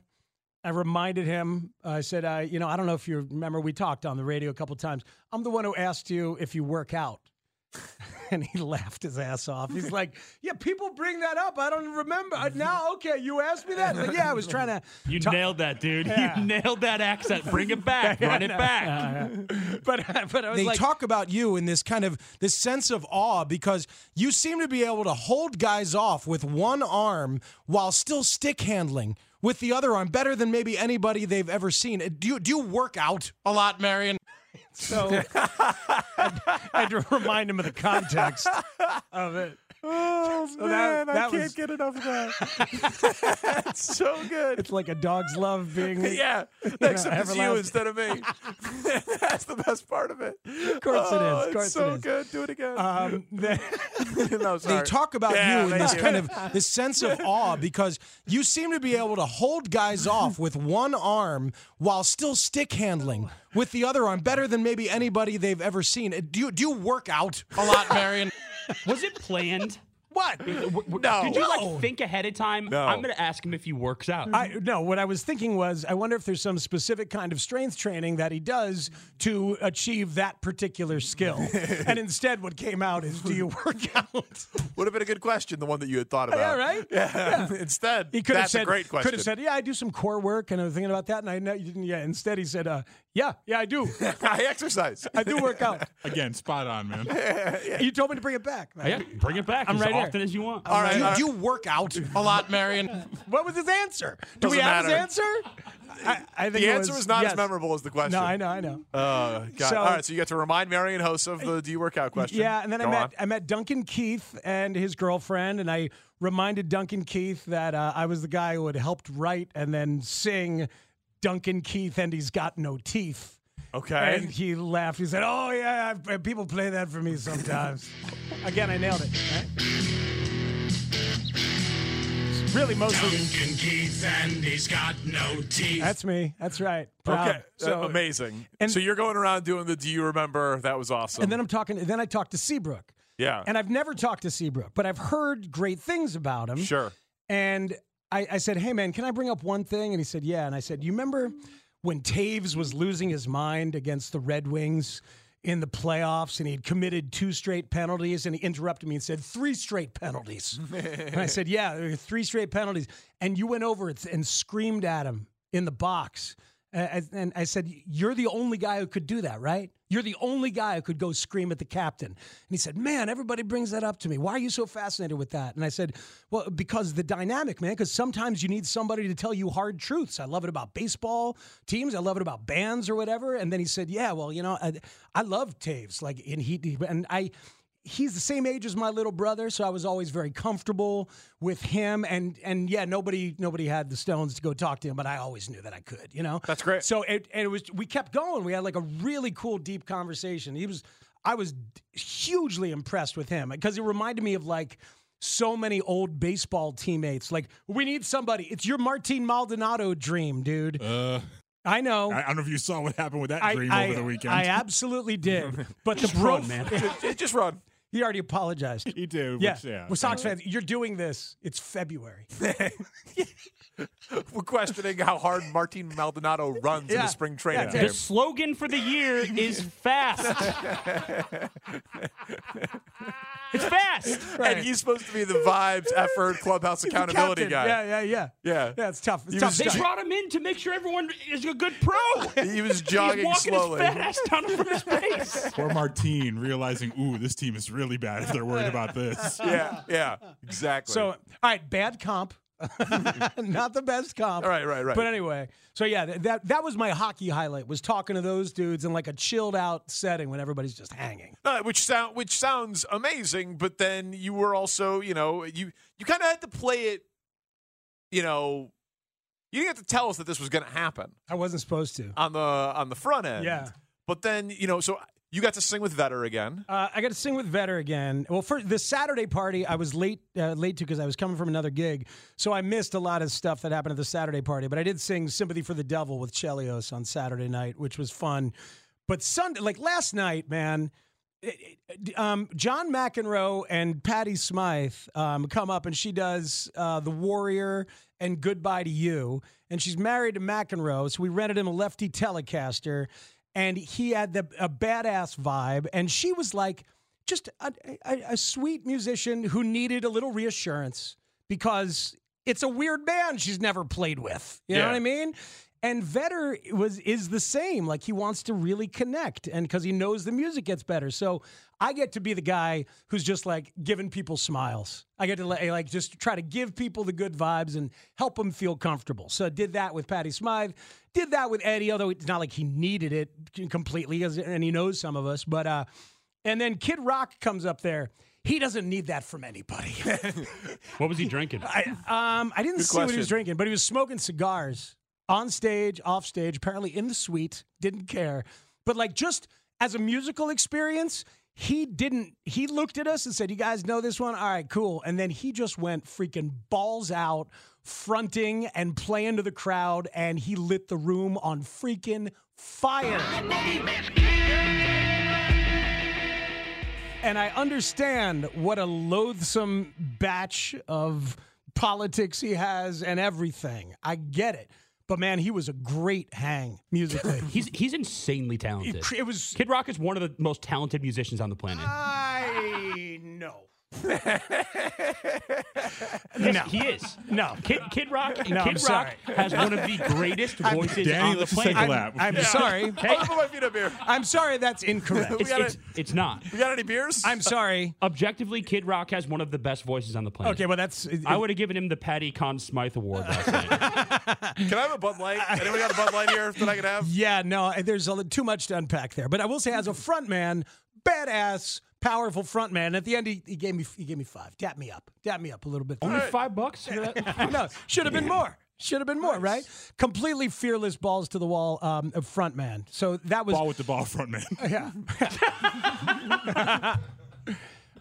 [SPEAKER 4] I reminded him. I said, "I, you know, I don't know if you remember, we talked on the radio a couple times. I'm the one who asked you if you work out." [LAUGHS] and he laughed his ass off. He's like, "Yeah, people bring that up. I don't remember Uh, now. Okay, you asked me that. Like, yeah, I was trying to."
[SPEAKER 31] [LAUGHS] You nailed that, dude.
[SPEAKER 4] Yeah.
[SPEAKER 31] You nailed that accent. Bring
[SPEAKER 4] [LAUGHS]
[SPEAKER 31] it back. Run it back.
[SPEAKER 4] but uh, but I was
[SPEAKER 43] they
[SPEAKER 4] like-
[SPEAKER 43] talk about you in this kind of this sense of awe because you seem to be able to hold guys off with one arm while still stick handling with the other arm better than maybe anybody they've ever seen. Uh, Do you, do you work out a
[SPEAKER 4] [LAUGHS]
[SPEAKER 43] lot, Marion? [LAUGHS]
[SPEAKER 4] So I had to remind him of the context of it.
[SPEAKER 43] Oh
[SPEAKER 4] man, I can't
[SPEAKER 43] get enough of that.
[SPEAKER 18] That's so good.
[SPEAKER 4] It's like a dog's love [LAUGHS]
[SPEAKER 43] [LAUGHS]
[SPEAKER 4] being
[SPEAKER 18] yeah.
[SPEAKER 4] you know,
[SPEAKER 18] Next up is you
[SPEAKER 4] everlasting.
[SPEAKER 18] instead
[SPEAKER 4] [LAUGHS]
[SPEAKER 18] of me. That's the best part of it. Of
[SPEAKER 4] course it is,
[SPEAKER 18] oh,
[SPEAKER 4] of course it
[SPEAKER 18] it's so
[SPEAKER 4] is.
[SPEAKER 18] good. Do it again. [LAUGHS]
[SPEAKER 4] Um, [LAUGHS]
[SPEAKER 18] no, sorry.
[SPEAKER 43] They talk about
[SPEAKER 18] Yeah,
[SPEAKER 43] you in
[SPEAKER 18] thank
[SPEAKER 43] this kind of this sense of awe because you seem to be able to hold guys off with one arm while still stick handling with the other arm better than maybe anybody they've ever seen. Uh, Do you, do you work out a lot,
[SPEAKER 4] [LAUGHS]
[SPEAKER 43] Marion?
[SPEAKER 31] Was
[SPEAKER 43] [LAUGHS]
[SPEAKER 31] it planned?
[SPEAKER 43] What?
[SPEAKER 31] No. Did you like think ahead of time?
[SPEAKER 4] No.
[SPEAKER 31] I'm going to ask him if he works out.
[SPEAKER 4] I no, what I was thinking was I wonder if there's some specific kind of strength training that he does to achieve that particular skill.
[SPEAKER 43] [LAUGHS]
[SPEAKER 4] and instead what came out is do you work out?
[SPEAKER 18] Would have been a good question, the one that you had thought about.
[SPEAKER 4] Oh, Yeah, right?
[SPEAKER 18] Yeah.
[SPEAKER 4] Yeah.
[SPEAKER 18] [LAUGHS] Instead,
[SPEAKER 4] He could have
[SPEAKER 18] that's
[SPEAKER 4] said
[SPEAKER 18] a great question.
[SPEAKER 4] Could have said, "Yeah, I do some core work and I was thinking about that and I know you didn't yeah, instead he said, uh,
[SPEAKER 18] [LAUGHS]
[SPEAKER 4] "Yeah, yeah, I do."
[SPEAKER 18] I exercise.
[SPEAKER 4] I do work
[SPEAKER 18] [LAUGHS]
[SPEAKER 4] out.
[SPEAKER 32] Again, spot on, man.
[SPEAKER 4] You told me to bring it back. man.
[SPEAKER 31] bring it back
[SPEAKER 4] I'm
[SPEAKER 31] as
[SPEAKER 4] right here.
[SPEAKER 31] often as you want.
[SPEAKER 4] All right,
[SPEAKER 18] uh,
[SPEAKER 4] all right.
[SPEAKER 43] You work out
[SPEAKER 4] a lot,
[SPEAKER 18] [LAUGHS]
[SPEAKER 43] Marion.
[SPEAKER 4] What was his answer? Do we
[SPEAKER 18] Doesn't
[SPEAKER 4] have his
[SPEAKER 18] matter.
[SPEAKER 4] answer? I, I think
[SPEAKER 18] the
[SPEAKER 4] it
[SPEAKER 18] answer
[SPEAKER 4] was
[SPEAKER 18] is not
[SPEAKER 4] yes.
[SPEAKER 18] as memorable as the question.
[SPEAKER 4] No, I know, I know.
[SPEAKER 18] Uh, God.
[SPEAKER 4] So-
[SPEAKER 18] All right, so you got to remind Marion Host of the Do You Work Out question.
[SPEAKER 4] Yeah, and then I
[SPEAKER 18] Go
[SPEAKER 4] met
[SPEAKER 18] on.
[SPEAKER 4] I met Duncan Keith and his girlfriend, and I reminded Duncan Keith that uh, I was the guy who had helped write and then sing Duncan Keith and he's got no teeth.
[SPEAKER 18] Okay.
[SPEAKER 4] And he laughed. He said, "Oh yeah, I, people play that for me sometimes." [LAUGHS] Again, I nailed it. right? It's Really, mostly.
[SPEAKER 2] Duncan Keith and he's got no teeth.
[SPEAKER 4] That's me. That's right. Proud.
[SPEAKER 18] Okay,
[SPEAKER 4] So-
[SPEAKER 18] uh, amazing.
[SPEAKER 4] and-
[SPEAKER 18] so you're going around doing the Do You Remember? That was awesome.
[SPEAKER 4] And then I'm talking. Then I talked to Seabrook.
[SPEAKER 18] yeah. [LAUGHS]
[SPEAKER 4] And I've never talked to Seabrook, but I've heard great things about him.
[SPEAKER 18] Sure.
[SPEAKER 4] And I, I said, hey, man, can I bring up one thing? And he said, yeah. And I said, you remember when Taves was losing his mind against the Red Wings in the playoffs and he'd committed two straight penalties? And he interrupted me and said, three straight
[SPEAKER 18] [LAUGHS]
[SPEAKER 4] penalties. and I said, yeah, there were three straight penalties. And you went over it and screamed at him in the box. Uh, and I said, You're the only guy who could do that, right? You're the only guy who could go scream at the captain. And he said, Man, everybody brings that up to me. Why are you so fascinated with that? And I said, Well, because the dynamic, man, because sometimes you need somebody to tell you hard truths. I love it about baseball teams. I love it about bands or whatever. And then he said, Yeah, well, you know, I, I love Taves. Like, and he, and I, he's the same age as my little brother, so I was always very comfortable with him. And and yeah, nobody nobody had the stones to go talk to him, but I always knew that I could. You know, that's great. So it and it was we kept going. We had like a really cool deep conversation. He was I was hugely impressed with him because he reminded me of like. So many old baseball teammates. Like, we need somebody. It's your Martin Maldonado dream, dude.
[SPEAKER 32] Uh,
[SPEAKER 4] I know.
[SPEAKER 32] I, I don't know if you saw what happened with that dream over the weekend.
[SPEAKER 4] I absolutely
[SPEAKER 32] [LAUGHS]
[SPEAKER 4] did. But the
[SPEAKER 32] Just
[SPEAKER 4] pro [LAUGHS]
[SPEAKER 32] run, man.
[SPEAKER 18] just, just run.
[SPEAKER 4] He already apologized.
[SPEAKER 32] He did.
[SPEAKER 4] Yeah.
[SPEAKER 32] Which, yeah.
[SPEAKER 4] We're Sox fans. You're doing this. It's
[SPEAKER 18] [LAUGHS]
[SPEAKER 4] February.
[SPEAKER 18] We're questioning how hard Martin Maldonado runs in
[SPEAKER 4] Yeah.
[SPEAKER 18] the spring training
[SPEAKER 31] The
[SPEAKER 18] game.
[SPEAKER 31] slogan for the year
[SPEAKER 4] [LAUGHS]
[SPEAKER 31] is fast.
[SPEAKER 4] [LAUGHS]
[SPEAKER 31] it's fast.
[SPEAKER 18] And he's supposed to be the vibes, effort, clubhouse
[SPEAKER 4] He's the
[SPEAKER 18] accountability
[SPEAKER 4] captain.
[SPEAKER 18] guy.
[SPEAKER 4] Yeah, yeah, yeah.
[SPEAKER 18] Yeah.
[SPEAKER 4] Yeah, it's tough. It's
[SPEAKER 18] He
[SPEAKER 4] tough.
[SPEAKER 18] was
[SPEAKER 31] They
[SPEAKER 4] stuff.
[SPEAKER 31] brought him in to make sure everyone is a good pro.
[SPEAKER 18] He was
[SPEAKER 31] He's
[SPEAKER 18] jogging
[SPEAKER 31] walking
[SPEAKER 18] slowly.
[SPEAKER 31] his fat ass down to first base.
[SPEAKER 32] Poor Martine realizing, ooh, this team is really bad if they're worried
[SPEAKER 4] [LAUGHS]
[SPEAKER 32] about this.
[SPEAKER 18] [LAUGHS] Yeah, yeah, exactly.
[SPEAKER 4] So, all right, bad comp. [LAUGHS] Not the best comp.
[SPEAKER 18] All right, right, right.
[SPEAKER 4] But anyway, so yeah, th- that that was my hockey highlight was talking to those dudes in like a chilled out setting when everybody's just hanging.
[SPEAKER 18] No, which sound which sounds amazing, but then you were also, you know, you you kind of had to play it, you know, you didn't have to tell us that this was going to happen
[SPEAKER 4] I wasn't supposed to.
[SPEAKER 18] on the on the front end.
[SPEAKER 4] Yeah.
[SPEAKER 18] But then, you know, so you got to sing with Vetter again.
[SPEAKER 4] Uh, I got to sing with Vetter again. Well, for the Saturday party, I was late uh, late to because I was coming from another gig, so I missed a lot of stuff that happened at the Saturday party. But I did sing "Sympathy for the Devil" with Chelios on Saturday night, which was fun. But Sunday, like last night, man, it- it- um, John McEnroe and Patty Smythe um, come up, and she does uh, "The Warrior" and "Goodbye to You," and she's married to McEnroe, so we rented him a lefty Telecaster, and he had the, a badass vibe, and she was like just a, a, a sweet musician who needed a little reassurance because it's a weird band she's never played with. You know
[SPEAKER 14] Yeah.
[SPEAKER 4] what I mean? And Vetter was is the same. Like he wants to really connect, and because he knows the music gets better. So I get to be the guy who's just like giving people smiles. I get to like like, just try to give people the good vibes and help them feel comfortable. So I did that with Patty Smythe. Did that with Eddie, although it's not like he needed it completely, 'cause- and he knows some of us. But uh, and then Kid Rock comes up there. He doesn't need that from anybody.
[SPEAKER 31] What was he drinking?
[SPEAKER 4] I, um, I didn't
[SPEAKER 31] Good
[SPEAKER 4] see what he was
[SPEAKER 31] question.
[SPEAKER 4] drinking, but he was smoking cigars on stage, off stage, apparently in the suite. Didn't care. But like just as a musical experience, he didn't. He looked at us and said, "You guys know this one? All right, cool." And then he just went freaking balls out, fronting and playing to the crowd, and he lit the room on freaking fire. And I understand what a loathsome batch of politics he has and everything. I get it. But man, he was a great hang musically.
[SPEAKER 31] he's he's insanely talented.
[SPEAKER 4] It, was
[SPEAKER 31] Kid Rock is one of the most talented musicians on the planet.
[SPEAKER 4] I know.
[SPEAKER 31] Yes, he is.
[SPEAKER 4] No,
[SPEAKER 31] Kid Kid Rock.
[SPEAKER 4] No, I'm
[SPEAKER 31] Kid Rock
[SPEAKER 4] sorry.
[SPEAKER 31] has one of the greatest
[SPEAKER 4] I'm-
[SPEAKER 31] voices
[SPEAKER 4] Danny,
[SPEAKER 31] on the
[SPEAKER 4] let's just
[SPEAKER 31] planet.
[SPEAKER 4] take a lap. I'm- I'm sorry.
[SPEAKER 31] Hey,
[SPEAKER 4] I'll put
[SPEAKER 18] my feet up here.
[SPEAKER 4] I'm sorry, that's incorrect.
[SPEAKER 31] it's, it's, it's not.
[SPEAKER 18] We got any beers?
[SPEAKER 4] I'm sorry.
[SPEAKER 31] Objectively, Kid Rock has one of the best voices on the planet.
[SPEAKER 4] Okay, well that's.
[SPEAKER 31] I would have given him the Patty Conn Smythe Award last night.
[SPEAKER 4] [LAUGHS]
[SPEAKER 18] Can I have a Bud Light? Anyone got a Bud Light here that I could have?
[SPEAKER 4] Yeah, no, there's a, li- too much to unpack there. But I will say, as a front man, badass, powerful front man. At the end, he, he gave me he gave me five. Tap me up. Tap me up a little bit.
[SPEAKER 31] Only five bucks?
[SPEAKER 4] [LAUGHS] no, should have been more. Should have been more, right? Completely fearless, balls to the wall, um, of front man. So that was
[SPEAKER 32] Ball with the ball, front man.
[SPEAKER 4] [LAUGHS] yeah.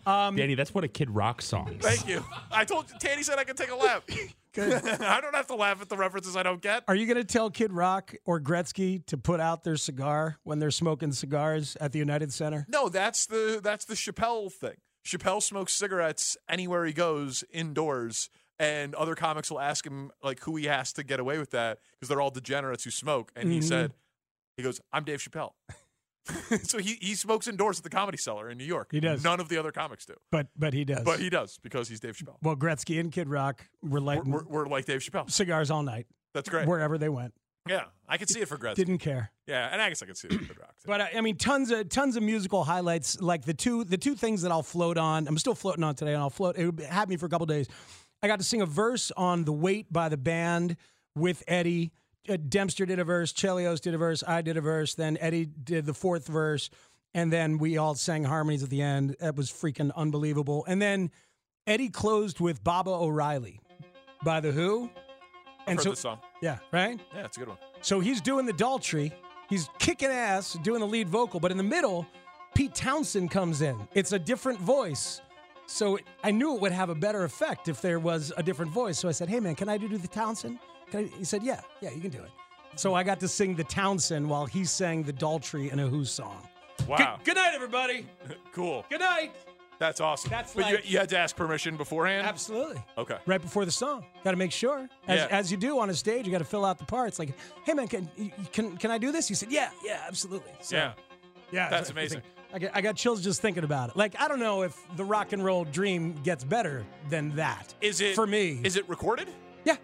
[SPEAKER 4] Um,
[SPEAKER 31] Danny, that's what a Kid Rock song. is.
[SPEAKER 18] Thank you. I told Tanny said I could take
[SPEAKER 4] [LAUGHS]
[SPEAKER 18] a lap. [LAUGHS] I don't have to laugh at the references I don't get.
[SPEAKER 4] Are you going to tell Kid Rock or Gretzky to put out their cigar when they're smoking cigars at the United Center?
[SPEAKER 18] No, that's the that's the Chappelle thing. Chappelle smokes cigarettes anywhere he goes indoors, and other comics will ask him like who he has to get away with that because they're all degenerates who smoke. And he
[SPEAKER 4] Mm-hmm.
[SPEAKER 14] Mhm.
[SPEAKER 18] said, he goes, "I'm Dave Chappelle." [LAUGHS] so he, he smokes indoors at the Comedy Cellar in New York.
[SPEAKER 4] He does.
[SPEAKER 18] None of the other comics do,
[SPEAKER 4] But but he does.
[SPEAKER 18] but he does because he's Dave Chappelle.
[SPEAKER 4] well, Gretzky and Kid Rock were like
[SPEAKER 18] We're, we're like Dave Chappelle.
[SPEAKER 4] cigars all night.
[SPEAKER 18] That's great.
[SPEAKER 4] Wherever they went,
[SPEAKER 18] Yeah, I could see it for Gretzky.
[SPEAKER 4] didn't care.
[SPEAKER 18] Yeah, and I guess I could see it for Kid Rock.
[SPEAKER 4] But uh, I, I mean, tons of tons of musical highlights. Like the two the two things that I'll float on. I'm still floating on today, and I'll float. It had me for a couple days. I got to sing a verse on "The Weight" by the band with Eddie. Uh, Dempster did a verse, Chelios did a verse, I did a verse, then Eddie did the fourth verse, and then we all sang harmonies at the end. That was freaking unbelievable. And then Eddie closed with Baba O'Reilly by the Who.
[SPEAKER 18] I've heard this song.
[SPEAKER 4] yeah, right.
[SPEAKER 18] Yeah, it's a good one.
[SPEAKER 4] So he's doing the Daltrey. He's kicking ass, doing the lead vocal, but in the middle, Pete Townsend comes in. It's a different voice. So it, I knew it would have a better effect if there was a different voice. So I said, "Hey man, can I do the Townsend?" Can I? He said, "Yeah, yeah, you can do it." So I got to sing the Townsend while he sang the Daltrey in a Who song.
[SPEAKER 18] Wow.
[SPEAKER 4] Good night, everybody.
[SPEAKER 18] [LAUGHS] cool.
[SPEAKER 4] Good night.
[SPEAKER 18] That's awesome.
[SPEAKER 4] That's
[SPEAKER 18] but you,
[SPEAKER 4] like-
[SPEAKER 18] you had to ask permission beforehand.
[SPEAKER 4] Absolutely.
[SPEAKER 18] Okay.
[SPEAKER 4] Right before the song, got to make sure. As,
[SPEAKER 18] Yeah.
[SPEAKER 4] as you do on a stage, you got to fill out the parts. Like, "Hey man, can can can I do this?" He said, "Yeah, yeah, absolutely." So-
[SPEAKER 18] yeah.
[SPEAKER 4] Yeah,
[SPEAKER 18] That's
[SPEAKER 4] it's like- it's
[SPEAKER 18] amazing.
[SPEAKER 4] like- I get, I got chills just thinking about it. Like, I don't know if the rock and roll dream gets better than that.
[SPEAKER 18] Is it
[SPEAKER 4] for me?
[SPEAKER 18] Is it recorded?
[SPEAKER 4] Yeah,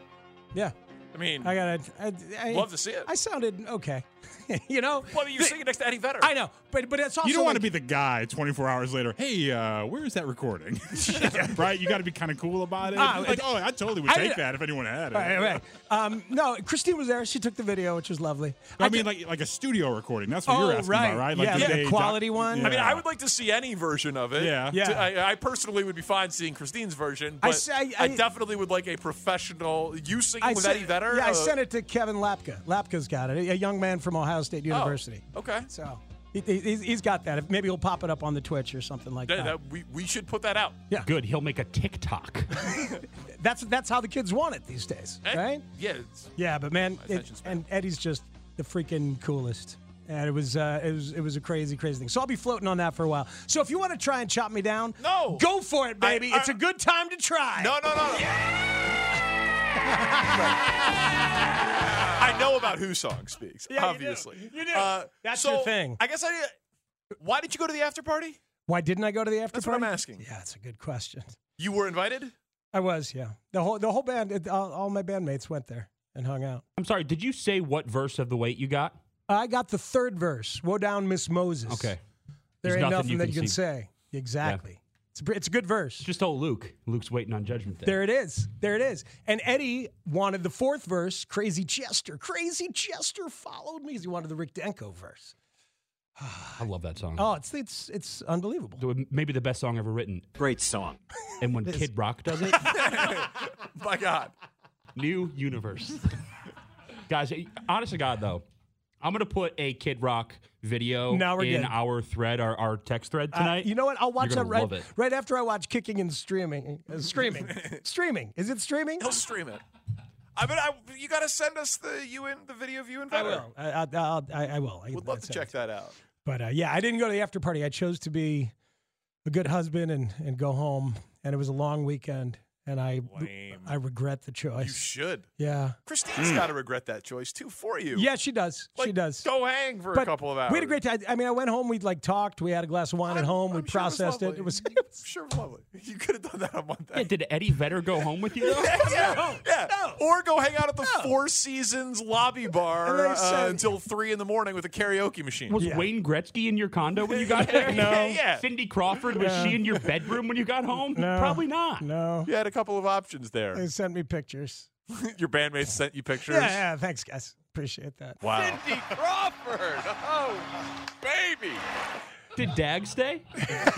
[SPEAKER 4] yeah.
[SPEAKER 18] I mean,
[SPEAKER 4] I gotta. I, I,
[SPEAKER 18] Love to see it.
[SPEAKER 4] I sounded okay. [LAUGHS] you know.
[SPEAKER 18] Well, I mean, you're singing next to Eddie Vedder.
[SPEAKER 4] I know, but but it's also
[SPEAKER 32] you don't
[SPEAKER 4] like,
[SPEAKER 32] want to be the guy 24 hours later. Hey, uh, where is
[SPEAKER 4] [LAUGHS]
[SPEAKER 32] that recording? [LAUGHS] right? You got to be kind of cool about it.
[SPEAKER 4] Ah,
[SPEAKER 32] like,
[SPEAKER 4] it-
[SPEAKER 32] oh, I totally would
[SPEAKER 4] I
[SPEAKER 32] take
[SPEAKER 4] did-
[SPEAKER 32] that if anyone had it.
[SPEAKER 4] Right, right. Um, no, Christine was there. She took the video, which was lovely.
[SPEAKER 32] I mean, like like a studio recording. That's what
[SPEAKER 4] Oh,
[SPEAKER 32] you're asking
[SPEAKER 4] right.
[SPEAKER 32] about, right?
[SPEAKER 4] Yeah,
[SPEAKER 32] did
[SPEAKER 4] like a
[SPEAKER 32] they doc-
[SPEAKER 4] quality one.
[SPEAKER 18] I mean,
[SPEAKER 32] Yeah.
[SPEAKER 18] I would like to see any version of it.
[SPEAKER 32] Yeah.
[SPEAKER 18] To-
[SPEAKER 32] Yeah.
[SPEAKER 18] I, I personally would be fine seeing Christine's version,
[SPEAKER 4] I
[SPEAKER 18] but I,
[SPEAKER 4] say- I-
[SPEAKER 18] definitely would like a professional. You singing with
[SPEAKER 4] sent-
[SPEAKER 18] Eddie Vedder?
[SPEAKER 4] Yeah, I
[SPEAKER 18] Uh,
[SPEAKER 4] sent it to Kevin Lapka. Lapka's got it. A young man from Ohio State
[SPEAKER 18] Oh.
[SPEAKER 4] University.
[SPEAKER 18] Okay.
[SPEAKER 4] So he, he's, he's got that. Maybe he'll pop it up on the Twitch or something like that.
[SPEAKER 18] That- that- we, we should put that out.
[SPEAKER 4] Yeah.
[SPEAKER 31] Good. He'll make a TikTok.
[SPEAKER 4] [LAUGHS] That's that's how the kids want it these days, [LAUGHS]
[SPEAKER 18] Eh,
[SPEAKER 4] right?
[SPEAKER 18] Yeah. It's,
[SPEAKER 4] Yeah, but man, it,
[SPEAKER 18] attention
[SPEAKER 4] and Eddie's just the freaking coolest. And it was uh, it was it was a crazy, crazy thing. So I'll be floating on that for a while. So if you want to try and chop me down,
[SPEAKER 18] no,
[SPEAKER 4] go for it, baby.
[SPEAKER 18] I-
[SPEAKER 4] it's a good time to try.
[SPEAKER 18] no, no, no. no. I know about who song speaks.
[SPEAKER 4] Yeah, you do.
[SPEAKER 18] obviously,
[SPEAKER 4] You do.
[SPEAKER 18] Uh,
[SPEAKER 4] That's
[SPEAKER 18] so
[SPEAKER 4] your thing.
[SPEAKER 18] I guess I. Why did you go to the after party?
[SPEAKER 4] Why didn't I go to the after
[SPEAKER 18] That's
[SPEAKER 4] party?
[SPEAKER 18] what I'm asking.
[SPEAKER 4] Yeah, it's a good question.
[SPEAKER 18] You were invited.
[SPEAKER 4] I was, yeah. The whole the whole band, it, all, all my bandmates went there and hung out.
[SPEAKER 31] I'm sorry. Did you say what verse of the weight you got?
[SPEAKER 4] I got the third verse. Woe down, Miss Moses.
[SPEAKER 31] Okay.
[SPEAKER 4] There
[SPEAKER 31] There's
[SPEAKER 4] ain't
[SPEAKER 31] nothing
[SPEAKER 4] nothing,
[SPEAKER 31] you
[SPEAKER 4] that
[SPEAKER 31] can
[SPEAKER 4] you can
[SPEAKER 31] see.
[SPEAKER 4] say. Exactly. It's, a, br- it's a good verse.
[SPEAKER 31] Just old Luke. Luke's waiting on judgment day.
[SPEAKER 4] There it is. There it is. And Eddie wanted the fourth verse, Crazy Chester. Crazy Chester followed me because he wanted the Rick Denko verse.
[SPEAKER 31] I love that song.
[SPEAKER 4] Oh, it's it's it's unbelievable.
[SPEAKER 31] Maybe the best song ever written.
[SPEAKER 41] Great song.
[SPEAKER 4] [LAUGHS]
[SPEAKER 31] And when
[SPEAKER 4] It is.
[SPEAKER 31] Kid Rock does it,
[SPEAKER 18] my God,
[SPEAKER 31] new universe. Guys, eh, honest to God though, I'm gonna put a Kid Rock video
[SPEAKER 4] Now we're
[SPEAKER 31] in
[SPEAKER 4] good.
[SPEAKER 31] our thread, our, our text thread tonight.
[SPEAKER 4] Uh, you know what? I'll watch
[SPEAKER 31] You're
[SPEAKER 4] that
[SPEAKER 31] gonna
[SPEAKER 4] right
[SPEAKER 31] love it.
[SPEAKER 4] right after I watch Kicking and Streaming. Uh,
[SPEAKER 18] [LAUGHS]
[SPEAKER 4] streaming, streaming. Is it streaming?
[SPEAKER 18] He'll stream it. I mean, I, you got to send us the you in the video of you and
[SPEAKER 4] I
[SPEAKER 18] Vetter.
[SPEAKER 4] will. I, I, I'll- I, I will. I,
[SPEAKER 18] Would love to check
[SPEAKER 4] [CLEARS THROAT]
[SPEAKER 18] that out.
[SPEAKER 4] But uh, yeah, I didn't go to the after party. I chose to be a good husband and and go home. And it was a long weekend, and I
[SPEAKER 18] Lame.
[SPEAKER 4] I regret the
[SPEAKER 18] You
[SPEAKER 4] choice.
[SPEAKER 18] should.
[SPEAKER 4] yeah.
[SPEAKER 18] Christine's got to regret that choice too for you.
[SPEAKER 4] Yeah, she does. she does.
[SPEAKER 18] Go hang for a couple of hours.
[SPEAKER 4] We had a great time. I mean, I went home. We like talked. We had a glass of wine at home. we processed it. It
[SPEAKER 18] [LAUGHS]
[SPEAKER 4] was. [LAUGHS]
[SPEAKER 18] sure it was lovely. You could have done that on Monday.
[SPEAKER 31] Yeah, did Eddie Vedder go home with you? though?
[SPEAKER 18] yeah, yeah, yeah. Or go hang out at
[SPEAKER 4] Oh.
[SPEAKER 18] the Four Seasons lobby
[SPEAKER 31] And
[SPEAKER 18] bar
[SPEAKER 31] they
[SPEAKER 18] uh,
[SPEAKER 31] said-
[SPEAKER 18] until three in the morning with a
[SPEAKER 4] [LAUGHS]
[SPEAKER 18] karaoke machine.
[SPEAKER 31] Was Wayne Gretzky in your condo when you got
[SPEAKER 18] Yeah,
[SPEAKER 31] there? [LAUGHS]
[SPEAKER 18] yeah, yeah.
[SPEAKER 31] Cindy Crawford was
[SPEAKER 4] Yeah.
[SPEAKER 31] she in your bedroom when you got home? Probably not.
[SPEAKER 4] No.
[SPEAKER 18] You had a couple of options there.
[SPEAKER 4] They sent me pictures.
[SPEAKER 18] [LAUGHS] Your bandmates sent you pictures.
[SPEAKER 4] Yeah, yeah. Thanks, guys. Appreciate that.
[SPEAKER 18] Wow.
[SPEAKER 41] Cindy Crawford. Oh, baby.
[SPEAKER 31] Did Dag stay?
[SPEAKER 4] [LAUGHS]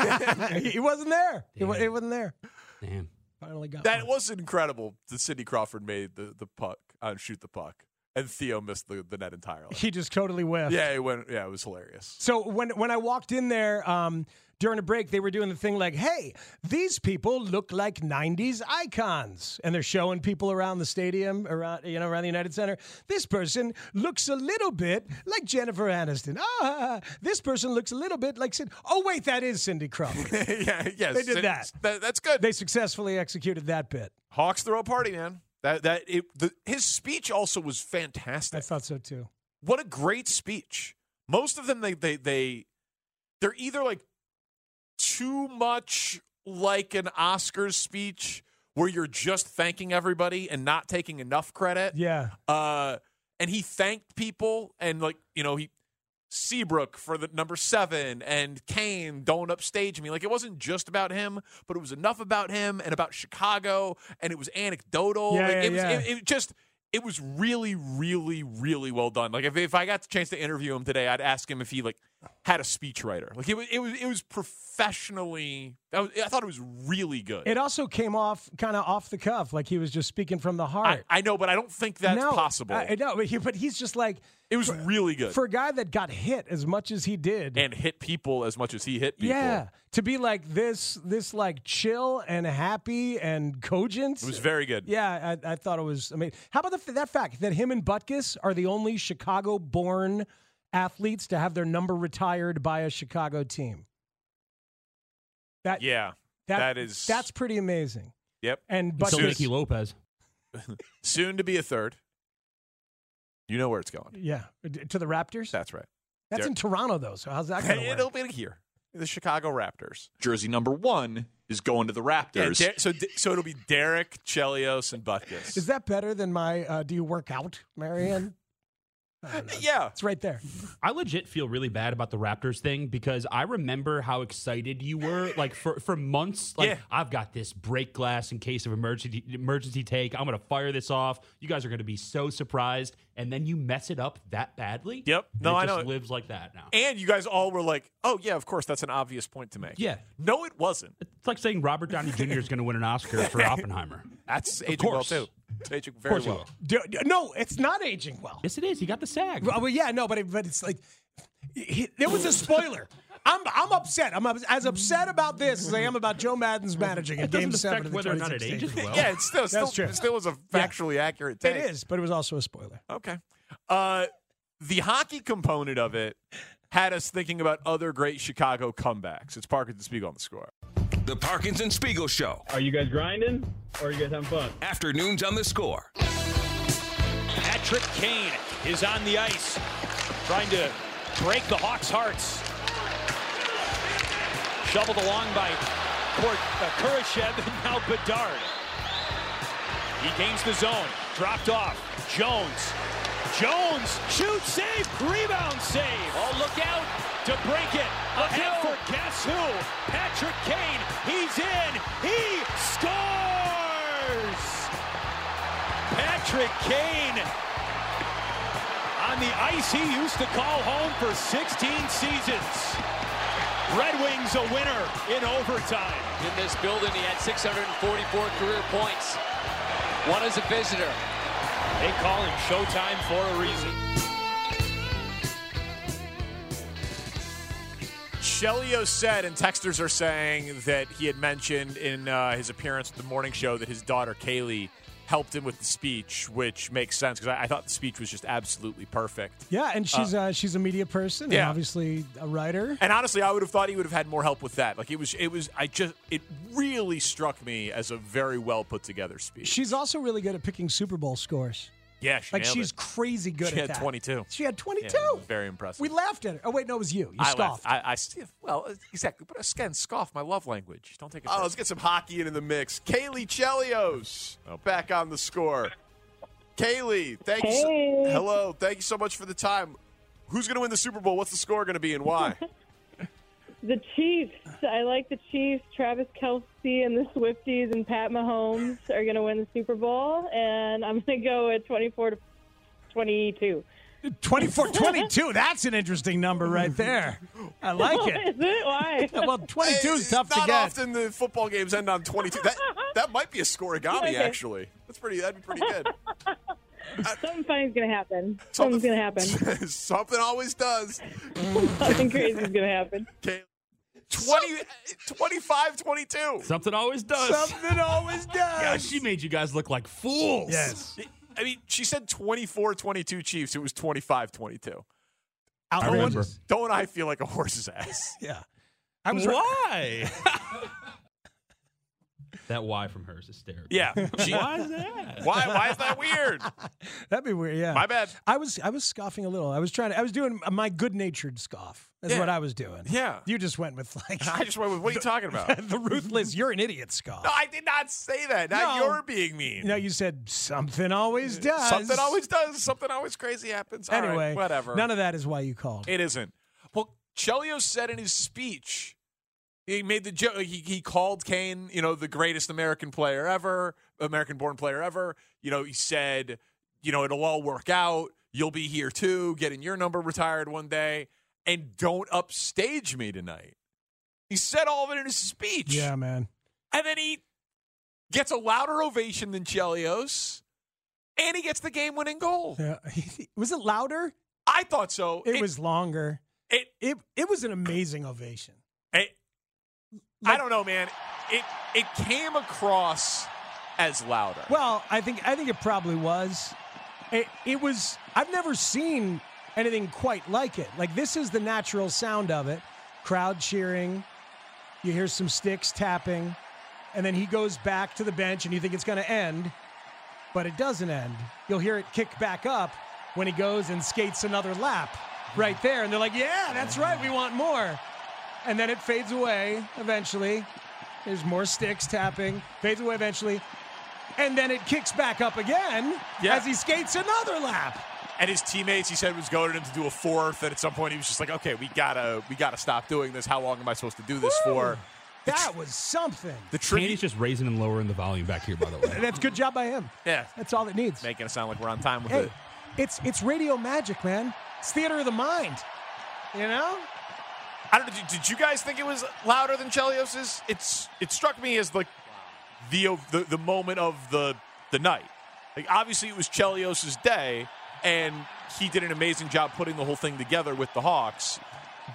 [SPEAKER 4] he he wasn't there. He, wa- he wasn't there.
[SPEAKER 31] Damn.
[SPEAKER 4] Finally got
[SPEAKER 18] That was incredible that Cindy Crawford made the, the puck on shoot the puck. And Theo missed the, the
[SPEAKER 4] [LAUGHS]
[SPEAKER 18] net entirely.
[SPEAKER 4] He just totally whiffed.
[SPEAKER 18] Yeah, it went yeah, it was hilarious. [LAUGHS]
[SPEAKER 4] So when when I walked in there um, during a break, they were doing the thing like, "Hey, these people look like '90s icons," and they're showing people around the stadium, around you know, around the United Center. This person looks a little bit like Jennifer Aniston. Ah, this person looks a little bit like Cindy. Oh wait, that is Cindy Crawford.
[SPEAKER 18] [LAUGHS] yeah, yes.
[SPEAKER 4] they did
[SPEAKER 18] Cin-
[SPEAKER 4] that.
[SPEAKER 18] That's good.
[SPEAKER 4] They successfully executed that bit.
[SPEAKER 18] Hawks throw a party, man. That that it the, his speech also was
[SPEAKER 4] I
[SPEAKER 18] fantastic.
[SPEAKER 4] thought so too.
[SPEAKER 18] What a great speech. Most of them they they they they're either like too much like an Oscars speech where you're just thanking everybody and not taking enough credit.
[SPEAKER 4] Yeah.
[SPEAKER 18] Uh, and he thanked people and like you know he Seabrook for the number seven and Kane don't upstage me. Like it wasn't just about him, but it was enough about him and about Chicago and it was anecdotal.
[SPEAKER 4] Yeah,
[SPEAKER 18] like,
[SPEAKER 4] yeah,
[SPEAKER 18] it, was,
[SPEAKER 4] yeah.
[SPEAKER 18] It, it just it was really, really, really well done. Like if, if I got the chance to interview him today, I'd ask him if he like had a speechwriter. Like it was it was it was professionally. That was, I thought it was really good.
[SPEAKER 4] It also came off kind of off the cuff, like he was just speaking from the heart.
[SPEAKER 18] I know, but I don't think that's
[SPEAKER 4] no,
[SPEAKER 18] possible.
[SPEAKER 4] I, I know, but, he, but he's just like
[SPEAKER 18] it was really good
[SPEAKER 4] for a guy that got hit as much as he did.
[SPEAKER 18] and hit people as much as he hit people.
[SPEAKER 4] Yeah, to be like this, this like chill and happy and cogent.
[SPEAKER 18] It was very good.
[SPEAKER 4] Yeah, I, I thought it was. I mean, how about the, that fact that him and Butkus are the only Chicago-born athletes to have their number retired by a Chicago team? That
[SPEAKER 18] Yeah,
[SPEAKER 4] that,
[SPEAKER 18] that is
[SPEAKER 4] that's pretty amazing.
[SPEAKER 18] Yep.
[SPEAKER 4] And Butkus,
[SPEAKER 31] Still Nicky Lopez.
[SPEAKER 18] [LAUGHS] soon to be a third. You know where it's going.
[SPEAKER 4] yeah, to the Raptors.
[SPEAKER 18] That's right.
[SPEAKER 4] That's
[SPEAKER 18] They're-
[SPEAKER 4] in Toronto though. So how's that
[SPEAKER 18] [LAUGHS]
[SPEAKER 4] going to
[SPEAKER 18] It'll
[SPEAKER 4] work?
[SPEAKER 18] be here. The Chicago Raptors. Jersey number one is going to the Raptors. so, De- so it'll be Derek, Chelios, and Butkus.
[SPEAKER 4] Is that better than my? Uh, do you work out,
[SPEAKER 18] [LAUGHS]
[SPEAKER 4] Marianne?
[SPEAKER 18] yeah.
[SPEAKER 4] It's right there.
[SPEAKER 31] I legit feel really bad about the Raptors thing because I remember how excited you were, like for, for months. Like
[SPEAKER 18] Yeah.
[SPEAKER 31] I've got this break glass in case of emergency emergency take. I'm gonna fire this off. You guys are gonna be so surprised, and then you mess it up that badly.
[SPEAKER 18] Yep.
[SPEAKER 31] And
[SPEAKER 18] No,
[SPEAKER 31] it
[SPEAKER 18] I
[SPEAKER 31] just
[SPEAKER 18] know.
[SPEAKER 31] Lives like that now.
[SPEAKER 18] And you guys all were like, oh, yeah, of course, that's an obvious point to make.
[SPEAKER 31] Yeah.
[SPEAKER 18] No, it wasn't.
[SPEAKER 31] It's like saying Robert Downey Jr. is gonna win an Oscar
[SPEAKER 18] [LAUGHS]
[SPEAKER 31] for Oppenheimer.
[SPEAKER 18] That's
[SPEAKER 31] Of
[SPEAKER 18] aging well,
[SPEAKER 31] course.
[SPEAKER 18] too. It's aging very
[SPEAKER 31] course you
[SPEAKER 18] well.
[SPEAKER 4] Do- do- no, it's not aging well.
[SPEAKER 31] Yes, it is. He got the sag.
[SPEAKER 4] Well, well, yeah, no, but it, but it's like it, there was a spoiler. I'm I'm upset. I'm ups- as upset about this as I am about Joe Madden's managing in
[SPEAKER 31] It doesn't
[SPEAKER 4] Game Seven of
[SPEAKER 31] affect
[SPEAKER 4] the
[SPEAKER 31] whether or not it
[SPEAKER 4] 2016.
[SPEAKER 31] ages well.
[SPEAKER 18] Yeah, it's still,
[SPEAKER 4] That's
[SPEAKER 18] still,
[SPEAKER 4] true.
[SPEAKER 18] it still was a factually accurate take.
[SPEAKER 4] It is, but it was also a spoiler.
[SPEAKER 18] Okay. Uh, the hockey component of it had us thinking about other great Chicago comebacks. It's Parkinson Spiegel on the score.
[SPEAKER 24] The Parkinson Spiegel Show.
[SPEAKER 14] Are you guys grinding or are you guys having fun?
[SPEAKER 24] Afternoons on the score.
[SPEAKER 14] Patrick Kane is on the ice trying to break the Hawks' hearts. Shoveled along by Kurt, uh, Kurashev and now Bedard. He gains the zone, dropped off. Jones. Jones shoots, save, rebound, save. Oh, look out to break it. Ahead for guess who? Patrick Kane. He's in. He scores. Patrick Kane on on the ice he used to call home for 16 seasons. Red Wings a winner in overtime.
[SPEAKER 1] In this building, he had 644 career points. One as a visitor.
[SPEAKER 14] They call him Showtime for a reason.
[SPEAKER 18] Shelio said, and texters are saying that he had mentioned in uh, his appearance at the morning show that his daughter Kaylee helped him with the speech, which makes sense because I, I thought the speech was just absolutely perfect.
[SPEAKER 4] Yeah, and she's uh, she's a media person.
[SPEAKER 18] yeah.
[SPEAKER 4] and obviously a writer.
[SPEAKER 18] And honestly, I would have thought he would have had more help with that. Like it was, it was. I just, it really struck me as a very well put together speech.
[SPEAKER 4] She's also really good at picking Super Bowl scores.
[SPEAKER 18] Yeah, she
[SPEAKER 4] like
[SPEAKER 18] nailed
[SPEAKER 4] she's
[SPEAKER 18] it.
[SPEAKER 4] crazy good.
[SPEAKER 18] She
[SPEAKER 4] at
[SPEAKER 18] had
[SPEAKER 4] that.
[SPEAKER 18] 22.
[SPEAKER 4] She had
[SPEAKER 18] Yeah,
[SPEAKER 4] twenty-two.
[SPEAKER 18] it was very impressive.
[SPEAKER 4] we laughed at her. Oh wait, no, it was you. You
[SPEAKER 18] I
[SPEAKER 4] scoffed.
[SPEAKER 18] laughed. I, I st- well, exactly. But again, scoff my love language. Don't take it.
[SPEAKER 3] Oh, let's get some hockey into the mix. Kaylee Chelios
[SPEAKER 18] Oh.
[SPEAKER 3] back on the score. Kaylee, thank you. So- Hello, thank you so much for the time. Who's going to win the Super Bowl? What's the score going to be, and why?
[SPEAKER 19] The Chiefs. I like the Chiefs. Travis Kelsey and the Swifties and Pat Mahomes are going to win the Super Bowl, and I'm going to go at 24 to 22.
[SPEAKER 4] 24
[SPEAKER 18] [LAUGHS]
[SPEAKER 4] 22. That's an interesting number right there. I like it.
[SPEAKER 19] [LAUGHS] Is
[SPEAKER 4] [LAUGHS]
[SPEAKER 19] it? Why?
[SPEAKER 4] well, 22 is
[SPEAKER 3] Hey,
[SPEAKER 4] tough to
[SPEAKER 3] not
[SPEAKER 4] get.
[SPEAKER 3] often the football games end on 22. That that might be a scoregami,
[SPEAKER 19] Okay.
[SPEAKER 3] actually. That's pretty. That'd be pretty
[SPEAKER 19] [LAUGHS]
[SPEAKER 3] good.
[SPEAKER 19] Something funny's going to happen. Something's going to happen.
[SPEAKER 3] [LAUGHS] Something always does.
[SPEAKER 19] Something crazy's going
[SPEAKER 4] [LAUGHS]
[SPEAKER 19] to happen.
[SPEAKER 3] 20, 25, 22.
[SPEAKER 31] Something always does.
[SPEAKER 4] Something
[SPEAKER 18] [LAUGHS]
[SPEAKER 4] always does.
[SPEAKER 31] Yeah, she made you guys look like fools.
[SPEAKER 18] I mean, she said 24 22 Chiefs. It was 25 22.
[SPEAKER 4] I
[SPEAKER 31] remember.
[SPEAKER 18] Don't I feel like a horse's ass?
[SPEAKER 4] [LAUGHS] Yeah.
[SPEAKER 31] I was
[SPEAKER 4] [LAUGHS]
[SPEAKER 18] Why?
[SPEAKER 31] That Y from her is hysterical.
[SPEAKER 18] Yeah.
[SPEAKER 4] [LAUGHS]
[SPEAKER 18] She-
[SPEAKER 31] Why is that? [LAUGHS]
[SPEAKER 18] Why? Why is that weird?
[SPEAKER 4] That'd be weird. Yeah.
[SPEAKER 18] My bad.
[SPEAKER 4] I was I was scoffing a little. I was trying to. I was doing my good natured scoff. That's
[SPEAKER 18] Yeah.
[SPEAKER 4] what I was doing.
[SPEAKER 18] Yeah.
[SPEAKER 4] You just went with like.
[SPEAKER 18] [LAUGHS] I just went with, what are you talking about?
[SPEAKER 4] [LAUGHS] the ruthless. You're an idiot scoff.
[SPEAKER 18] No, I did not say that. Now
[SPEAKER 4] No.
[SPEAKER 18] you're being mean.
[SPEAKER 4] No, [LAUGHS] you said something always does.
[SPEAKER 18] Something always does. Something always crazy happens. All right,
[SPEAKER 4] Anyway,
[SPEAKER 18] whatever.
[SPEAKER 4] None of that is why you called.
[SPEAKER 18] It isn't. Well, Chelio said in his speech, he made the joke. He, he called Kane, you know, the greatest American player ever, American-born player ever. You know, he said, you know, it'll all work out. You'll be here too, getting your number retired one day, and don't upstage me tonight. He said all of it in his speech,
[SPEAKER 4] Yeah, man.
[SPEAKER 18] and then he gets a louder ovation than Chelios, and he gets the game-winning goal.
[SPEAKER 4] Yeah. Uh, [LAUGHS] was it louder?
[SPEAKER 18] I thought so.
[SPEAKER 4] It, was longer.
[SPEAKER 18] It
[SPEAKER 4] it it was an amazing ovation.
[SPEAKER 18] It, I don't know, man. It it came across as louder.
[SPEAKER 4] Well, I think I think it probably was. It it was. I've never seen anything quite like it. Like this is the natural sound of it. Crowd cheering. You hear some sticks tapping, and then he goes back to the bench, and you think it's going to end, but it doesn't end. You'll hear it kick back up when he goes and skates another lap right there, and they're like, "Yeah, that's right. We want more." And then it fades away eventually. There's more sticks tapping. Fades away eventually. And then it kicks back up again
[SPEAKER 18] Yeah.
[SPEAKER 4] as he skates another lap.
[SPEAKER 18] And his teammates, he said, was goading him to do a fourth. And at some point, he was just like, "Okay, we gotta we gotta stop doing this. How long am I supposed to do this for?"
[SPEAKER 4] That was something.
[SPEAKER 31] The Katie's just raising and lowering the volume back here, by the way.
[SPEAKER 4] That's good job by him.
[SPEAKER 18] Yeah,
[SPEAKER 4] that's all it needs.
[SPEAKER 18] Making it sound like we're on time with
[SPEAKER 4] Hey,
[SPEAKER 18] it.
[SPEAKER 4] it's it's radio magic, man. It's theater of the mind. You know?
[SPEAKER 18] I don't know. Did, did you guys think it was louder than Chelios's? It's it struck me as like the ov- the, the moment of the the night. Like obviously it was Chelios's day, and he did an amazing job putting the whole thing together with the Hawks.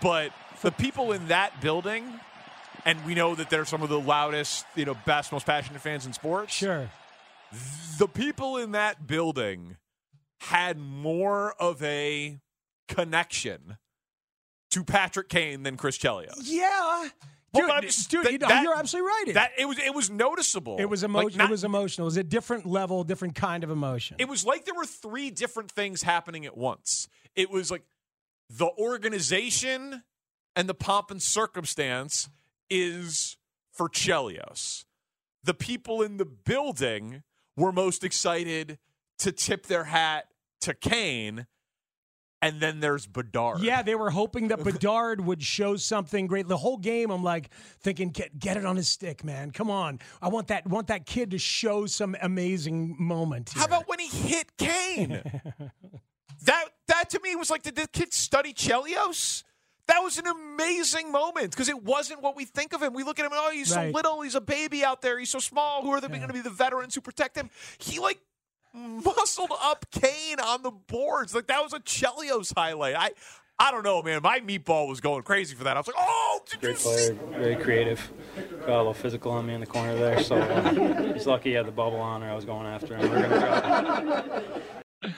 [SPEAKER 18] But the people in that building, and we know that they're some of the loudest, you know, best, most passionate fans in sports.
[SPEAKER 4] Sure.
[SPEAKER 18] The people in that building had more of a connection to Patrick Kane than Chris Chelios.
[SPEAKER 4] Yeah.
[SPEAKER 18] Well,
[SPEAKER 4] Dude,
[SPEAKER 18] but I'm just-
[SPEAKER 4] dude,
[SPEAKER 18] that-
[SPEAKER 4] you know,
[SPEAKER 18] that-
[SPEAKER 4] you're absolutely right. It,
[SPEAKER 18] That it was it was noticeable.
[SPEAKER 4] it was emotional.
[SPEAKER 18] Like, not-
[SPEAKER 4] it was emotional. It was a different level, different kind of emotion.
[SPEAKER 18] it was like there were three different things happening at once. It was like the organization and the pomp and circumstance is for Chelios. The people in the building were most excited to tip their hat to Kane, and then there's Bedard.
[SPEAKER 4] Yeah, they were hoping that Bedard would show something great. The whole game, I'm like thinking, get get it on his stick, man. Come on, I want that want that kid to show some amazing moment.
[SPEAKER 18] How about when he hit Kane? That that to me was like, did this kid study Chelios? That was an amazing moment because it wasn't what we think of him. We look at him and oh, he's
[SPEAKER 25] Right.
[SPEAKER 18] so little, he's a baby out there, he's so small. Who are they going to be the veterans who protect him? He like muscled up Kane on the boards. Like that was a Chelios highlight. I I don't know, man. My meatball was going crazy for that. I was like, oh, did
[SPEAKER 41] Great player, very creative. Got a little physical on me in the corner there, so uh, [LAUGHS] he's lucky he had the bubble on, or I was going after him. We're gonna drop it.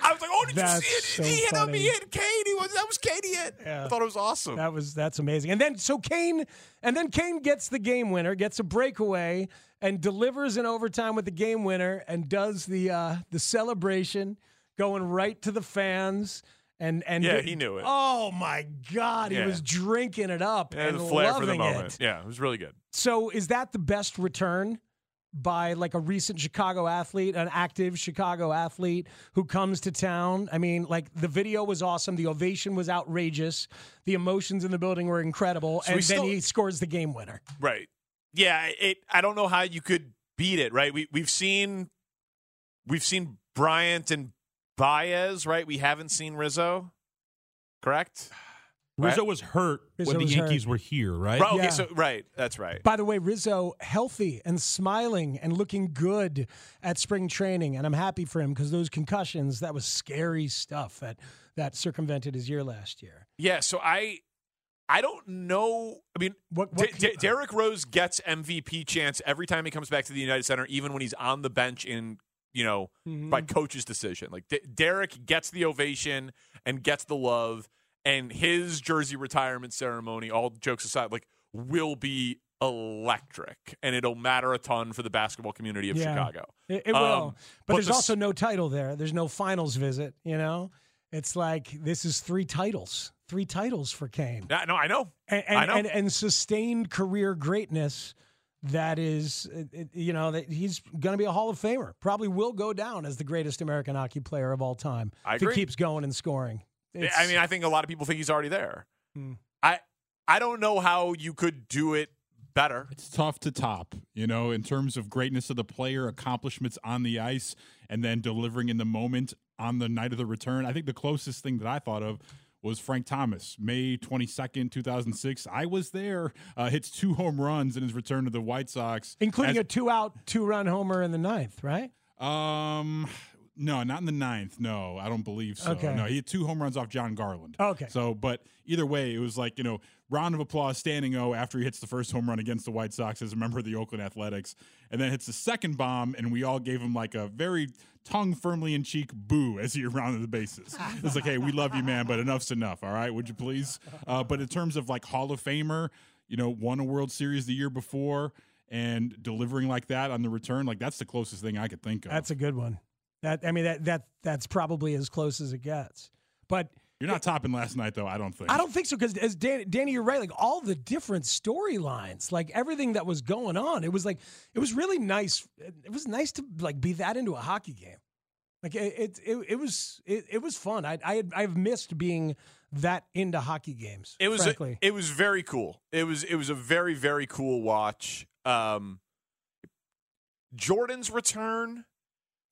[SPEAKER 18] I was like, oh,
[SPEAKER 4] [LAUGHS]
[SPEAKER 18] did
[SPEAKER 4] That's so
[SPEAKER 18] you see it? he hit him.
[SPEAKER 4] funny.
[SPEAKER 18] He hit Kane. He was that was Kane. He hit. I thought it was awesome.
[SPEAKER 4] That was that's amazing. And then so Kane and then Kane gets the game winner, gets a breakaway, and delivers in overtime with the game winner, and does the uh, the celebration, going right to the fans. And and
[SPEAKER 18] Yeah, he knew it.
[SPEAKER 4] Oh my God, he
[SPEAKER 18] Yeah.
[SPEAKER 4] was drinking it up
[SPEAKER 18] Yeah,
[SPEAKER 4] and
[SPEAKER 18] the flair
[SPEAKER 4] loving
[SPEAKER 18] for the moment.
[SPEAKER 4] it.
[SPEAKER 18] Yeah, it was really good.
[SPEAKER 4] So is that the best return by like a recent Chicago athlete, an active Chicago athlete who comes to town? I mean, like the video was awesome, the ovation was outrageous, the emotions in the building were incredible, and
[SPEAKER 18] So
[SPEAKER 4] then
[SPEAKER 18] we still-
[SPEAKER 4] he scores the game winner.
[SPEAKER 18] Right. Yeah. It. I don't know how you could beat it. Right. We we've seen, we've seen Bryant and Baez. Right. We haven't seen Rizzo. Correct.
[SPEAKER 31] Rizzo
[SPEAKER 18] Right?
[SPEAKER 31] was hurt
[SPEAKER 4] Rizzo
[SPEAKER 31] when the
[SPEAKER 4] was
[SPEAKER 31] Yankees
[SPEAKER 4] hurt.
[SPEAKER 31] were here, right?
[SPEAKER 18] Right, okay, so- right. That's right.
[SPEAKER 4] By the way, Rizzo healthy and smiling and looking good at spring training, and I'm happy for him because those concussions that was scary stuff that that circumvented his year last year.
[SPEAKER 18] Yeah, so I I don't know. I mean, D- D- Derek Rose gets MVP chance every time he comes back to the United Center, even when he's on the bench in you know
[SPEAKER 4] Mm-hmm.
[SPEAKER 18] by coach's decision. Like D- Derek gets the ovation and gets the love, and his jersey retirement ceremony. All jokes aside, like will be electric, and it'll matter a ton for the basketball community of
[SPEAKER 4] Yeah.
[SPEAKER 18] Chicago.
[SPEAKER 4] It, it
[SPEAKER 18] Um,
[SPEAKER 4] will. But, there's
[SPEAKER 18] the
[SPEAKER 4] also no title there. There's no finals visit, you know? It's like this is three titles. Three titles for Kane.
[SPEAKER 18] Yeah, no, I know.
[SPEAKER 4] And
[SPEAKER 18] I
[SPEAKER 4] and,
[SPEAKER 18] know.
[SPEAKER 4] and, and sustained career greatness that is it- it- you know that he's going to be a Hall of Famer. Probably will go down as the greatest American hockey player of all time
[SPEAKER 18] I
[SPEAKER 4] if he
[SPEAKER 18] agree.
[SPEAKER 4] keeps going and scoring. It's-
[SPEAKER 18] I mean, I think a lot of people think he's already there.
[SPEAKER 4] Hmm.
[SPEAKER 18] I I don't know how you could do it better.
[SPEAKER 32] It's tough to top, you know, in terms of greatness of the player, accomplishments on the ice, and then delivering in the moment on the night of the return. I think the closest thing that I thought of was Frank Thomas, May 22nd, 2006. I was there, uh, hits two home runs in his return to the White Sox.
[SPEAKER 4] including
[SPEAKER 32] as-
[SPEAKER 4] a two-out, two-run homer in the ninth, right?
[SPEAKER 32] Um, no, not in the ninth. No, I don't believe so.
[SPEAKER 4] Okay.
[SPEAKER 32] No, he had two home runs off John Garland.
[SPEAKER 4] Oh, Okay.
[SPEAKER 32] So, but either way, it was like you know, round of applause, standing O after he hits the first home run against the White Sox as a member of the Oakland Athletics, and then hits the second bomb, and we all gave him like a very tongue firmly in cheek boo as he [LAUGHS] rounded the bases. It's like, hey, we love you, man, but enough's enough. All right, would you please? Uh, but in terms of like Hall of Famer, you know, won a World Series the year before. And delivering like that on the return, like that's the closest thing I could think of.
[SPEAKER 4] That's a good one. That I mean that that that's probably as close as it gets. But
[SPEAKER 32] You're not topping last night, though. I don't think.
[SPEAKER 4] I don't think so because as Dan, Danny, you're right. Like all the different storylines, like everything that was going on, it was like it was really nice. It was nice to like be that into a hockey game. Like it, it, it, it was it, it was fun. I I had, I've missed being that into hockey games.
[SPEAKER 18] It was
[SPEAKER 4] frankly.
[SPEAKER 18] it was very cool. It was it was a very very cool watch. Um, Jordan's return.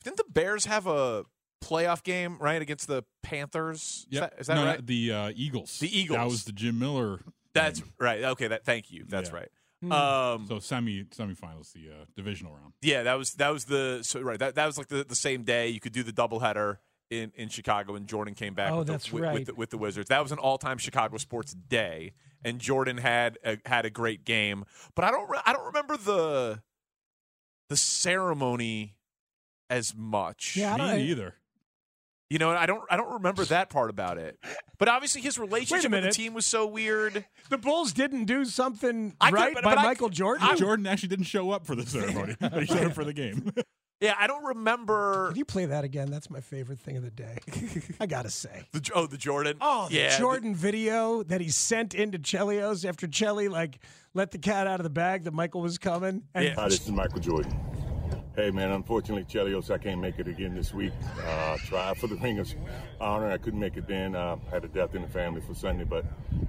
[SPEAKER 18] Didn't the Bears have a playoff game right against the Panthers? Is
[SPEAKER 32] Yep.
[SPEAKER 18] that, is that
[SPEAKER 32] No,
[SPEAKER 18] right?
[SPEAKER 32] The uh, Eagles.
[SPEAKER 18] The Eagles.
[SPEAKER 32] That was the Jim Miller.
[SPEAKER 18] That's right. Okay. That. Thank you. That's right.
[SPEAKER 4] Hmm.
[SPEAKER 18] Um,
[SPEAKER 32] so semi semifinals, the uh, divisional round.
[SPEAKER 18] Yeah, that was that was the so, right. That that was like the, the same day. You could do the doubleheader in in Chicago, and Jordan came back.
[SPEAKER 4] Oh,
[SPEAKER 18] with
[SPEAKER 4] that's
[SPEAKER 18] the, with-
[SPEAKER 4] right.
[SPEAKER 18] With the, with the Wizards, that was an all time Chicago sports day, and Jordan had a, had a great game. But I don't re- I don't remember the the ceremony as much.
[SPEAKER 4] Yeah, I Me don't-
[SPEAKER 32] neither.
[SPEAKER 18] You know, I don't I don't remember that part about it. But obviously, his relationship with the
[SPEAKER 4] minute.
[SPEAKER 18] team was so weird.
[SPEAKER 4] The Bulls didn't do something
[SPEAKER 18] I could-
[SPEAKER 4] right
[SPEAKER 18] but-
[SPEAKER 4] by
[SPEAKER 18] but I-
[SPEAKER 4] Michael Jordan.
[SPEAKER 18] I-
[SPEAKER 32] Jordan actually didn't show up for the ceremony. but he showed up for the game.
[SPEAKER 18] Yeah, I don't remember.
[SPEAKER 4] Can you play that again? That's my favorite thing of the
[SPEAKER 18] [LAUGHS]
[SPEAKER 4] day. I gotta say.
[SPEAKER 18] The, J- oh, the Jordan.
[SPEAKER 4] Oh, the
[SPEAKER 18] yeah, the-
[SPEAKER 4] Jordan video that he sent into Chelios after Chelly like let the cat out of the bag that Michael was coming. And
[SPEAKER 25] Hi, this is Michael Jordan. Hey, man, unfortunately, Chelios, I can't make it again this week. Uh, tried for the [LAUGHS] Ring of Honor. I couldn't make it then. Uh, had a death in the family for Sunday, but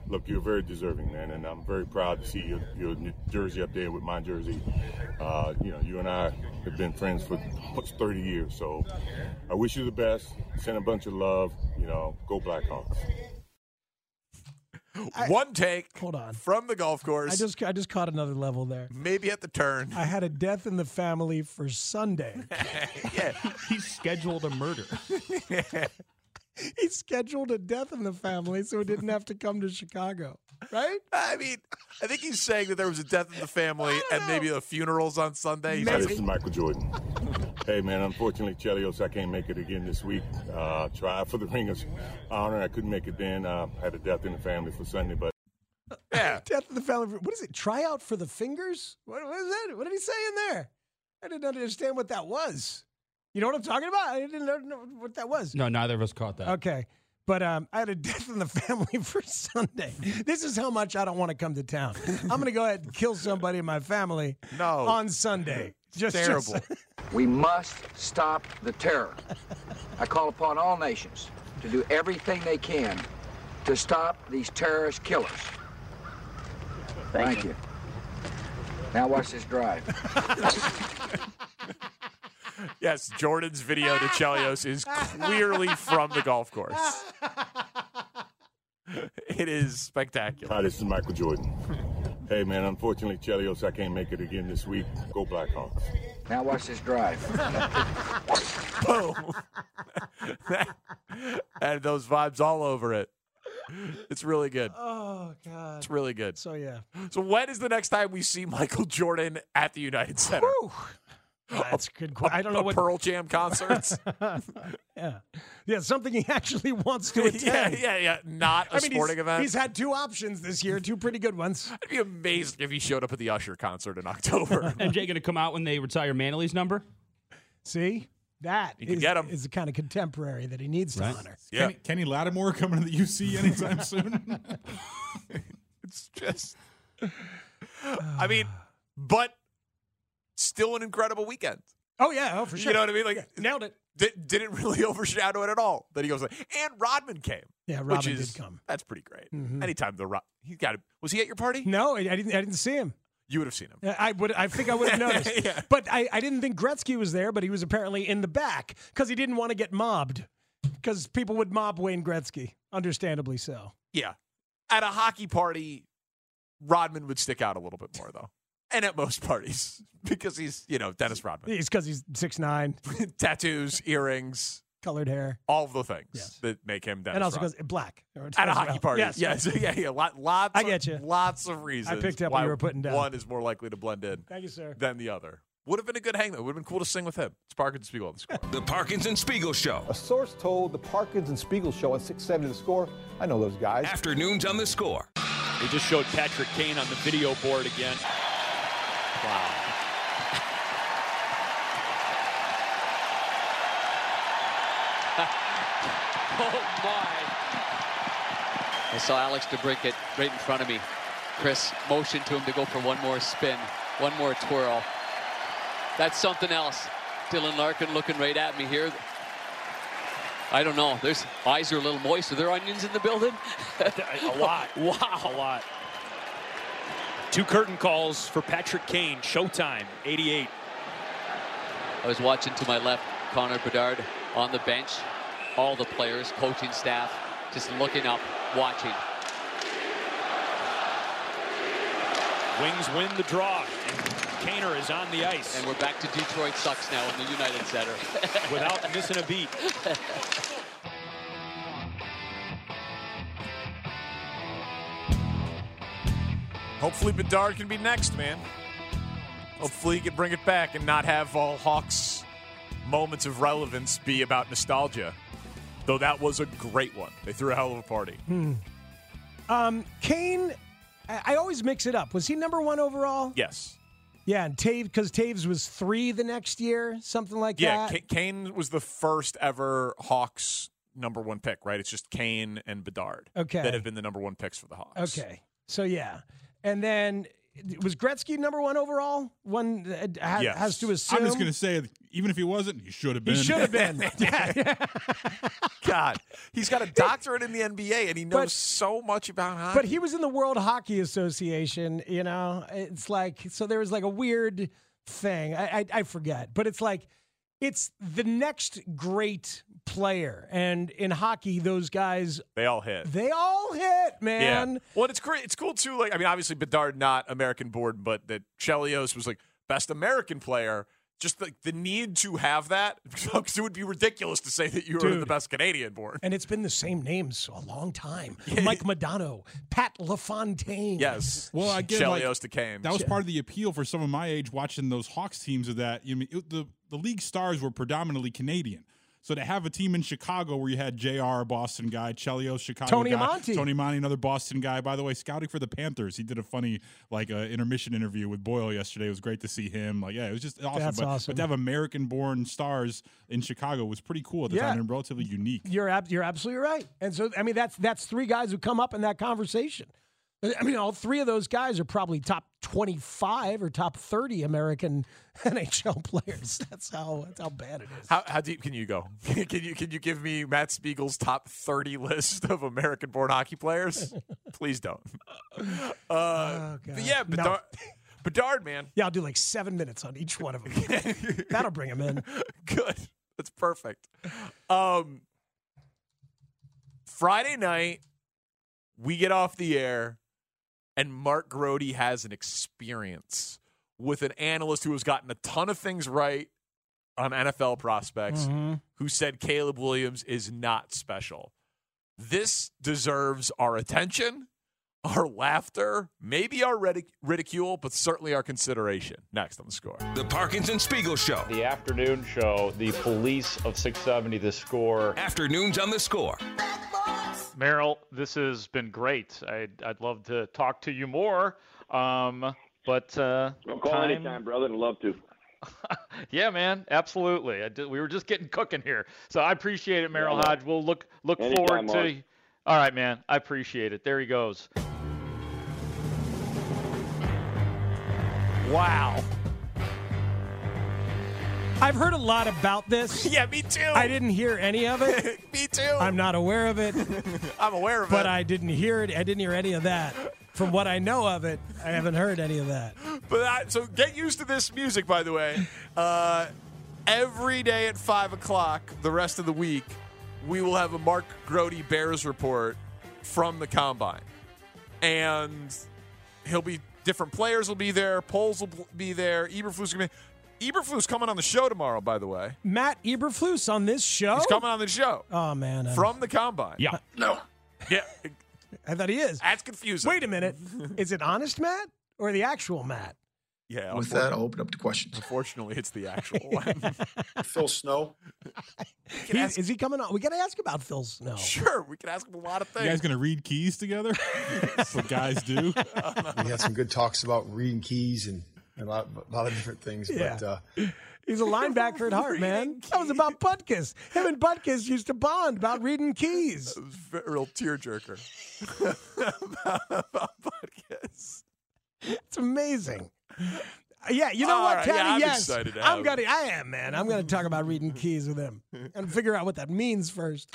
[SPEAKER 25] look, you're very deserving, man, and I'm very proud to see your, your new jersey up there with my jersey. Uh, you know, you and I have been friends for almost 30 years, so I wish you the best. Send a bunch of love. You know, go Blackhawks.
[SPEAKER 18] One take.
[SPEAKER 4] Hold on.
[SPEAKER 18] From the golf course.
[SPEAKER 4] I just I just caught another level there.
[SPEAKER 18] Maybe at the turn.
[SPEAKER 4] I had a death in the family for Sunday. [LAUGHS]
[SPEAKER 18] yeah.
[SPEAKER 31] He scheduled a murder.
[SPEAKER 4] he scheduled a death in the family so he didn't have to come to Chicago. Right?
[SPEAKER 18] I mean, I think he's saying that there was a death in the family and maybe the funerals on Sunday. He's
[SPEAKER 25] Hi, this is Michael Jordan. [LAUGHS] hey, man, unfortunately, Chelios, I can't make it again this week. Uh, tried for the [LAUGHS] Ring of Honor. I couldn't make it then. Uh, had a death in the family for Sunday, but
[SPEAKER 18] yeah.
[SPEAKER 4] death in the family. for- What is it? Tryout for the fingers? What, what is that? What did he say in there? I didn't understand what that was. You know what I'm talking about? I didn't know what that was.
[SPEAKER 31] No, neither of us caught that.
[SPEAKER 4] Okay. But
[SPEAKER 31] [LAUGHS]
[SPEAKER 4] um, I had a death in the [LAUGHS] family for Sunday. This is how much I don't want to come to town. I'm going to go ahead and kill somebody in my family
[SPEAKER 18] no.
[SPEAKER 4] on Sunday. Just just-
[SPEAKER 17] we must stop the terror.
[SPEAKER 4] [LAUGHS]
[SPEAKER 17] I call upon all nations to do everything they can to stop these terrorist killers. Thank, you. Now watch this drive.
[SPEAKER 18] Yes, Jordan's video to Chelios is clearly from the
[SPEAKER 4] [LAUGHS]
[SPEAKER 18] golf course. [LAUGHS] It is spectacular.
[SPEAKER 25] Hi, this is Michael Jordan. [LAUGHS] hey, man, unfortunately, Chelios, I can't make it again this week. Go Blackhawks.
[SPEAKER 17] Now watch this drive.
[SPEAKER 18] [LAUGHS] Boom. and those vibes all over it. It's really good.
[SPEAKER 4] Oh, God.
[SPEAKER 18] It's really good.
[SPEAKER 4] So yeah.
[SPEAKER 18] So when is the next time we see Michael Jordan at the United Center?
[SPEAKER 4] That's good. que- I don't know
[SPEAKER 18] a
[SPEAKER 4] what- [LAUGHS]
[SPEAKER 18] Pearl Jam concerts.
[SPEAKER 4] yeah. Yeah, something he actually wants to
[SPEAKER 18] [LAUGHS] yeah,
[SPEAKER 4] attend.
[SPEAKER 18] yeah, yeah. Not a
[SPEAKER 4] I mean, he's-
[SPEAKER 18] sporting event.
[SPEAKER 4] He's had two options this year, two pretty good ones.
[SPEAKER 18] I'd be amazed if he showed up at the Usher concert in October.
[SPEAKER 31] MJ going to come out when they retire Manley's number?
[SPEAKER 4] See? That
[SPEAKER 18] You can
[SPEAKER 4] is-
[SPEAKER 18] get 'em.
[SPEAKER 4] is the kind of contemporary that he needs to honor.
[SPEAKER 32] Kenny, Kenny Lattimore coming to the UC anytime [LAUGHS]
[SPEAKER 18] [LAUGHS]
[SPEAKER 32] soon.
[SPEAKER 18] it's [LAUGHS] just. I mean, but still an incredible weekend.
[SPEAKER 4] Oh yeah, oh for sure.
[SPEAKER 18] You know what I mean? Like
[SPEAKER 4] nailed it.
[SPEAKER 18] Did, didn't really [LAUGHS] overshadow it at all. That he goes like, and Rodman came.
[SPEAKER 4] Yeah,
[SPEAKER 18] which
[SPEAKER 4] Rodman
[SPEAKER 18] is-
[SPEAKER 4] did come.
[SPEAKER 18] That's pretty great.
[SPEAKER 4] Mhm.
[SPEAKER 18] Anytime the Rod, he's got. to Was he at your party?
[SPEAKER 4] No, I I didn't I didn't see him.
[SPEAKER 18] You would have seen him.
[SPEAKER 4] Yeah, Uh, I would. I think I
[SPEAKER 18] [LAUGHS]
[SPEAKER 4] would have noticed. But I, I didn't think Gretzky was there, but he was apparently in the back because he didn't want to get mobbed, because people would mob Wayne Gretzky, understandably so.
[SPEAKER 18] Yeah. At a hockey party, Rodman would stick out a little bit more though, and at most parties [LAUGHS] because he's you know Dennis Rodman,
[SPEAKER 4] It's because he's six nine, [LAUGHS]
[SPEAKER 18] tattoos, earrings,
[SPEAKER 4] colored hair,
[SPEAKER 18] all of the things that make him Dennis.
[SPEAKER 4] and also
[SPEAKER 18] Rodman.
[SPEAKER 4] because black
[SPEAKER 18] at a
[SPEAKER 4] as
[SPEAKER 18] hockey
[SPEAKER 4] well.
[SPEAKER 18] party.
[SPEAKER 4] Yes,
[SPEAKER 18] Yes. [LAUGHS] Yeah. Yeah. Lot, lots.
[SPEAKER 4] I get
[SPEAKER 18] of-
[SPEAKER 4] you.
[SPEAKER 18] Lots of reasons.
[SPEAKER 4] picked up what
[SPEAKER 18] why
[SPEAKER 4] you were putting down.
[SPEAKER 18] One is more likely to blend in.
[SPEAKER 4] Thank you, sir.
[SPEAKER 18] Than the other. Would have been a good hang though. Would have been cool to sing with him. It's Parkinson Spiegel on the score.
[SPEAKER 24] The Parkinson Spiegel Show.
[SPEAKER 26] A source told the Parkins and Spiegel show on 670 The Score, I know those guys.
[SPEAKER 24] Afternoons on the score.
[SPEAKER 22] They just showed Patrick Kane on the video board again. Wow.
[SPEAKER 1] oh my.
[SPEAKER 17] I saw Alex DeBrinket right in front of me.
[SPEAKER 1] Chris motioned to him to go for one more spin, one more twirl. That's something else. Dylan Larkin looking right at me here. I don't know. There's eyes are a little moist. Are there onions in the building? [LAUGHS]
[SPEAKER 22] A lot.
[SPEAKER 1] Wow.
[SPEAKER 22] A lot.
[SPEAKER 1] Two curtain calls for Patrick Kane. Showtime, 88. I was watching to my left Connor Bedard on the bench. All the players, coaching staff, just looking up, watching.
[SPEAKER 22] Wings win the draw. And Kaner is on the ice. And
[SPEAKER 1] we're back to Detroit sucks now in the United Center. [LAUGHS]
[SPEAKER 22] Without missing a beat.
[SPEAKER 18] Hopefully Bedard can be next, man. Hopefully he can bring it back and not have all Hawks moments of relevance be about nostalgia. Though that was a great one. They threw a hell of a party.
[SPEAKER 4] Hmm. Um, Kane, I, I always mix it up. Was he number one overall?
[SPEAKER 18] Yes.
[SPEAKER 4] Yeah, and Taves because Taves was three the next year, something like
[SPEAKER 18] Yeah,
[SPEAKER 4] that.
[SPEAKER 18] Ka- Kane was the first ever Hawks number one pick, right? It's just Kane and Bedard
[SPEAKER 4] Okay. Oh,
[SPEAKER 18] that have been the number one picks for the Hawks.
[SPEAKER 4] Okay. So yeah. And then was Gretzky number one overall? One uh, ha-
[SPEAKER 32] Yes.
[SPEAKER 4] has to assume.
[SPEAKER 32] I'm just going to say, even if he wasn't, he should have
[SPEAKER 4] He
[SPEAKER 32] been.
[SPEAKER 4] should have
[SPEAKER 18] [LAUGHS]
[SPEAKER 4] been. [LAUGHS]
[SPEAKER 18] God, he's got a doctorate in the NBA, and he knows so much about hockey.
[SPEAKER 4] But he was in the World Hockey Association, you know? It's like, so there was like a weird thing. I, I, I forget, but it's like, it's the next great player. And in hockey, those guys,
[SPEAKER 18] they all hit.
[SPEAKER 4] they all hit, man.
[SPEAKER 18] Yeah. Well, it's great. It's cool too. Like, I mean, obviously Bedard not American born, but that Chelios was like best American player. Just like the need to have that, [LAUGHS] because it would be ridiculous to say that you were
[SPEAKER 4] Dude.
[SPEAKER 18] the best Canadian born.
[SPEAKER 4] And it's been the same names a long
[SPEAKER 32] [LAUGHS]
[SPEAKER 4] time. Mike Modano, Pat LaFontaine.
[SPEAKER 18] Yes.
[SPEAKER 32] Well, I get like,
[SPEAKER 18] Chelios to Kane.
[SPEAKER 32] That was part of the appeal for some of my age watching those Hawks teams. Of that, you mean it, the the league stars were predominantly Canadian. So to have a team in Chicago where you had Jr. a Boston guy, Chelios Chicago,
[SPEAKER 4] Tony
[SPEAKER 32] guy,
[SPEAKER 4] Amonte.
[SPEAKER 32] Tony Amonte, another Boston guy. By the way, scouting for the Panthers, he did a funny like uh, intermission interview with Boyle yesterday. It was great to see him. Like, yeah, it was just awesome.
[SPEAKER 4] That's
[SPEAKER 32] but,
[SPEAKER 4] awesome.
[SPEAKER 32] But to have American-born stars in Chicago was pretty cool at the
[SPEAKER 4] Yeah.
[SPEAKER 32] time and relatively unique.
[SPEAKER 4] You're ab- you're absolutely right. And so I mean that's that's three guys who come up in that conversation. I mean, all three of those guys are probably top twenty-five or top thirty American [LAUGHS] NHL players. That's how that's how bad it is.
[SPEAKER 18] How, how deep can you go? [LAUGHS] can you can you give me Matt Spiegel's top thirty list of American born hockey players? Please don't. Uh, but yeah,
[SPEAKER 4] Oh, No.
[SPEAKER 18] Bedard, Bedard, man,
[SPEAKER 4] Yeah, I'll do like seven minutes on each one of
[SPEAKER 18] [LAUGHS]
[SPEAKER 4] them. That'll bring them in.
[SPEAKER 18] good. That's perfect. Um, Friday night, we get off the air, and Mark Grody has an experience with an analyst who has gotten a ton of things right on NFL prospects,
[SPEAKER 6] Mhm.
[SPEAKER 18] who said Caleb Williams is not special. This deserves our attention, our laughter, maybe our ridic- ridicule, but certainly our consideration. Next on the score.
[SPEAKER 24] The Parkinson Spiegel Show.
[SPEAKER 27] The afternoon show, the police of 670, the score.
[SPEAKER 24] Afternoons on the score.
[SPEAKER 27] Merrill, this has been great. I'd, I'd love to talk to you more. Um, but uh,
[SPEAKER 36] Well, call
[SPEAKER 27] time-
[SPEAKER 36] anytime, brother. I'd love to.
[SPEAKER 27] Yeah, man, absolutely. I did, we were just getting cooking here, so I appreciate it, Merrill
[SPEAKER 36] Yeah, man.
[SPEAKER 27] Hodge. We'll look look forward
[SPEAKER 36] Anytime,
[SPEAKER 27] to.
[SPEAKER 36] Mark.
[SPEAKER 27] All right, man, I appreciate it. There he goes.
[SPEAKER 18] Wow.
[SPEAKER 4] I've heard a lot about this.
[SPEAKER 18] [LAUGHS] yeah, me too.
[SPEAKER 4] I didn't hear any of it.
[SPEAKER 18] [LAUGHS] me too.
[SPEAKER 4] I'm not aware of it.
[SPEAKER 18] [LAUGHS] I'm aware of
[SPEAKER 4] but
[SPEAKER 18] it.
[SPEAKER 4] I didn't hear it. I didn't hear any of that. From what I know of it, I haven't heard any of that.
[SPEAKER 18] But I, so get used to this music, by the way. Uh, every day at five o'clock, the rest of the week, we will have a Mark Grody Bears report from the combine, and he'll be different players will be there, polls will be there. Eberflus gonna be. Eberflus coming on the show tomorrow, by the way.
[SPEAKER 4] Matt Eberflus on this show.
[SPEAKER 18] He's coming on the show
[SPEAKER 4] Oh man, I'm-
[SPEAKER 18] from the combine.
[SPEAKER 31] Yeah,
[SPEAKER 18] no, yeah,
[SPEAKER 4] [LAUGHS] I thought he is.
[SPEAKER 18] That's confusing.
[SPEAKER 4] Wait a
[SPEAKER 18] [LAUGHS]
[SPEAKER 4] minute, is it honest Matt or the actual Matt?
[SPEAKER 18] yeah.
[SPEAKER 37] With that,
[SPEAKER 18] unfortunately-
[SPEAKER 37] I'll open up to questions.
[SPEAKER 18] Unfortunately, it's the actual
[SPEAKER 32] [LAUGHS]
[SPEAKER 18] one.
[SPEAKER 37] Phil Snow.
[SPEAKER 4] [LAUGHS] He- is he coming on? We got to ask about Phil Snow.
[SPEAKER 18] Sure, we can ask him a lot of
[SPEAKER 32] You guys
[SPEAKER 18] [LAUGHS]
[SPEAKER 32] gonna read
[SPEAKER 4] [LAUGHS]
[SPEAKER 32] keys together? That's what guys do.
[SPEAKER 18] Uh,
[SPEAKER 37] We had some good talks about reading keys and a lot, a lot of different things. But
[SPEAKER 4] Yeah.
[SPEAKER 37] uh,
[SPEAKER 18] [LAUGHS]
[SPEAKER 4] He's a linebacker at heart, man. That was about Butkus. Him and Butkus used to bond about reading keys.
[SPEAKER 18] It was a real tearjerker. podcast.
[SPEAKER 4] It's amazing. Yeah, you know
[SPEAKER 18] All
[SPEAKER 4] what,
[SPEAKER 18] right,
[SPEAKER 4] Teddy?
[SPEAKER 18] yeah, I'm
[SPEAKER 4] yes,
[SPEAKER 18] excited to
[SPEAKER 4] I'm
[SPEAKER 18] have
[SPEAKER 4] gonna.
[SPEAKER 18] it.
[SPEAKER 4] I am, man. I'm gonna talk about reading keys with him and figure out what that means first.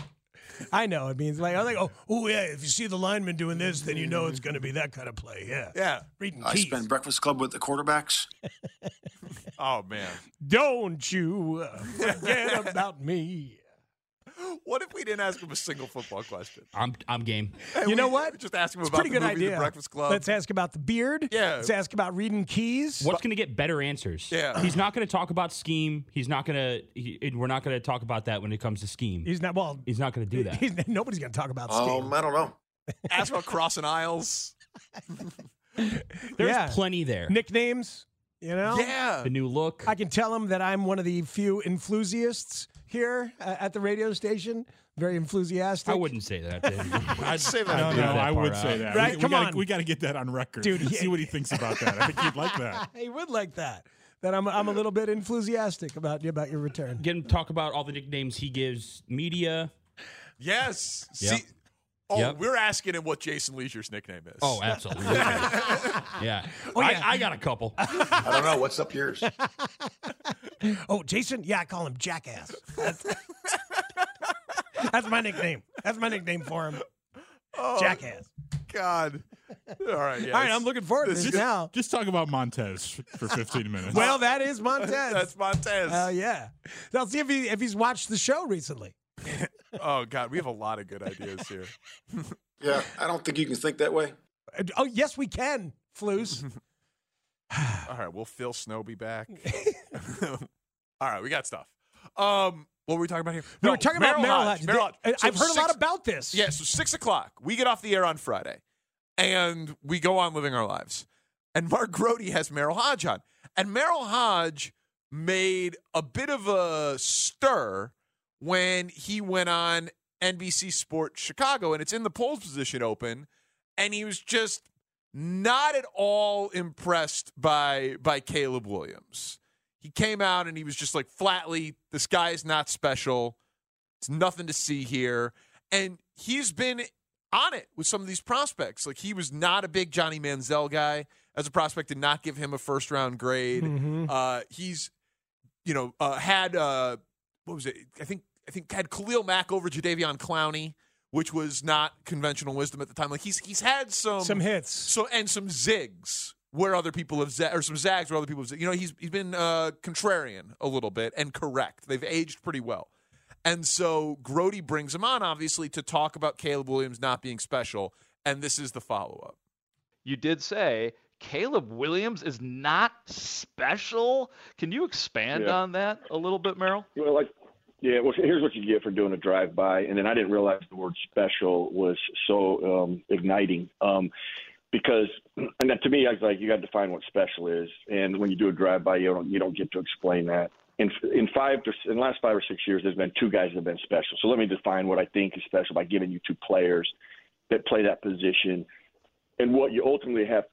[SPEAKER 4] I know it means like I was like, oh, oh yeah. If you see the lineman doing this, then you know Oh, it's gonna be that kind of play. Yeah,
[SPEAKER 18] yeah.
[SPEAKER 4] Reading
[SPEAKER 37] I
[SPEAKER 4] keys.
[SPEAKER 37] spend Breakfast Club with the quarterbacks.
[SPEAKER 18] [LAUGHS] Oh man.
[SPEAKER 4] Don't you uh,
[SPEAKER 31] [LAUGHS]
[SPEAKER 18] [LAUGHS]
[SPEAKER 4] forget about me.
[SPEAKER 18] What if we didn't ask him a single football question?
[SPEAKER 31] I'm I'm game.
[SPEAKER 4] you know what?
[SPEAKER 18] Just ask him
[SPEAKER 4] It's a
[SPEAKER 18] about
[SPEAKER 4] pretty
[SPEAKER 18] the
[SPEAKER 4] good
[SPEAKER 18] movie
[SPEAKER 4] idea.
[SPEAKER 18] The Breakfast Club.
[SPEAKER 4] Let's ask about the beard.
[SPEAKER 18] Yeah.
[SPEAKER 4] Let's ask about reading keys.
[SPEAKER 31] What's going to get better answers?
[SPEAKER 18] Yeah.
[SPEAKER 31] He's not going to talk about scheme. He's not going to. We're not going to talk about that when it comes to scheme.
[SPEAKER 4] He's not. Well,
[SPEAKER 31] he's not going to do that.
[SPEAKER 4] He's- nobody's going to talk about scheme.
[SPEAKER 37] Um, I don't know.
[SPEAKER 18] ask about crossing aisles.
[SPEAKER 31] There's
[SPEAKER 4] Yeah.
[SPEAKER 31] plenty there.
[SPEAKER 4] Nicknames, you know?
[SPEAKER 31] The new look.
[SPEAKER 4] I can tell him that I'm one of the few enthusiasts here uh, at the radio station. Very enthusiastic.
[SPEAKER 31] I wouldn't say that. I'd
[SPEAKER 18] say
[SPEAKER 32] No, no, I would say that.
[SPEAKER 4] Right?
[SPEAKER 32] We, we
[SPEAKER 4] Come
[SPEAKER 32] gotta,
[SPEAKER 4] on.
[SPEAKER 32] we got to get that on record.
[SPEAKER 4] Dude, he-
[SPEAKER 32] see what he thinks about that. [LAUGHS] I think he'd like that.
[SPEAKER 4] [LAUGHS] he would like that. That I'm, I'm a little bit enthusiastic about about your return.
[SPEAKER 31] Get him to talk about all the nicknames he gives media.
[SPEAKER 18] Yes. [LAUGHS]
[SPEAKER 31] Yeah.
[SPEAKER 18] See, Oh,
[SPEAKER 31] Yep.
[SPEAKER 18] we're asking him what Jason Leisure's nickname is.
[SPEAKER 31] Oh,
[SPEAKER 6] [LAUGHS]
[SPEAKER 31] absolutely.
[SPEAKER 32] [LAUGHS]
[SPEAKER 31] yeah. I, I got a couple.
[SPEAKER 18] I don't know. What's up yours?
[SPEAKER 4] [LAUGHS] Oh, Jason? Yeah, I call him Jackass. That's, [LAUGHS] that's my nickname. That's my nickname for him.
[SPEAKER 32] Oh.
[SPEAKER 4] Jackass.
[SPEAKER 18] God. All
[SPEAKER 4] [LAUGHS]
[SPEAKER 18] right.
[SPEAKER 4] All right, I'm looking forward to this
[SPEAKER 32] just,
[SPEAKER 4] now.
[SPEAKER 32] Just talk about Montez for 15
[SPEAKER 4] [LAUGHS]
[SPEAKER 32] minutes.
[SPEAKER 4] Well, that is Montez.
[SPEAKER 18] [LAUGHS] That's Montez.
[SPEAKER 4] Hell yeah. Now see if he if he's watched the show recently.
[SPEAKER 18] oh God, we have a lot of good ideas here. [LAUGHS]
[SPEAKER 6] Yeah, I don't think you can think that way.
[SPEAKER 4] Uh, Oh yes, we can,
[SPEAKER 18] [LAUGHS]
[SPEAKER 4] Flues.
[SPEAKER 18] All right, we'll Phil Snow be back. [LAUGHS] All right, we got stuff. Um, what were we talking about here?
[SPEAKER 4] We were talking about Merrill Lodge.
[SPEAKER 18] Merrill Lodge.
[SPEAKER 4] Th-
[SPEAKER 18] So
[SPEAKER 4] I've heard a lot
[SPEAKER 18] six-
[SPEAKER 4] about this.
[SPEAKER 18] Yeah, so six o'clock, we get off the air on Friday, and we go on living our lives. And Mark Grody has Merrill Hodge on, and Merrill Hodge made a bit of a stir when he went on NBC Sports Chicago, and it's in the polls position open, and he was just not at all impressed by by Caleb Williams. He came out and he was just like flatly, this guy is not special. It's nothing to see here. And he's been on it with some of these prospects. Like he was not a big Johnny Manziel guy as a prospect, did not give him a first round grade.
[SPEAKER 36] Mhm.
[SPEAKER 18] Uh, he's, you know, uh, had uh, what was it? I think I think had Khalil Mack over Jadavion Clowney, which was not conventional wisdom at the time. Like he's he's had some
[SPEAKER 4] Some hits.
[SPEAKER 18] so and some zigs where other people have za- or some zags where other people have zig- you know he's he's been uh, contrarian a little bit and correct. They've aged pretty well. And so Grody brings him on, obviously, to talk about Caleb Williams not being special. And this is the follow up.
[SPEAKER 27] You did say Caleb Williams is not special. Can you expand
[SPEAKER 44] Yeah.
[SPEAKER 27] on that a little bit, Merrill?
[SPEAKER 44] You know, like, yeah, well, here's what you get for doing a drive by. And then I didn't realize the word special was so um, igniting. Um, because and that, to me, I was like, you got to define what special is. And when you do a drive by, you don't, you don't get to explain that. In, in five to, in the last five or six years, there's been two guys that have been special. So let me define what I think is special by giving you two players that play that position and what you ultimately have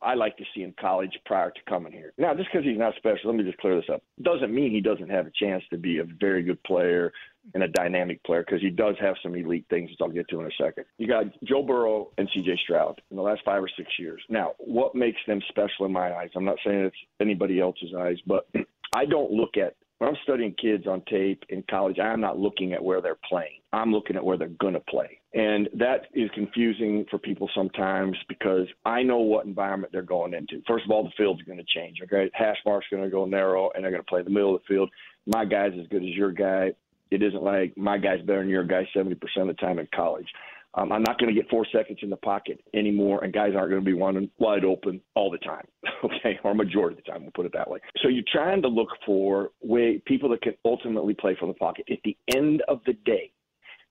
[SPEAKER 44] I like to see in college prior to coming here. Now, just because he's not special, let me just clear this up. Doesn't mean he doesn't have a chance to be a very good player and a dynamic player because he does have some elite things that I'll get to in a second. You got Joe Burrow and CJ Stroud in the last five or six years. Now, what makes them special in my eyes? I'm not saying it's anybody else's eyes, but [CLEARS THROAT] I don't look at when I'm studying kids on tape in college, I'm not looking at where they're playing. I'm looking at where they're going to play. And that is confusing for people sometimes because I know what environment they're going into. First of all, the field's going to change. Okay. Hash mark's going to go narrow and they're going to play the middle of the field. My guy's as good as your guy. It isn't like my guy's better than your guy 70% of the time in college. Um, I'm not going to get four seconds in the pocket anymore, and guys aren't going to be running wide open all the time, [LAUGHS] okay, or majority of the time, we'll put it that way. So you're trying to look for way people that can ultimately play from the pocket. At the end of the day,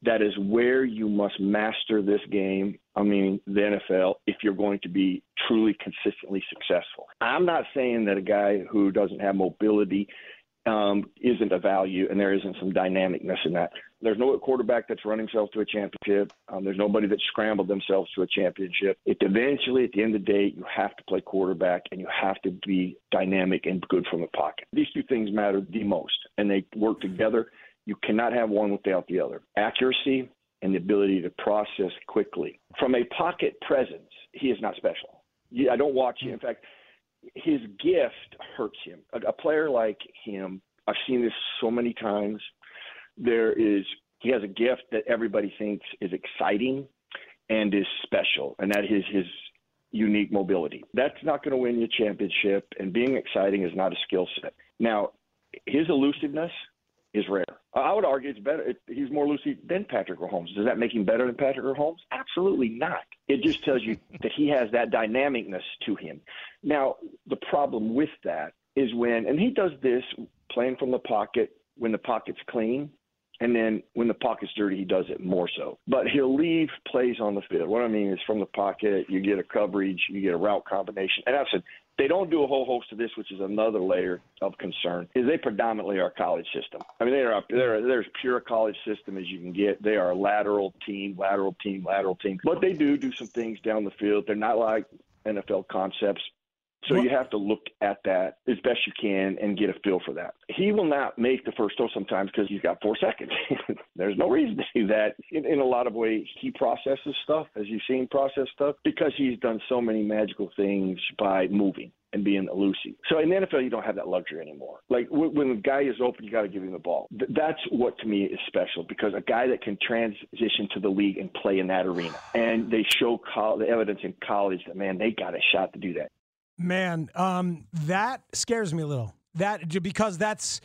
[SPEAKER 44] that is where you must master this game. I mean, the NFL, if you're going to be truly consistently successful. I'm not saying that a guy who doesn't have mobility um, isn't a value and there isn't some dynamicness in that. There's no quarterback that's run himself to a championship. Um, there's nobody that scrambled themselves to a championship. It eventually, at the end of the day, you have to play quarterback and you have to be dynamic and good from the pocket. These two things matter the most, and they work together. You cannot have one without the other. Accuracy and the ability to process quickly. From a pocket presence, he is not special. Yeah, I don't watch him. In fact, his gift hurts him. A, a player like him, I've seen this so many times. There is he has a gift that everybody thinks is exciting and is special, and that is his unique mobility. That's not going to win you a championship, and being exciting is not a skill set. Now, his elusiveness is rare. I I would argue it's better. It, he's more elusive than Patrick Mahomes. Does that make him better than Patrick Mahomes? Absolutely not. It just tells you [LAUGHS] that he has that dynamicness to him. Now, the problem with that is when, and he does this playing from the pocket when the pocket's clean, and then when the pocket's dirty, he does it more so. But he'll leave plays on the field. What I mean is from the pocket, you get a coverage, you get a route combination. And I said, they don't do a whole host of this, which is another layer of concern, is they predominantly are a college system. I mean, they are, they're, they're as pure a college system as you can get. They are a lateral team, lateral team, lateral team. But they do do some things down the field. They're not like NFL concepts So you have to look at that as best you can and get a feel for that. He will not make the first throw sometimes because he's got four seconds. [LAUGHS] There's no reason to do that. In, in a lot of ways, he processes stuff, as you've seen process stuff, because he's done so many magical things by moving and being elusive. So in the NFL, you don't have that luxury anymore. Like w- when a guy is open, you got to give him the ball. Th- that's what to me is special because a guy that can transition to the league and play in that arena. And they show col- the evidence in college that, man, they got a shot to do that.
[SPEAKER 4] Man, um, that scares me a little. That because that's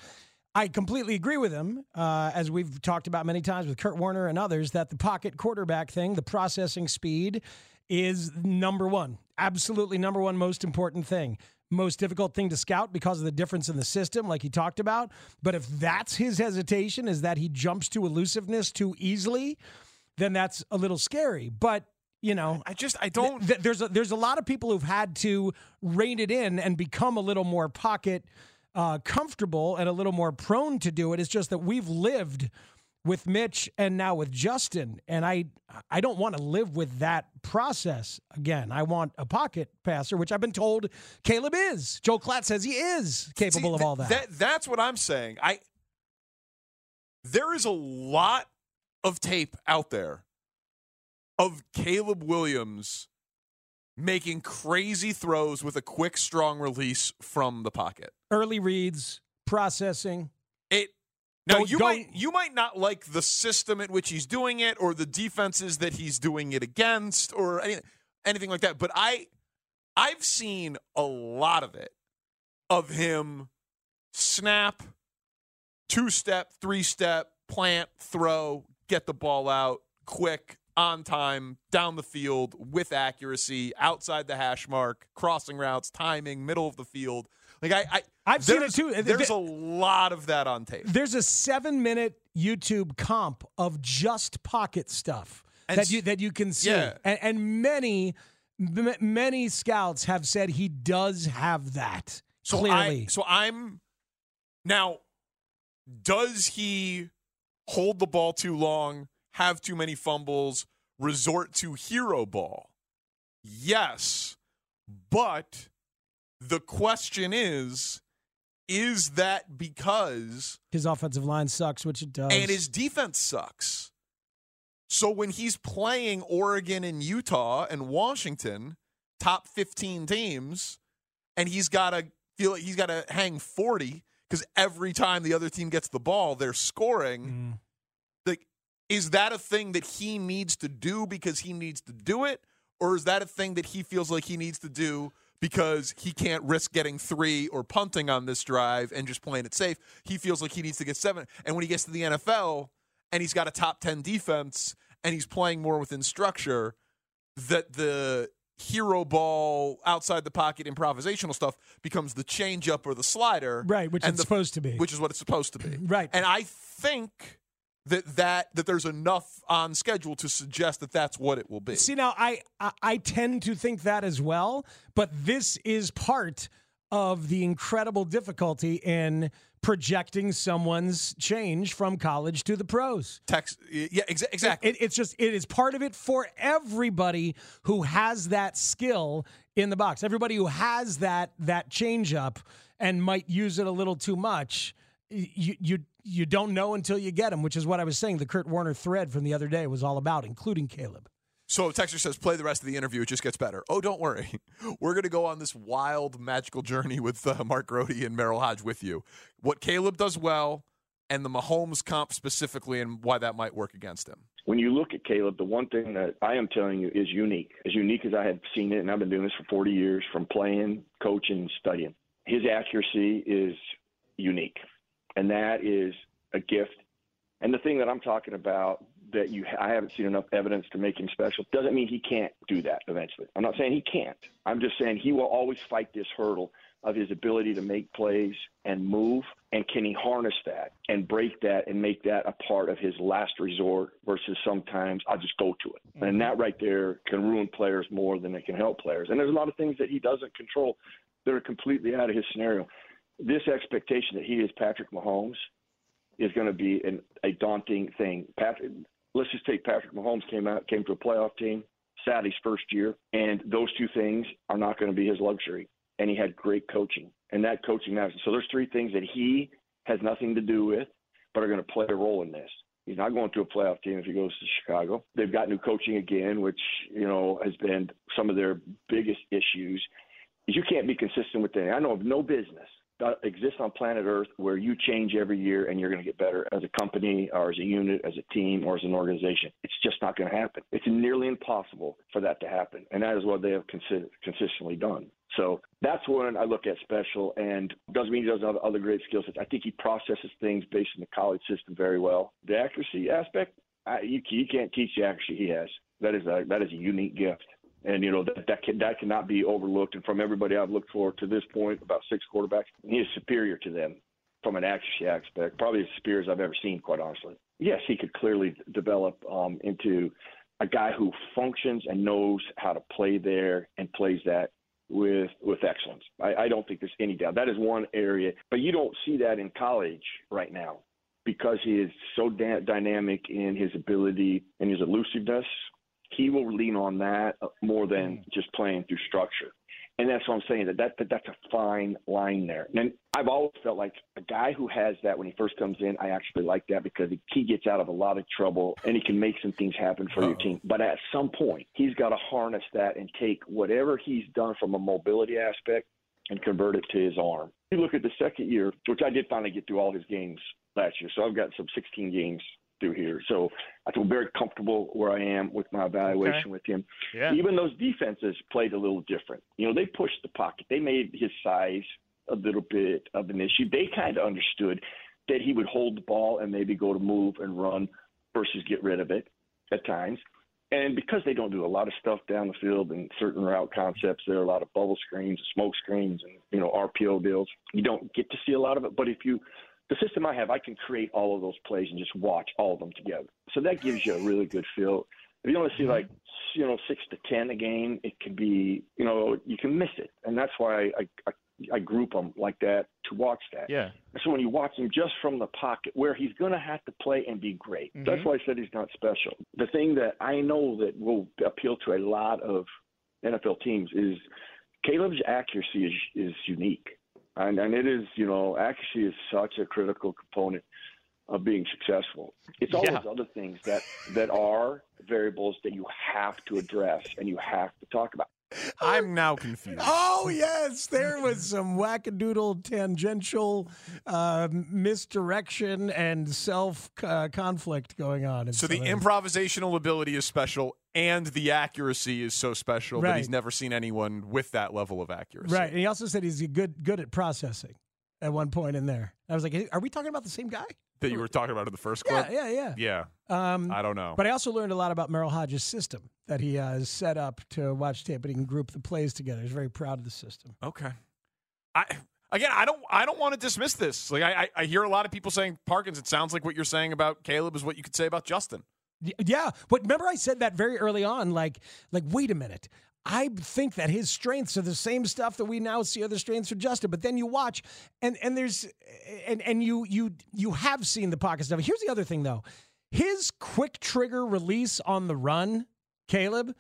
[SPEAKER 4] I completely agree with him, uh, as we've talked about many times with Kurt Warner and others, that the pocket quarterback thing, the processing speed, is number one, absolutely number one, most important thing, most difficult thing to scout because of the difference in the system, like he talked about. But if that's his hesitation, is that he jumps to elusiveness too easily, then that's a little scary. But you know,
[SPEAKER 18] I just I don't.
[SPEAKER 4] there's a, there's a lot of people who've had to rein it in and become a little more pocket uh, comfortable and a little more prone to do it. It's just that we've lived with Mitch and now with Justin, and I I don't want to live with that process again. I want a pocket passer, which I've been told Caleb is. Joe Klatt says he is capable of all that.
[SPEAKER 18] That's what I'm saying. I there is a lot of tape out there of Caleb Williams making crazy throws with a quick, strong release from the pocket.
[SPEAKER 4] Early reads, processing.
[SPEAKER 18] It now
[SPEAKER 4] Don't-
[SPEAKER 18] you
[SPEAKER 4] don't-
[SPEAKER 18] might you might not like the system at which he's doing it or the defenses that he's doing it against or anything anything like that. But I I've seen a lot of it of him snap, two step, three step, plant, throw, get the ball out quick, on time, down the field with accuracy, outside the hash mark, crossing routes, timing, middle of the field. Like I, I
[SPEAKER 4] I've seen it
[SPEAKER 18] there's-
[SPEAKER 4] too.
[SPEAKER 18] There's a lot of that on tape.
[SPEAKER 4] There's a seven minute YouTube comp of just pocket stuff
[SPEAKER 18] And
[SPEAKER 4] that you
[SPEAKER 18] s-
[SPEAKER 4] that you can see,
[SPEAKER 18] Yeah.
[SPEAKER 4] and, and many m- many scouts have said he does have that
[SPEAKER 18] So
[SPEAKER 4] clearly.
[SPEAKER 18] I, so I'm now. Does he hold the ball too long? Have too many fumbles? Resort to hero ball? Yes, but the question is: Is that because
[SPEAKER 4] His offensive line sucks, which it does.
[SPEAKER 18] and his defense sucks. So when he's playing Oregon and Utah and Washington, top 15 teams, and he's got to feel like he's got to hang 40 because every time the other team gets the ball, they're scoring. Like, is that a thing that he needs to do because he needs to do it? Or is that a thing that he feels like he needs to do because he can't risk getting three or punting on this drive and just playing it safe? He feels like he needs to get seven. And when he gets to the NFL and he's got a top 10 defense and he's playing more within structure, that the hero ball outside the pocket improvisational stuff becomes the changeup or the slider
[SPEAKER 4] Right, which
[SPEAKER 18] and
[SPEAKER 4] it's
[SPEAKER 18] the-
[SPEAKER 4] supposed to be.
[SPEAKER 18] which is what it's supposed to be
[SPEAKER 4] Right.
[SPEAKER 18] and i think that that that there's enough on schedule to suggest that that's what it will be
[SPEAKER 4] See now, I, I I tend to think that as well, but this is part of the incredible difficulty in projecting someone's change from college to the pros.
[SPEAKER 18] Text, yeah, exactly.
[SPEAKER 4] It, it's just it is part of it for everybody who has that skill in the box. Everybody who has that that change up and might use it a little too much. y- You you you don't know until you get them, which is what I was saying. The Kurt Warner thread from the other day was all about, including Caleb.
[SPEAKER 18] so texter says play the rest of the interview it just gets better oh don't worry [LAUGHS] we're going to go on this wild magical journey with uh, mark grody and merrill hodge with you what caleb does well and the mahomes comp specifically and why that might work against him
[SPEAKER 44] When you look at Caleb, the one thing that I am telling you is unique, as unique as I have seen it, and I've been doing this for 40 years from playing, coaching, studying. His accuracy is unique, and that is a gift. And the thing that I'm talking about that you I haven't seen enough evidence to make him special doesn't mean he can't do that eventually. I'm not saying he can't. I'm just saying he will always fight this hurdle of his ability to make plays and move and can he harness that and break that and make that a part of his last resort versus sometimes I'll just go to it. And that right there can ruin players more than it can help players. And there's a lot of things that [LAUGHS] he doesn't control that are completely out of his scenario. This expectation that he is Patrick Mahomes is going to be an, a daunting thing. Patrick, let's just take Patrick Mahomes came out came to a playoff team, sat his first year, and those two things are not going to be his luxury. and he had great coaching. And that coaching matters. So there's three things that he has nothing to do with, but are going to play a role in this. He's not going to a playoff team if he goes to Chicago. They've got new coaching again, which you know has been some of their biggest issues. Is you can't be consistent with that. I know of no business that exists on planet Earth where you change every year and you're going to get better as a company or as a unit, as a team, or as an organization. It's just not going to happen. It's nearly impossible for that to happen, and that is what they have consi- consistently done. So that's when I look at special, and doesn't mean he doesn't have other great skill sets. I think he processes things based on the college system very well. The accuracy aspect, I, you, you can't teach the accuracy he has. That is a that is a unique gift, and you know that that can, that cannot be overlooked. And from everybody I've looked for to this point, about six quarterbacks, he is superior to them from an accuracy aspect, probably as superior as I've ever seen. Quite honestly, yes, he could clearly develop um, into a guy who functions and knows how to play there and plays that with with excellence. I, I don't think there's any doubt. That is one area, but you don't see that in college right now because he is so da- dynamic in his ability and his elusiveness. He will lean on that uh, more than just playing through structure. And that's what I'm saying. That, that, that that's a fine line there. And I've always felt like a guy who has that when he first comes in, I actually like that because he gets out of a lot of trouble and he can make some things happen for your team. But at some point, he's got to harness that and take whatever he's done from a mobility aspect and convert it to his arm. You look at the second year, which I did finally get through all his games last year. So I've got some 16 games through here. So I feel very comfortable where I am with my evaluation
[SPEAKER 13] Okay.
[SPEAKER 44] with him.
[SPEAKER 13] Yeah.
[SPEAKER 44] Even those defenses played a little different. You know, they pushed the pocket. They made his size a little bit of an issue. They kind of understood that he would hold the ball and maybe go to move and run versus get rid of it at times. And because they don't do a lot of stuff down the field and certain route concepts, there are a lot of bubble screens, smoke screens, and you know RPO deals. You don't get to see a lot of it. But if you, the system I have, I can create all of those plays and just watch all of them together. So that gives you a really good feel. If you only see like you know six to ten a game, it could be you know you can miss it, and that's why I I, I group them like that to watch that.
[SPEAKER 27] Yeah.
[SPEAKER 44] So when you watch him just from the pocket, where he's going to have to play and be great.
[SPEAKER 18] Mm-hmm.
[SPEAKER 44] That's
[SPEAKER 36] Mhm.
[SPEAKER 44] why I said he's not special. The thing that I know that will appeal to a lot of NFL teams is Caleb's accuracy is, is unique. And, and it is, you know, accuracy is such a critical component of being successful. It's all
[SPEAKER 36] Yeah.
[SPEAKER 44] those other things that, that are variables that you have to address and you have to talk about.
[SPEAKER 18] I'm now confused.
[SPEAKER 4] Oh yes, there was some wackadoodle, tangential uh, misdirection and self uh, conflict going on. in
[SPEAKER 18] So the
[SPEAKER 4] some of these.
[SPEAKER 18] improvisational ability is special, and the accuracy is so special that he's
[SPEAKER 4] Right.
[SPEAKER 18] never seen anyone with that level of accuracy.
[SPEAKER 4] right, and he also said he's good good at processing. At one point in there, I was like, "Hey, "Are we talking about the same guy?"
[SPEAKER 18] That you were talking about in the first
[SPEAKER 4] Yeah,
[SPEAKER 18] clip.
[SPEAKER 4] yeah, yeah.
[SPEAKER 18] yeah.
[SPEAKER 4] Um,
[SPEAKER 18] I don't know.
[SPEAKER 4] But I also learned a lot about Merrill Hodges' system that he uh, has set up to watch tape, and he can group the plays together. He's very proud of the system.
[SPEAKER 18] Okay. I again, I don't, I don't want to dismiss this. Like I, I, I hear a lot of people saying Parkins. It sounds like what you're saying about Caleb is what you could say about Justin.
[SPEAKER 4] Y- Yeah, but remember I said that very early on. Like, like wait a minute. I think that his strengths are the same stuff that we now see are the strengths for Justin. But then you watch, and and there's, and and you you you have seen the pocket stuff. Here's the other thing though, his quick trigger release on the run, Caleb,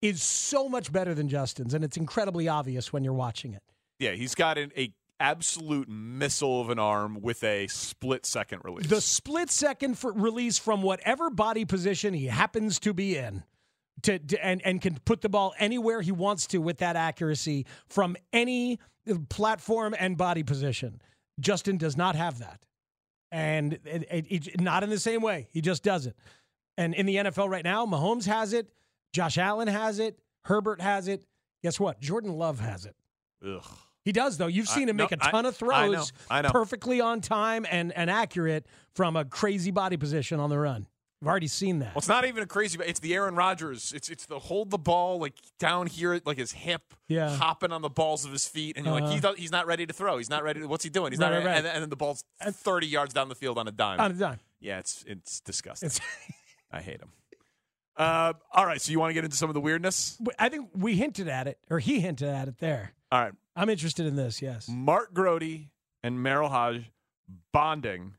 [SPEAKER 4] is so much better than Justin's, and it's incredibly obvious when you're watching it.
[SPEAKER 18] Yeah, he's got an a absolute missile of an arm with a split second release.
[SPEAKER 4] the split second for release from whatever body position he happens to be in to, to- and and can put the ball anywhere he wants to with that accuracy from any platform and body position. Justin does not have that. And it, it, it- not in the same way. He just doesn't. And in the NFL right now, Mahomes has it, Josh Allen has it, Herbert has it. Guess what? Jordan Love has it.
[SPEAKER 18] Ugh.
[SPEAKER 4] He does though. You've
[SPEAKER 18] I-
[SPEAKER 4] seen him
[SPEAKER 18] no,
[SPEAKER 4] make a
[SPEAKER 18] I-
[SPEAKER 4] ton of
[SPEAKER 18] I know,
[SPEAKER 4] throws
[SPEAKER 18] I know.
[SPEAKER 4] perfectly on time and, and accurate from a crazy body position on the run. We've already seen that.
[SPEAKER 18] Well, it's not even a crazy. It's the Aaron Rodgers. It's it's the hold the ball like down here, like his hip,
[SPEAKER 4] Yeah.
[SPEAKER 18] hopping on the balls of his feet, and you're like,
[SPEAKER 4] Uh-huh.
[SPEAKER 18] he does, he's not ready to throw. He's not ready. To, what's he doing? He's
[SPEAKER 4] Right,
[SPEAKER 18] not.
[SPEAKER 4] right,
[SPEAKER 18] ready.
[SPEAKER 4] right.
[SPEAKER 18] And, then- and then the ball's thirty yards down the field on a dime.
[SPEAKER 4] On a dime.
[SPEAKER 18] Yeah, it's it's disgusting.
[SPEAKER 4] It's-
[SPEAKER 18] I hate him. Uh, all right, so you want to get into some of the weirdness?
[SPEAKER 4] But [LAUGHS] I think we hinted at it, or he hinted at it there.
[SPEAKER 18] All right,
[SPEAKER 4] I'm interested in this. Yes.
[SPEAKER 18] Mark Grody and Merrill Hodge bonding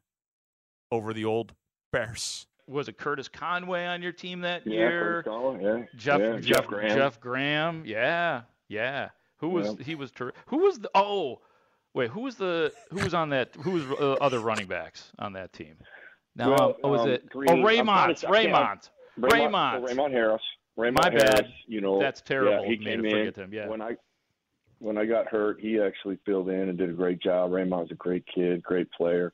[SPEAKER 18] over the old Bears.
[SPEAKER 27] Was it Curtis Conway
[SPEAKER 18] [LAUGHS]
[SPEAKER 27] on your team that
[SPEAKER 18] Yeah,
[SPEAKER 27] year?
[SPEAKER 18] Curtis Conway, yeah.
[SPEAKER 27] Jeff,
[SPEAKER 18] Yeah,
[SPEAKER 27] Jeff
[SPEAKER 18] Jeff Graham.
[SPEAKER 27] Jeff Graham. Yeah, yeah. Who was
[SPEAKER 44] Yeah.
[SPEAKER 27] he was ter- who was the oh wait who was the who was on that who was uh, other running backs on that team? Now
[SPEAKER 44] Well,
[SPEAKER 27] um, oh, was
[SPEAKER 44] um,
[SPEAKER 27] it
[SPEAKER 44] Green-
[SPEAKER 27] oh
[SPEAKER 44] I'm trying
[SPEAKER 27] Raymond
[SPEAKER 44] to- I can't-
[SPEAKER 27] Raymond
[SPEAKER 44] Raymond
[SPEAKER 27] Raymond
[SPEAKER 44] Raymond Harris. Raymond
[SPEAKER 27] My
[SPEAKER 44] Harris,
[SPEAKER 27] bad.
[SPEAKER 44] You know
[SPEAKER 27] That's terrible
[SPEAKER 44] Yeah, he
[SPEAKER 27] of me
[SPEAKER 44] came
[SPEAKER 27] to
[SPEAKER 44] in
[SPEAKER 27] forget him, yeah.
[SPEAKER 44] when I when I got hurt. He actually filled in and did a great job. Raymond's a great kid, great player.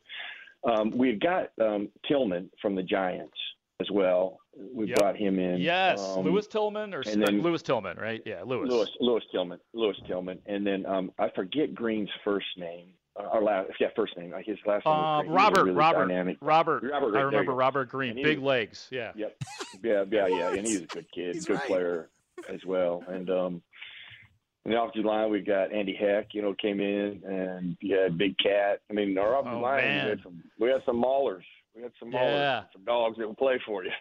[SPEAKER 44] Um, we had got um, Tillman from the Giants as well. We
[SPEAKER 27] Yep.
[SPEAKER 44] brought him in.
[SPEAKER 27] Yes,
[SPEAKER 44] um,
[SPEAKER 27] Lewis Tillman or
[SPEAKER 44] and then-
[SPEAKER 27] Lewis Tillman, right? Yeah, Lewis.
[SPEAKER 44] Lewis Lewis Tillman. Lewis Tillman, and then um, I forget Green's first name. Uh, or last, yeah, first name. His last name. was Green.
[SPEAKER 27] Um,
[SPEAKER 44] He was a
[SPEAKER 27] Robert,
[SPEAKER 44] really
[SPEAKER 27] Robert,
[SPEAKER 44] dynamic-
[SPEAKER 27] Robert,
[SPEAKER 44] Robert,
[SPEAKER 27] I
[SPEAKER 44] right, there you
[SPEAKER 27] remember
[SPEAKER 44] go.
[SPEAKER 27] Robert Green,
[SPEAKER 44] And he
[SPEAKER 27] big
[SPEAKER 44] was-
[SPEAKER 27] legs. Yeah.
[SPEAKER 44] Yep. Yeah, yeah, yeah. And he's a good kid, good player as well. And um in the offensive line we got Andy Heck, you know, came in and you had Big Cat. I mean our offensive
[SPEAKER 27] Oh,
[SPEAKER 44] line
[SPEAKER 27] man.
[SPEAKER 44] we had some we had some maulers. We had some maulers,
[SPEAKER 27] Yeah.
[SPEAKER 44] some dogs that would play for
[SPEAKER 27] [LAUGHS]
[SPEAKER 44] you.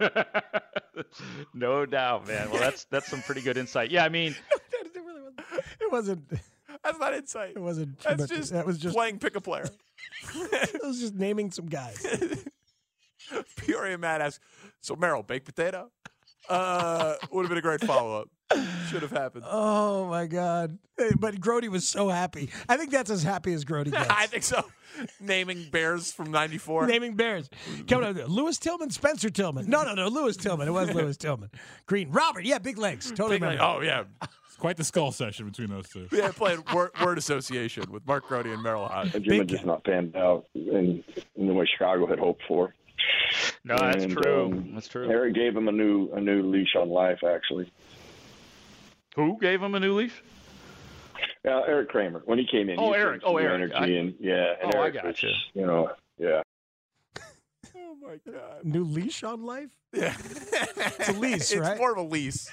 [SPEAKER 27] [LAUGHS] No doubt, man. Well, that's that's some pretty good insight. Yeah, I mean,
[SPEAKER 4] It wasn't.
[SPEAKER 18] That's not insight.
[SPEAKER 4] It wasn't.
[SPEAKER 18] That's
[SPEAKER 4] but
[SPEAKER 18] just
[SPEAKER 4] that was just
[SPEAKER 18] playing pick a player.
[SPEAKER 4] [LAUGHS] it was just naming some guys.
[SPEAKER 18] Peoria Matt asks, so Merrill, baked potato? Uh, would have been a great follow up. Should have happened.
[SPEAKER 4] [LAUGHS] Oh my God! Hey, But Grody was so happy. I think that's as happy as
[SPEAKER 18] [LAUGHS]
[SPEAKER 4] Grody gets.
[SPEAKER 18] I think so. Naming bears from '94.
[SPEAKER 4] Naming bears. Coming up, Lewis Tillman, Spencer Tillman. No, no, no, Lewis Tillman. It
[SPEAKER 18] [LAUGHS]
[SPEAKER 4] was Lewis Tillman. Green, Robert. Yeah, big legs. Totally.
[SPEAKER 18] Big leg-
[SPEAKER 4] remember.
[SPEAKER 18] oh yeah,
[SPEAKER 32] It's quite the skull session between those two.
[SPEAKER 18] we had playing word, word association with Mark Grody and Merrill Hodge.
[SPEAKER 44] And Jim had just not panned out in, in the way Chicago had hoped for.
[SPEAKER 27] No, that's true.
[SPEAKER 44] that's true. Harry gave him a new a new leash on life actually.
[SPEAKER 27] who gave him a new leash?
[SPEAKER 44] Uh, Eric Kramer when he came in.
[SPEAKER 27] Oh,
[SPEAKER 44] he was bringing
[SPEAKER 27] Eric. Oh,
[SPEAKER 44] some new
[SPEAKER 27] Eric.
[SPEAKER 44] Energy
[SPEAKER 27] I-
[SPEAKER 44] and, yeah. And
[SPEAKER 27] Oh, I
[SPEAKER 44] Eric
[SPEAKER 27] got
[SPEAKER 44] was,
[SPEAKER 27] you.
[SPEAKER 44] You know, yeah.
[SPEAKER 18] Oh my god.
[SPEAKER 4] New leash on life. [LAUGHS]
[SPEAKER 18] Yeah,
[SPEAKER 4] it's a lease,
[SPEAKER 18] It's
[SPEAKER 4] right?
[SPEAKER 18] more of a lease.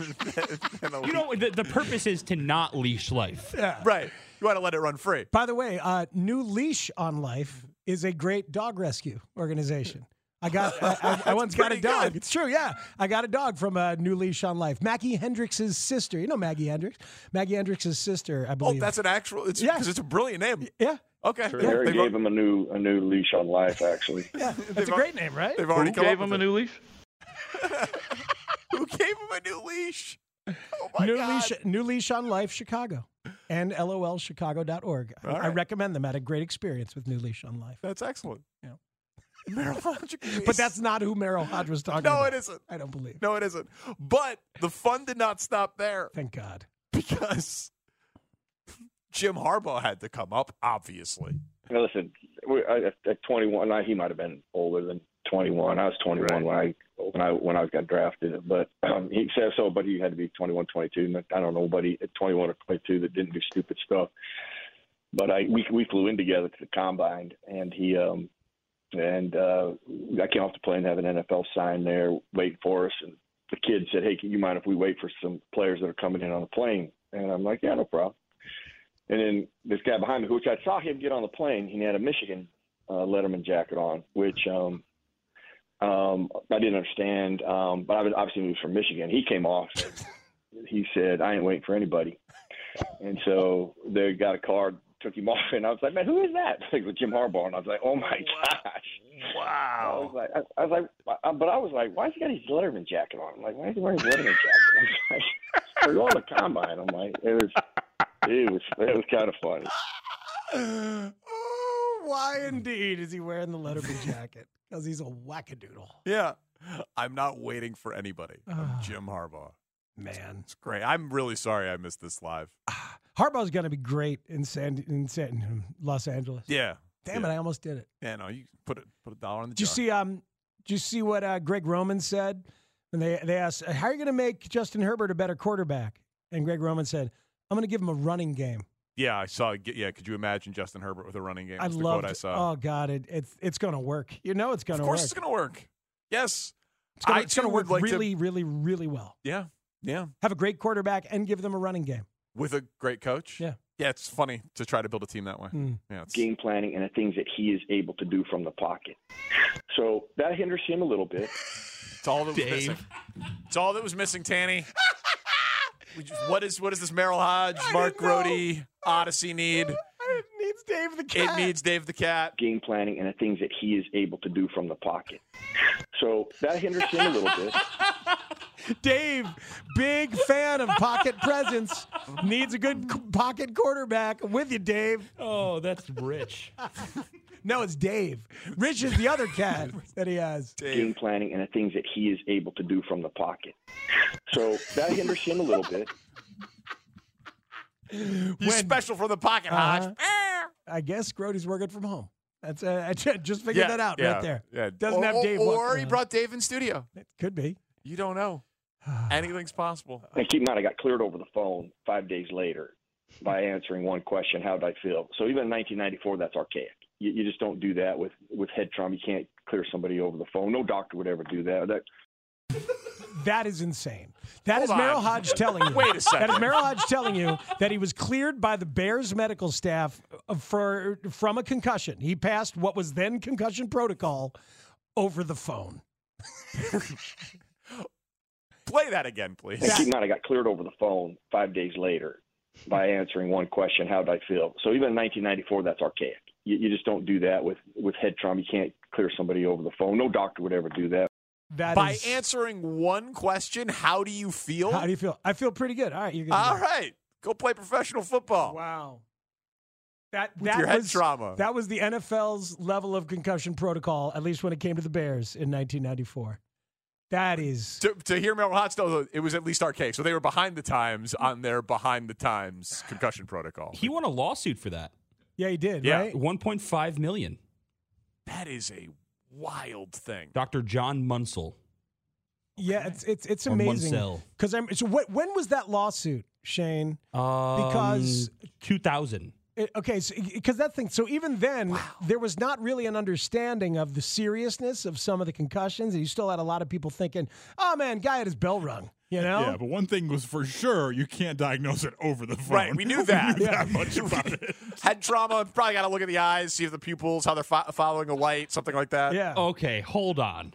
[SPEAKER 31] You know, the, the purpose is to not leash life.
[SPEAKER 4] Yeah.
[SPEAKER 18] Right. You want to let it run free.
[SPEAKER 4] By the way, uh, New Leash on Life is a great dog rescue organization. I got,
[SPEAKER 18] [LAUGHS]
[SPEAKER 4] I, I, I once got a dog. It's true, yeah. I got a dog from uh, New Leash on Life. Maggie Hendricks' sister. You know Maggie Hendricks. Maggie Hendricks' sister, I
[SPEAKER 18] Oh,
[SPEAKER 4] believe.
[SPEAKER 18] that's an actual. It's
[SPEAKER 4] Yeah.
[SPEAKER 18] because it's a brilliant name.
[SPEAKER 4] Yeah.
[SPEAKER 18] Okay.
[SPEAKER 44] Sure.
[SPEAKER 18] Yeah.
[SPEAKER 44] Harry
[SPEAKER 18] They've-
[SPEAKER 44] gave him a new a new leash on life. Actually,
[SPEAKER 4] yeah. That's a
[SPEAKER 18] al-
[SPEAKER 4] great name, right?
[SPEAKER 18] they've already
[SPEAKER 27] Who
[SPEAKER 18] come
[SPEAKER 27] gave
[SPEAKER 18] up
[SPEAKER 27] him
[SPEAKER 18] with
[SPEAKER 27] a new leash?
[SPEAKER 18] [LAUGHS] Who gave him a new leash?
[SPEAKER 4] New Leash, New Leash on Life Chicago and lolchicago.org. I,
[SPEAKER 18] All
[SPEAKER 4] I
[SPEAKER 18] right.
[SPEAKER 4] recommend them. I had a great experience with New Leash on [LAUGHS] Life.
[SPEAKER 18] That's excellent.
[SPEAKER 4] Yeah.
[SPEAKER 18] Merrill Hodge.
[SPEAKER 4] But that's not who Merrill Hodge was talking
[SPEAKER 18] No,
[SPEAKER 4] about.
[SPEAKER 18] it isn't.
[SPEAKER 4] I don't believe.
[SPEAKER 18] No, it isn't. But the fun did not stop there
[SPEAKER 4] Thank God.
[SPEAKER 18] because Jim Harbaugh had to come up, obviously.
[SPEAKER 44] now listen, we, I, at- at 21, I, he might have been older than 21. I was 21 when I when I when I got drafted. But um, he says so, but he had to be 21, 22. And I don't know nobody at 21 or 22 that didn't do stupid stuff. But I we we flew in together to the combine, and he um and uh, I came off the plane, have an NFL sign there waiting for us, and the kid said, "Hey, can you mind if we wait for some players that are coming in on the plane?" And I'm like, "Yeah, no problem." And then this guy behind me, which I saw him get on the plane, he had a Michigan uh, Letterman jacket on, which um, um, I didn't understand. Um, but I was, obviously, he was from Michigan. He came off. and he said, "I ain't waiting for anybody." And so they got a card, took him off, and I was like, "Man, who is that?" [LAUGHS] Like with Jim Harbaugh, and I was like, "Oh my gosh!" Wow. I was like, I, I was like, I, but I was like, why has he got his Letterman jacket on? I'm like, why is he wearing his Letterman jacket? I was like, we're going to combine. I'm like, it was, it was, it was kind of funny.
[SPEAKER 4] [GASPS] oh, why indeed is he wearing the [LAUGHS] Letterman jacket? Because he's a wackadoodle.
[SPEAKER 18] Yeah. I'm not waiting for anybody. I'm
[SPEAKER 4] Ah.
[SPEAKER 18] Jim Harbaugh.
[SPEAKER 4] Man.
[SPEAKER 18] It's great. I'm really sorry I missed this live.
[SPEAKER 4] Harbaugh's going to be great in San in San Los Angeles.
[SPEAKER 18] Yeah.
[SPEAKER 4] Damn
[SPEAKER 18] yeah.
[SPEAKER 4] it, I almost did it.
[SPEAKER 18] Yeah, no, you put a, put a dollar in the
[SPEAKER 4] Did you
[SPEAKER 18] jar.
[SPEAKER 4] see um did you see what uh, Greg Roman said? And they they asked, "How are you going to make Justin Herbert a better quarterback?" And Greg Roman said, "I'm going to give him a running game."
[SPEAKER 18] Yeah, I saw. Yeah, could you imagine Justin Herbert with a running game?
[SPEAKER 4] I
[SPEAKER 18] That's the
[SPEAKER 4] love
[SPEAKER 18] quote I saw.
[SPEAKER 4] Oh god, it, it's it's going to work. You know it's going
[SPEAKER 18] of
[SPEAKER 4] to
[SPEAKER 18] course,
[SPEAKER 4] work.
[SPEAKER 18] it's going to work. Yes,
[SPEAKER 4] It's gonna-
[SPEAKER 18] I
[SPEAKER 4] it's going
[SPEAKER 18] too
[SPEAKER 4] to work
[SPEAKER 18] would like to-
[SPEAKER 4] really really really well.
[SPEAKER 18] yeah, yeah,
[SPEAKER 4] Have a great quarterback and give them a running game.
[SPEAKER 18] with a great coach.
[SPEAKER 4] Yeah.
[SPEAKER 18] yeah. It's funny to try to build a team that way.
[SPEAKER 4] Mm.
[SPEAKER 18] Yeah, it's,
[SPEAKER 44] game planning and the things that he is able to do from the pocket. So that hinders him a little bit.
[SPEAKER 18] it's all that was missing. It's all that was missing, Tanny. we just, what is what is this Merrill Hodge, Mark Grody Odyssey need?
[SPEAKER 4] It needs Dave the
[SPEAKER 18] It needs Dave the Cat.
[SPEAKER 44] Game planning and the things
[SPEAKER 18] [LAUGHS]
[SPEAKER 44] that he is able to do from the pocket. So that hinders him a little bit.
[SPEAKER 4] [LAUGHS] Dave, big fan of pocket presence, needs a good c- pocket quarterback. I'm with you, Dave.
[SPEAKER 31] Oh, that's Rich.
[SPEAKER 4] [LAUGHS] no, it's Dave. Rich is the other [LAUGHS] cat that he has.
[SPEAKER 44] game planning and the things that he is able to do from the pocket. So that hinders him a little bit.
[SPEAKER 18] He's special from the pocket, Hodge.
[SPEAKER 4] Uh-huh. I guess Grody's working from home. That's uh, [LAUGHS] I ju- just figured
[SPEAKER 18] Yeah,
[SPEAKER 4] that out
[SPEAKER 18] yeah,
[SPEAKER 4] right there.
[SPEAKER 18] yeah.
[SPEAKER 4] Doesn't
[SPEAKER 18] Or-
[SPEAKER 4] have Dave.
[SPEAKER 18] or
[SPEAKER 4] walking
[SPEAKER 18] he
[SPEAKER 4] around.
[SPEAKER 18] brought Dave in studio.
[SPEAKER 4] It could be.
[SPEAKER 18] You don't
[SPEAKER 4] [SIGHS]
[SPEAKER 18] know. Anything's possible.
[SPEAKER 44] And keep in mind, I got cleared over the phone five days later by answering one question, how did I feel? So even in 1994, that's archaic. You, you just don't do that with, with head trauma. You can't clear somebody over the phone. No doctor would ever do that. that
[SPEAKER 4] That is insane. That is
[SPEAKER 44] Hold
[SPEAKER 4] Merrill
[SPEAKER 44] on.
[SPEAKER 4] Hodge telling you.
[SPEAKER 18] [LAUGHS]
[SPEAKER 44] Wait a second.
[SPEAKER 4] That is Merrill Hodge telling you that he was cleared by the Bears medical staff uh, for from a concussion. He passed what was then concussion protocol over the phone.
[SPEAKER 18] Play that again, please.
[SPEAKER 44] And keep in mind, I got cleared over the phone five days later by answering one question, how did I feel? So even in 1994, that's archaic. You, you just don't do that with, with head trauma. You can't clear somebody over the phone. No doctor would ever do that.
[SPEAKER 4] That
[SPEAKER 18] By
[SPEAKER 4] is-
[SPEAKER 18] answering one question, how do you feel?
[SPEAKER 4] How do you feel? I feel pretty good. All right, you're good.
[SPEAKER 18] All right, go play professional football.
[SPEAKER 4] Wow. That
[SPEAKER 18] With
[SPEAKER 4] that
[SPEAKER 18] your head
[SPEAKER 4] was,
[SPEAKER 18] trauma.
[SPEAKER 4] That was the NFL's level of concussion protocol, at least when it came to the Bears in 1994. That is
[SPEAKER 18] to, to hear Merrill Hodge, though, it was at least archaic. So they were behind the times on their behind the times concussion protocol.
[SPEAKER 31] He won a lawsuit for that.
[SPEAKER 4] Yeah, he did.
[SPEAKER 31] Yeah,
[SPEAKER 4] right?
[SPEAKER 31] 1.5 million.
[SPEAKER 18] That is a wild thing.
[SPEAKER 31] Dr. John Munsell.
[SPEAKER 4] Yeah, it's it's it's
[SPEAKER 31] Or
[SPEAKER 4] amazing.
[SPEAKER 31] Munsell.
[SPEAKER 4] Because I'm so what, when was that lawsuit, Shane? Because-
[SPEAKER 31] Um, 2000.
[SPEAKER 4] It- okay, because that thing. So even then, there was not really an understanding of the seriousness of some of the concussions, and you still had a lot of people thinking, "Oh man, guy had his bell rung." You know.
[SPEAKER 32] Yeah, but one thing was for sure you can't diagnose it over the phone.
[SPEAKER 18] Right, we
[SPEAKER 32] [LAUGHS]
[SPEAKER 18] knew that.
[SPEAKER 32] that
[SPEAKER 4] [LAUGHS]
[SPEAKER 32] much about it.
[SPEAKER 18] Head trauma, probably got to look at the eyes, see if the pupils, how they're fo- following a light, something like that.
[SPEAKER 31] Okay, hold on.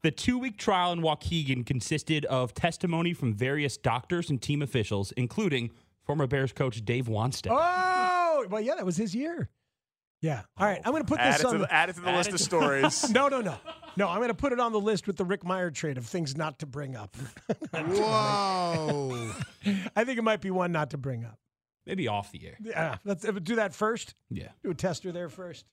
[SPEAKER 31] The two week trial in Waukegan consisted of testimony from various doctors and team officials, including former Bears coach Dave Wanstead.
[SPEAKER 4] [LAUGHS] Oh well, yeah, that was his year. Yeah. All right, I'm going to put
[SPEAKER 18] Add
[SPEAKER 4] this
[SPEAKER 18] it
[SPEAKER 4] on.
[SPEAKER 18] to the- add it to the Add list it of to- stories. [LAUGHS]
[SPEAKER 4] no, no, no, no. I'm going to put it on the list with the Rick Meyer trade of things not to bring up. [LAUGHS]
[SPEAKER 31] Whoa.
[SPEAKER 4] I think it might be one not to bring up.
[SPEAKER 31] Maybe off the air.
[SPEAKER 4] Yeah, let's uh, do that first.
[SPEAKER 31] Yeah.
[SPEAKER 4] Do a tester there first.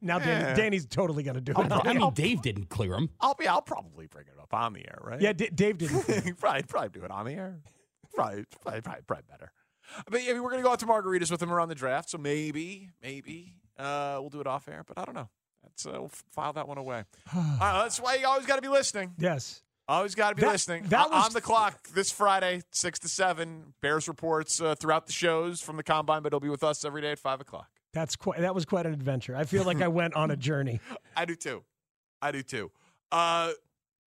[SPEAKER 4] Now Danny,
[SPEAKER 31] Yeah.
[SPEAKER 4] Danny's totally going to do it. [LAUGHS]
[SPEAKER 31] I mean, Dave didn't clear him.
[SPEAKER 18] I'll be. I'll probably bring it up on the air, right?
[SPEAKER 4] Yeah, D- Dave did.
[SPEAKER 18] [LAUGHS] probably, probably do it on the air. Probably, probably, probably, probably better. But yeah, we're gonna go out to margaritas with him around the draft, so maybe, maybe uh, we'll do it off air. But I don't know. That's uh, we'll f- file that one away. All right, that's why you always got to be listening.
[SPEAKER 4] yes.
[SPEAKER 18] Always got to be
[SPEAKER 4] That-
[SPEAKER 18] listening.
[SPEAKER 4] that
[SPEAKER 18] O-
[SPEAKER 4] was-
[SPEAKER 18] on the clock this Friday, six to seven. Bears reports uh, throughout the shows from the combine, but he'll be with us every day at five o'clock.
[SPEAKER 4] That's quite. That was quite an adventure. I feel like I went on a journey.
[SPEAKER 18] I do too. I do too. Uh,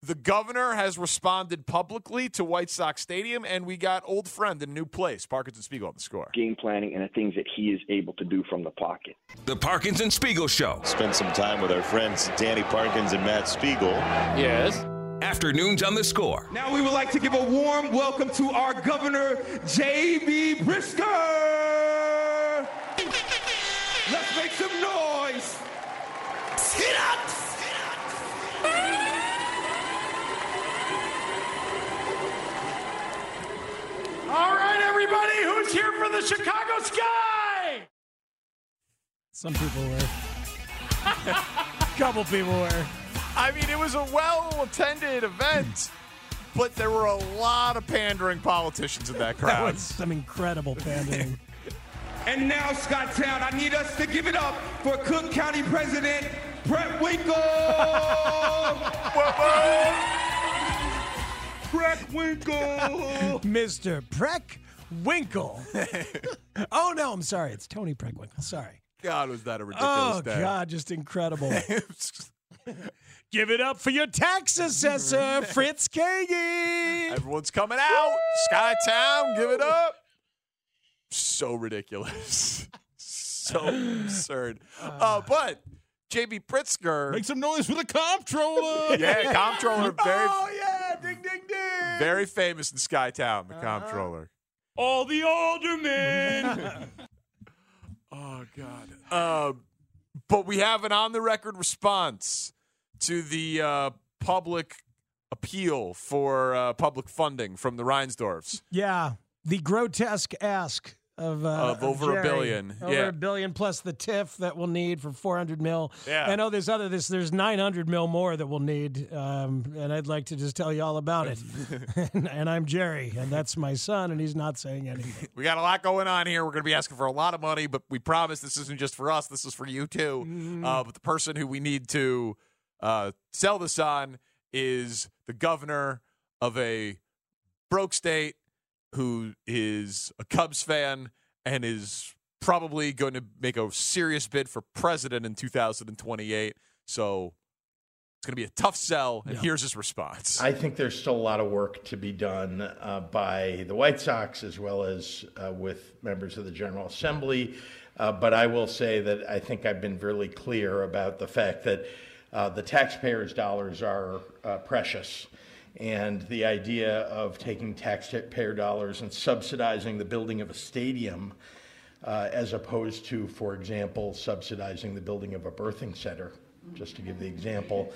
[SPEAKER 18] the governor has responded publicly to White Sox Stadium, and we got old friend in a new place. Parkinson Spiegel on the score.
[SPEAKER 44] Game planning and the things that he is able to do from the pocket.
[SPEAKER 24] The Parkinson Spiegel Show.
[SPEAKER 13] Spend some time with our friends Danny Parkins and Matt Spiegel. Yes.
[SPEAKER 24] Afternoons on the score.
[SPEAKER 36] Now we would like to give a warm welcome to our governor, J.B. Brisker. Let's make some noise. Sit up.
[SPEAKER 2] All right, everybody, who's here for the Chicago Sky?
[SPEAKER 4] Some people were. Couple people were.
[SPEAKER 18] I mean, it was a well-attended event, but there were a lot of pandering politicians in
[SPEAKER 4] That
[SPEAKER 18] that crowd.
[SPEAKER 4] was some [LAUGHS] incredible pandering.
[SPEAKER 36] And now, Scott Town, I need us to give it up for Cook County President Brett Winkle.
[SPEAKER 4] Preck Winkle. Mr. Preck Winkle. [LAUGHS] oh, no, I'm sorry. It's Tony Preck Winkle. Sorry.
[SPEAKER 18] [LAUGHS] God, was that a ridiculous
[SPEAKER 4] Oh,
[SPEAKER 18] day?
[SPEAKER 4] God, just incredible. Give it up for your tax assessor, uh, Fritz Kagi.
[SPEAKER 18] Everyone's coming out. Sky Town, give it up. So ridiculous. [LAUGHS] so absurd. Uh, but JB Pritzker. Make
[SPEAKER 32] some noise for the comptroller.
[SPEAKER 18] yeah, comptroller.
[SPEAKER 31] [LAUGHS]
[SPEAKER 18] Very,
[SPEAKER 4] Oh, yeah. Ding, ding, ding.
[SPEAKER 18] very famous in Sky Town, the comptroller.
[SPEAKER 2] All the aldermen.
[SPEAKER 18] oh, God. Um, but we have an on the record response to the uh, public appeal for uh, public funding from the Reinsdorfs.
[SPEAKER 4] Yeah, the grotesque ask of, uh,
[SPEAKER 18] Of over a
[SPEAKER 4] Jerry.
[SPEAKER 18] billion,
[SPEAKER 4] over
[SPEAKER 18] yeah.
[SPEAKER 4] a billion plus the TIF that we'll need for four hundred mil.
[SPEAKER 18] Yeah.
[SPEAKER 4] and oh, there's other this there's nine hundred mil more that we'll need, um, and I'd like to just tell you all about
[SPEAKER 18] [LAUGHS]
[SPEAKER 4] it. [LAUGHS] and, and I'm Jerry, and that's my son, and he's not saying anything.
[SPEAKER 18] We got a lot going on here. We're going to be asking for a lot of money, but we promise this isn't just for us. This is for you too. Uh, but the person who we need to uh, sell this on is the governor of a broke state who is a Cubs fan and is probably going to make a serious bid for president in 2028. So it's going to be a tough sell. And here's his response.
[SPEAKER 14] I think there's still a lot of work to be done uh, by the White Sox as well as uh, with members of the General Assembly. Uh, but I will say that I think I've been really clear about the fact that uh, the taxpayers' dollars are uh, precious. And the idea of taking taxpayer dollars and subsidizing the building of a stadium uh, as opposed to, for example, subsidizing the building of a birthing center, just to give the example,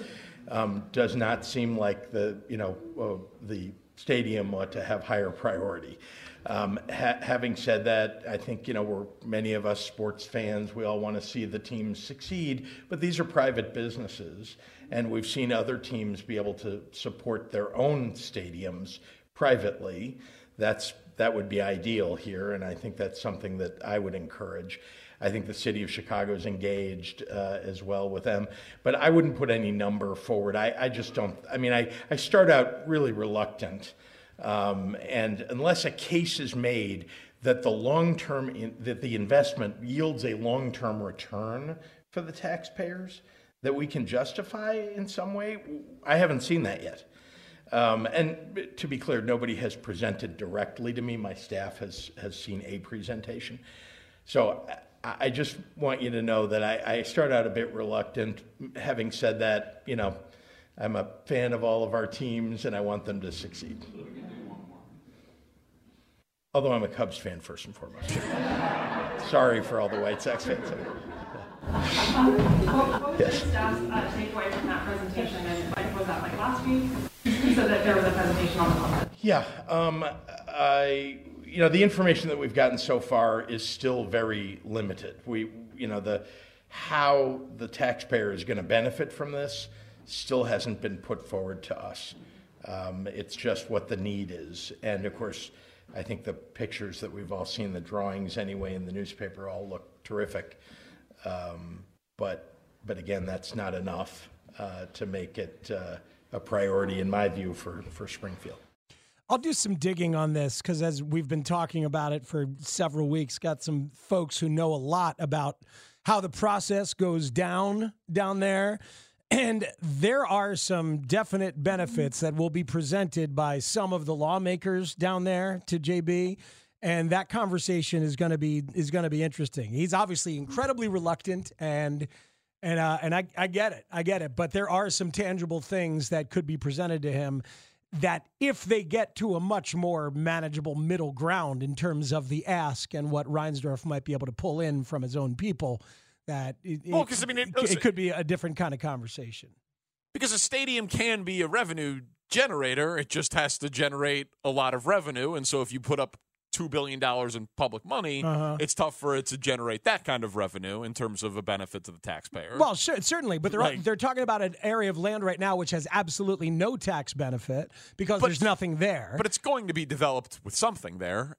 [SPEAKER 14] um, does not seem like the, you know, uh, the stadium ought to have higher priority. Um, ha- having said that, I think, you know, we're many of us sports fans, we all want to see the teams succeed, but these are private businesses, and we've seen other teams be able to support their own stadiums privately that's that would be ideal here, and I think that's something that I would encourage. I think the city of Chicago is engaged uh, as well with them, but I wouldn't put any number forward. I, I just don't. I mean, I, I start out really reluctant, um, and unless a case is made that the long term in, that the investment yields a long term return for the taxpayers that we can justify in some way, I haven't seen that yet. Um, and to be clear, nobody has presented directly to me. My staff has, has seen a presentation. So I, I just want you to know that I, I start out a bit reluctant. Having said that, you know, I'm a fan of all of our teams and I want them to succeed. Although I'm a Cubs fan first and foremost. [LAUGHS] Sorry for all the White Sox fans. out there.
[SPEAKER 43] What was the staff's uh, takeaway from that presentation? And like, was that like last week? You said that there was a presentation on the conference.
[SPEAKER 14] Yeah, um, I, you know, the information that we've gotten so far is still very limited. We, you know, the how the taxpayer is going to benefit from this still hasn't been put forward to us. Um, it's just what the need is, and of course, I think the pictures that we've all seen, the drawings anyway, in the newspaper, all look terrific. Um, but, but again, that's not enough uh, to make it uh, a priority, in my view, for, for Springfield.
[SPEAKER 4] I'll do some digging on this because as we've been talking about it for several weeks, got some folks who know a lot about how the process goes down down there. And there are some definite benefits that will be presented by some of the lawmakers down there to JB. And that conversation is going to be is going to be interesting. He's obviously incredibly reluctant and and uh, and I, I get it, I get it. But there are some tangible things that could be presented to him that if they get to a much more manageable middle ground in terms of the ask and what Reinsdorf might be able to pull in from his own people, that it, it-
[SPEAKER 18] Well, 'cause, I mean, it-
[SPEAKER 4] it could be a different kind of conversation.
[SPEAKER 18] because a stadium can be a revenue generator it just has to generate a lot of revenue and so if you put up $2 billion in public money
[SPEAKER 4] Uh-huh.
[SPEAKER 18] it's tough for it to generate that kind of revenue in terms of a benefit to the taxpayer
[SPEAKER 4] Well, sure, certainly, but they're
[SPEAKER 18] Like-
[SPEAKER 4] they're talking about an area of land right now which has absolutely no tax benefit because there's nothing there.
[SPEAKER 18] but it's going to be developed with something there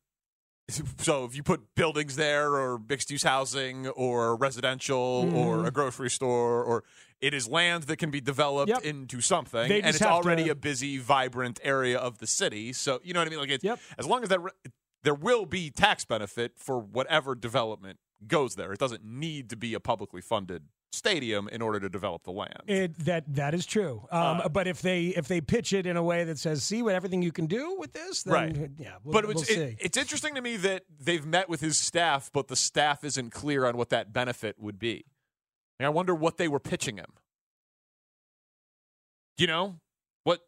[SPEAKER 18] so if you put buildings there or mixed use housing or residential or
[SPEAKER 4] Mhm.
[SPEAKER 18] a grocery store or it is land that can be developed into something
[SPEAKER 4] They
[SPEAKER 18] and
[SPEAKER 4] just
[SPEAKER 18] it's
[SPEAKER 4] have
[SPEAKER 18] already
[SPEAKER 4] to-
[SPEAKER 18] a busy vibrant area of the city so you know what i mean like it's, as long as that re- there will be tax benefit for whatever development goes there it doesn't need to be a publicly funded stadium in order to develop the land
[SPEAKER 4] [LAUGHS] It that that is true. Um,
[SPEAKER 18] Uh,
[SPEAKER 4] but if they if they pitch it in a way that says, "See what everything you can do with this," then
[SPEAKER 18] Right.
[SPEAKER 4] yeah, we'll,
[SPEAKER 18] but
[SPEAKER 4] we'll
[SPEAKER 18] it's,
[SPEAKER 4] see.
[SPEAKER 18] it- it's interesting to me that they've met with his staff, but the staff isn't clear on what that benefit would be. And I wonder what they were pitching him. You know, what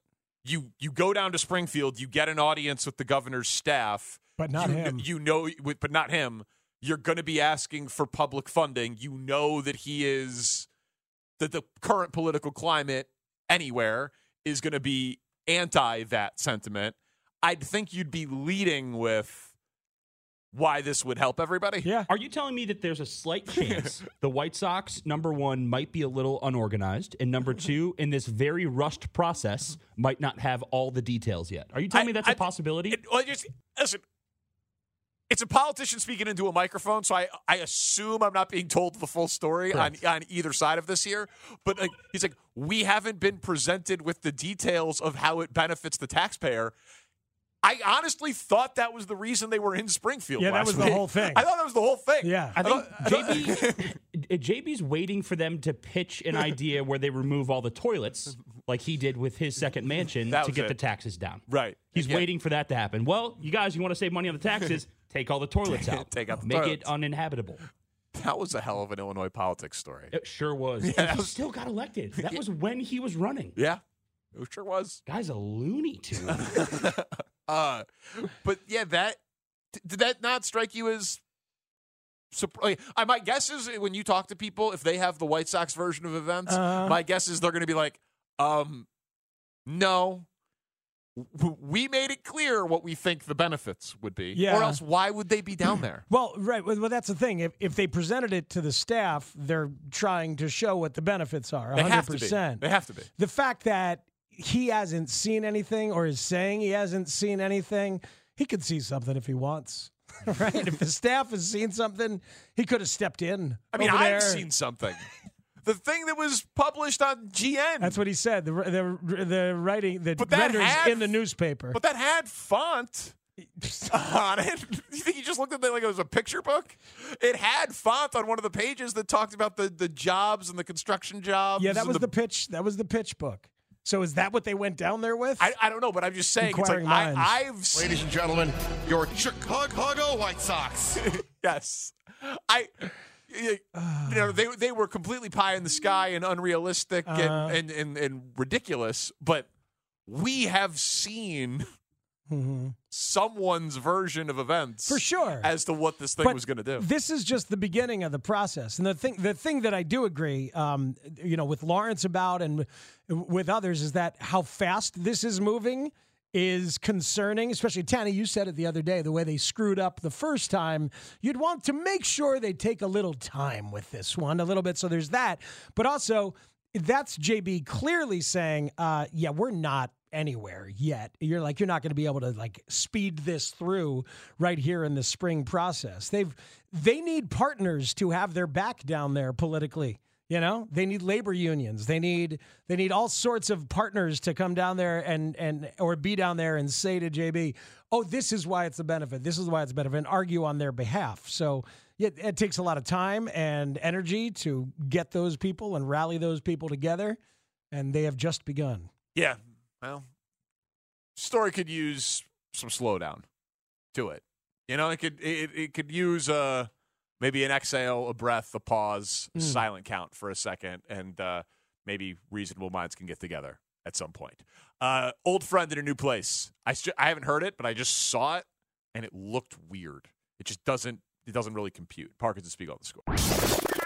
[SPEAKER 18] you you go down to Springfield, you get an audience with the governor's staff,
[SPEAKER 4] But not
[SPEAKER 18] you,
[SPEAKER 4] him.
[SPEAKER 18] You know, with, but not him. You're going to be asking for public funding. You know that he is that the current political climate anywhere is going to be anti that sentiment, I'd think you'd be leading with why this would help everybody.
[SPEAKER 31] Yeah. Are you telling me that there's a slight
[SPEAKER 18] [LAUGHS]
[SPEAKER 31] chance the White Sox, number one, might be a little unorganized, and
[SPEAKER 18] [LAUGHS]
[SPEAKER 31] number two, in this very rushed process, might not have all the details yet? Are you telling me that's a possibility?
[SPEAKER 18] Well, just listen. It's a politician speaking into a microphone, so I I assume I'm not being told the full story on, on either side of this here. But like, he's like, we haven't been presented with the details of how it benefits the taxpayer. I honestly thought that was the reason they were in Springfield.
[SPEAKER 31] Yeah, that
[SPEAKER 18] last
[SPEAKER 31] was the
[SPEAKER 18] week.
[SPEAKER 31] whole thing.
[SPEAKER 18] [LAUGHS] I thought that was the whole thing.
[SPEAKER 31] Yeah. I think JB,
[SPEAKER 18] [LAUGHS]
[SPEAKER 31] [LAUGHS] JB's waiting for them to pitch an idea where they remove all the toilets, like he did with his second mansion,
[SPEAKER 18] That
[SPEAKER 31] to
[SPEAKER 18] was
[SPEAKER 31] get
[SPEAKER 18] it.
[SPEAKER 31] the taxes down.
[SPEAKER 18] Right.
[SPEAKER 31] He's
[SPEAKER 18] Yeah.
[SPEAKER 31] waiting for that to happen. Well, you guys, you want to save money on the
[SPEAKER 18] [LAUGHS]
[SPEAKER 31] taxes? take all the toilets out.
[SPEAKER 18] Take out the
[SPEAKER 31] Make
[SPEAKER 18] toilets.
[SPEAKER 31] it
[SPEAKER 18] [LAUGHS]
[SPEAKER 31] uninhabitable.
[SPEAKER 18] That was a hell of an Illinois politics story.
[SPEAKER 31] It sure was.
[SPEAKER 18] [LAUGHS] Yeah,
[SPEAKER 31] And
[SPEAKER 18] that
[SPEAKER 31] he
[SPEAKER 18] was-
[SPEAKER 31] still got elected. That was when he was running.
[SPEAKER 18] Yeah, it sure was.
[SPEAKER 31] Guy's a loony tune.
[SPEAKER 18] [LAUGHS] uh, but yeah, that d- did that not strike you as? surp- Like, I my guess is when you talk to people, if they have the White Sox version of events,
[SPEAKER 4] Uh-huh.
[SPEAKER 3] Uh.
[SPEAKER 18] my guess is they're going to be like, um, "No, W- we made it clear what we think the benefits would be,
[SPEAKER 4] Yeah.
[SPEAKER 18] or else why would they be down there?"
[SPEAKER 4] [CLEARS THROAT] Well, right. Well, well, that's the thing. If, if they presented it to the staff, they're trying to show what the benefits are. 100%.
[SPEAKER 18] They have to be. They have to be.
[SPEAKER 4] The fact that he hasn't seen anything or is saying he hasn't seen anything, he could see something if he wants. [LAUGHS] right? If the staff has seen something, he could have stepped in.
[SPEAKER 18] I mean,
[SPEAKER 4] over there.
[SPEAKER 18] I've seen something. The thing that was published on GN.
[SPEAKER 4] That's what he said. The the, the writing, the
[SPEAKER 18] that
[SPEAKER 4] renders
[SPEAKER 18] had-
[SPEAKER 4] in the newspaper.
[SPEAKER 18] But that had font [LAUGHS] on it. You think you just looked at it like it was a picture book? It had font on one of the pages that talked about the, the jobs and the construction jobs.
[SPEAKER 4] yeah, that
[SPEAKER 18] and
[SPEAKER 4] was the, pitch. That was the pitch book. So is that what they went down there with?
[SPEAKER 18] I, I don't know, but I'm just saying. It's like
[SPEAKER 4] Inquiring minds.
[SPEAKER 18] I, I've seen.
[SPEAKER 4] Ladies and
[SPEAKER 18] gentlemen, your Chicago White Sox. [LAUGHS] yes, I. You know, they they were completely pie in the sky and unrealistic and,
[SPEAKER 4] Uh-huh.
[SPEAKER 18] and, and, and ridiculous, but we have seen
[SPEAKER 4] Mhm.
[SPEAKER 18] someone's version of events
[SPEAKER 4] For sure.
[SPEAKER 18] as to what this thing
[SPEAKER 4] But
[SPEAKER 18] was going to do.
[SPEAKER 4] This is just the beginning of the process, and the thing the thing that I do agree, um, you know, with Lawrence about and w- with others is that how fast this is moving is concerning. Especially Tani, you said it the other day, the way they screwed up the first time. You'd want to make sure they take a little time with this one, a little bit. So there's that, but also that's JB clearly saying, uh, yeah, we're not anywhere yet. You're like, you're not going to be able to like speed this through right here in the spring process. They've, they need partners to have their back down there politically. You know, they need labor unions. They need they need all sorts of partners to come down there and and or be down there and say to JB, "Oh, this is why it's a benefit. This is why it's a benefit," and argue on their behalf. So yeah, it takes a lot of time and energy to get those people and rally those people together, and they have just begun.
[SPEAKER 18] Yeah. Well, story could use some slowdown to it. You know, it could it, it could use uh maybe an exhale, a breath, a pause, a
[SPEAKER 19] Mm.
[SPEAKER 18] silent count for a second, and uh, maybe reasonable minds can get together at some point. Uh, old friend in a new place. I st- I haven't heard it, but I just saw it, and it looked weird. It just doesn't it doesn't really compute. Parkinson speak on the score.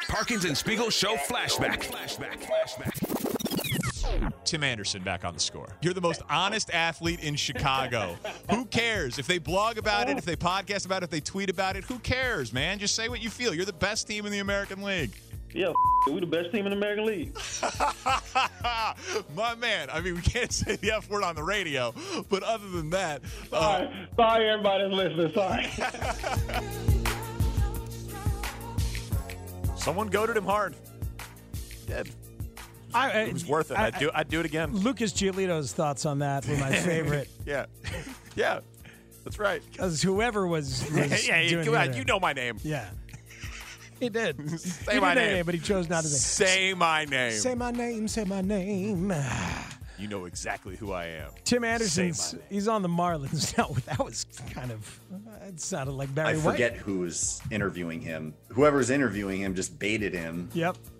[SPEAKER 24] Parkins and Spiegel Show flashback.
[SPEAKER 18] Tim Anderson back on the score.
[SPEAKER 19] You're the most honest athlete in Chicago. who cares if they blog about it, if they podcast about it, if they tweet about it? Who cares, man? Just say what you feel. You're the best team in the American League. Yeah, we the best team in the American League. [LAUGHS] My man, I mean, we can't say the F word on the radio, but other than that. uh, Sorry, sorry everybody listening. Sorry. [LAUGHS]
[SPEAKER 18] Someone goaded him hard. Dead.
[SPEAKER 4] I,
[SPEAKER 18] it was worth it. I, would do I'd do it again.
[SPEAKER 4] Lucas Giolito's thoughts on that were
[SPEAKER 18] [LAUGHS]
[SPEAKER 4] my favorite
[SPEAKER 18] yeah. Yeah. That's
[SPEAKER 4] [LAUGHS]
[SPEAKER 18] right.
[SPEAKER 4] because whoever was, was
[SPEAKER 18] [LAUGHS] yeah, yeah,
[SPEAKER 4] doing
[SPEAKER 18] come
[SPEAKER 4] the
[SPEAKER 18] on,
[SPEAKER 4] other-
[SPEAKER 18] you know my name.
[SPEAKER 4] Yeah. He did.
[SPEAKER 18] [LAUGHS] Say
[SPEAKER 4] He
[SPEAKER 18] my
[SPEAKER 4] did that
[SPEAKER 18] name.
[SPEAKER 4] but he chose not to say.
[SPEAKER 18] Say my name.
[SPEAKER 4] Say my name. Say my name.
[SPEAKER 18] you know exactly who I am.
[SPEAKER 4] Tim
[SPEAKER 18] Say
[SPEAKER 4] Anderson's. He's on the Marlins [LAUGHS] now. That was kind of. It sounded like Barry
[SPEAKER 5] I
[SPEAKER 4] White.
[SPEAKER 5] forget who was interviewing him. Whoever's interviewing him just baited him.
[SPEAKER 4] Yep.
[SPEAKER 18] my-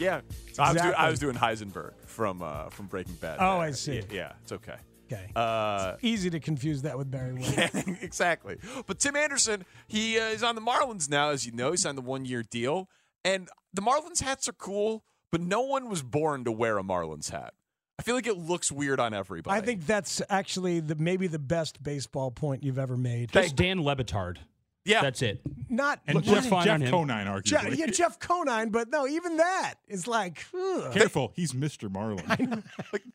[SPEAKER 18] Yeah. I, was doing, I
[SPEAKER 5] Exactly.
[SPEAKER 18] was doing Heisenberg from uh, from Breaking Bad.
[SPEAKER 4] Oh, I see.
[SPEAKER 18] Yeah, yeah, it's okay.
[SPEAKER 4] Okay.
[SPEAKER 18] Uh, [LAUGHS]
[SPEAKER 4] Easy to confuse that with Barry White.
[SPEAKER 18] exactly. But Tim Anderson, he uh, is on the Marlins now, as you know. He signed the one year deal. And the Marlins hats are cool, but no one was born to wear a Marlins hat. I I feel like it looks weird on
[SPEAKER 4] I
[SPEAKER 18] everybody.
[SPEAKER 4] think that's actually the maybe the best baseball point you've ever made.
[SPEAKER 31] Just Dan Lebitard.
[SPEAKER 18] Yeah,
[SPEAKER 31] that's it.
[SPEAKER 4] Not
[SPEAKER 31] And
[SPEAKER 4] look,
[SPEAKER 31] Jeff
[SPEAKER 4] what is-
[SPEAKER 31] Fine Jeff on him. Conine, arguably.
[SPEAKER 4] Jeff, yeah, Jeff Conine, but no, even that is like ugh.
[SPEAKER 32] [LAUGHS] Careful, he's Mr. Marlin.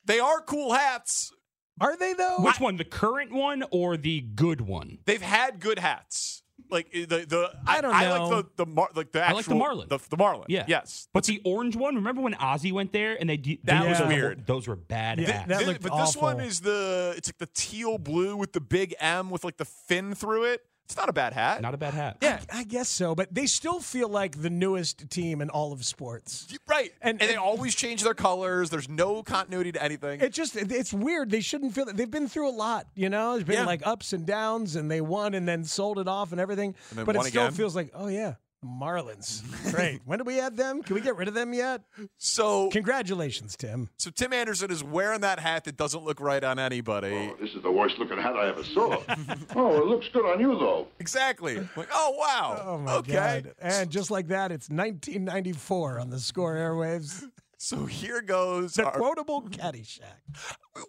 [SPEAKER 18] They are cool hats.
[SPEAKER 4] Are they though?
[SPEAKER 31] Which one, the current one or the good one?
[SPEAKER 18] They've had good hats. Like uh, the the I,
[SPEAKER 31] don't
[SPEAKER 18] I
[SPEAKER 31] know.
[SPEAKER 18] like the the mar, like the
[SPEAKER 31] I
[SPEAKER 18] actual,
[SPEAKER 31] like the Marlin.
[SPEAKER 18] The, the Marlin.
[SPEAKER 31] Yeah.
[SPEAKER 18] Yes.
[SPEAKER 31] But the orange one, remember when Ozzy went there and they d-
[SPEAKER 18] That
[SPEAKER 31] they-
[SPEAKER 18] was
[SPEAKER 31] those were-
[SPEAKER 18] weird.
[SPEAKER 31] Those were bad
[SPEAKER 18] Th-
[SPEAKER 31] hats.
[SPEAKER 18] th- but this one is the it's like the teal blue with the big M with like the fin through it. It's not a bad hat.
[SPEAKER 31] Not a bad hat.
[SPEAKER 4] Yeah, I, I guess so, but they still feel like the newest team in all of sports.
[SPEAKER 18] Right. And, they always change their colors. There's no continuity to anything.
[SPEAKER 4] It just it's weird. They shouldn't feel that they've been through a lot, you know? There's been
[SPEAKER 18] Yeah.
[SPEAKER 4] like ups and downs and they won and then sold it off and everything.
[SPEAKER 18] And then
[SPEAKER 4] but it
[SPEAKER 18] won
[SPEAKER 4] still
[SPEAKER 18] again.
[SPEAKER 4] feels like, oh yeah, Marlins.
[SPEAKER 18] [LAUGHS]
[SPEAKER 4] Great. when did we add them? Can we get rid of them yet?
[SPEAKER 18] So
[SPEAKER 4] Congratulations, Tim.
[SPEAKER 18] So Tim Anderson is wearing that hat that doesn't look right on anybody.
[SPEAKER 3] Oh, This is the worst looking hat I
[SPEAKER 18] [LAUGHS]
[SPEAKER 3] ever saw. oh, it looks good on you, though.
[SPEAKER 18] Exactly. Like, oh wow.
[SPEAKER 4] [LAUGHS] Oh my
[SPEAKER 18] okay.
[SPEAKER 4] god. And just like that, it's 1994 on the Score airwaves.
[SPEAKER 18] So here goes
[SPEAKER 4] the
[SPEAKER 18] our-
[SPEAKER 4] quotable Caddyshack.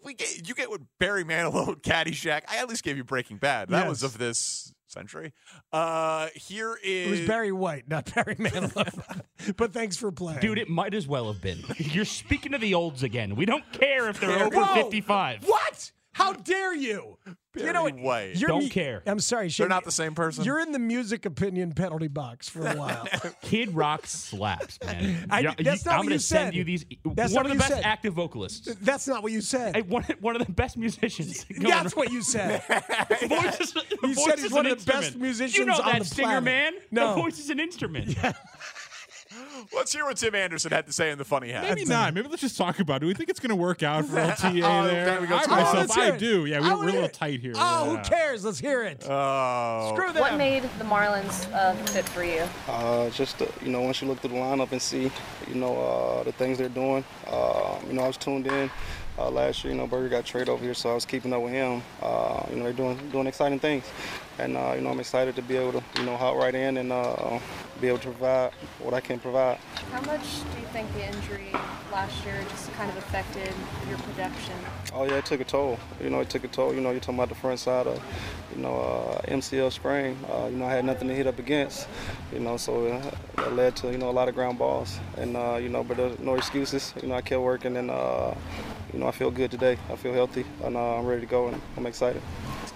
[SPEAKER 18] We get, you get what Barry Manilow, [LAUGHS] Caddyshack. I at least gave you Breaking Bad. That was
[SPEAKER 4] Yes.
[SPEAKER 18] of this century. Uh, here is
[SPEAKER 4] It was Barry White, not
[SPEAKER 18] [LAUGHS]
[SPEAKER 4] Barry Manilow. [LAUGHS] but thanks for playing.
[SPEAKER 31] Dude, it might as well have been. You're speaking to the olds again. We don't care if they're over
[SPEAKER 4] Whoa!
[SPEAKER 31] 55.
[SPEAKER 4] What? How dare you? you know what?
[SPEAKER 18] White.
[SPEAKER 4] You're
[SPEAKER 31] Don't
[SPEAKER 4] mu-
[SPEAKER 31] care.
[SPEAKER 4] I'm sorry, Shane.
[SPEAKER 31] They're not the same person?
[SPEAKER 4] You're in the music opinion penalty box for a
[SPEAKER 31] [LAUGHS]
[SPEAKER 4] while.
[SPEAKER 31] Kid Rock slaps, man. [LAUGHS]
[SPEAKER 4] I-
[SPEAKER 31] Yeah,
[SPEAKER 4] that's not
[SPEAKER 31] I'm
[SPEAKER 4] what
[SPEAKER 31] gonna
[SPEAKER 4] you
[SPEAKER 31] send
[SPEAKER 4] said.
[SPEAKER 31] you these.
[SPEAKER 4] That's
[SPEAKER 31] one
[SPEAKER 4] not
[SPEAKER 31] of
[SPEAKER 4] what
[SPEAKER 31] the
[SPEAKER 4] you
[SPEAKER 31] best
[SPEAKER 4] said.
[SPEAKER 31] active vocalists.
[SPEAKER 4] That's not what you said.
[SPEAKER 31] Hey, one, one of the
[SPEAKER 4] [LAUGHS]
[SPEAKER 31] best musicians.
[SPEAKER 4] That's what you said.
[SPEAKER 31] [LAUGHS] voice is,
[SPEAKER 4] You
[SPEAKER 31] voice
[SPEAKER 4] said
[SPEAKER 31] is
[SPEAKER 4] he's one
[SPEAKER 31] an
[SPEAKER 4] of [LAUGHS] the best
[SPEAKER 31] instrument.
[SPEAKER 4] musicians
[SPEAKER 31] You know
[SPEAKER 4] on
[SPEAKER 31] that
[SPEAKER 4] the
[SPEAKER 31] singer,
[SPEAKER 4] planet.
[SPEAKER 31] man.
[SPEAKER 4] No.
[SPEAKER 31] The voice is
[SPEAKER 4] [LAUGHS]
[SPEAKER 31] an instrument.
[SPEAKER 18] Let's hear what Tim Anderson had to say in the funny hat.
[SPEAKER 32] Maybe not. Maybe let's just talk about it. We think it's going to work out
[SPEAKER 4] [LAUGHS]
[SPEAKER 32] for LTA
[SPEAKER 18] Oh,
[SPEAKER 32] there.
[SPEAKER 18] there we go.
[SPEAKER 32] I
[SPEAKER 18] Oh,
[SPEAKER 32] myself,
[SPEAKER 18] let's hear
[SPEAKER 32] I
[SPEAKER 18] it.
[SPEAKER 32] do. Yeah,
[SPEAKER 18] I
[SPEAKER 32] we, we're a
[SPEAKER 18] wanna
[SPEAKER 32] little
[SPEAKER 18] hear it.
[SPEAKER 32] tight here.
[SPEAKER 4] Oh, who
[SPEAKER 32] Yeah.
[SPEAKER 4] cares? Let's hear it.
[SPEAKER 18] Oh.
[SPEAKER 4] Screw them.
[SPEAKER 25] What made the Marlins uh, fit for you?
[SPEAKER 38] Uh, just, uh, you know, once you look through the lineup and see, you know, uh, the things they're doing, uh, you know, I was tuned in uh, last year, you know, Berger got traded over here, so I was keeping up with him. Uh, you know, they're doing, doing exciting things. And, uh, you know, I'm excited to be able to, you know, hop right in and uh, be able to provide what I can provide.
[SPEAKER 25] How much do you think the injury last year just kind of affected your production?
[SPEAKER 38] Oh yeah, it took a toll. You know, it took a toll. You know, you're talking about the front side of, you know, uh, MCL sprain. Uh, you know, I had nothing to hit up against. You know, so uh, that led to you know a lot of ground balls. And uh, you know, but there's no excuses. You know, I kept working, and uh, you know, I feel good today. I feel healthy, and uh, I'm ready to go, and I'm excited.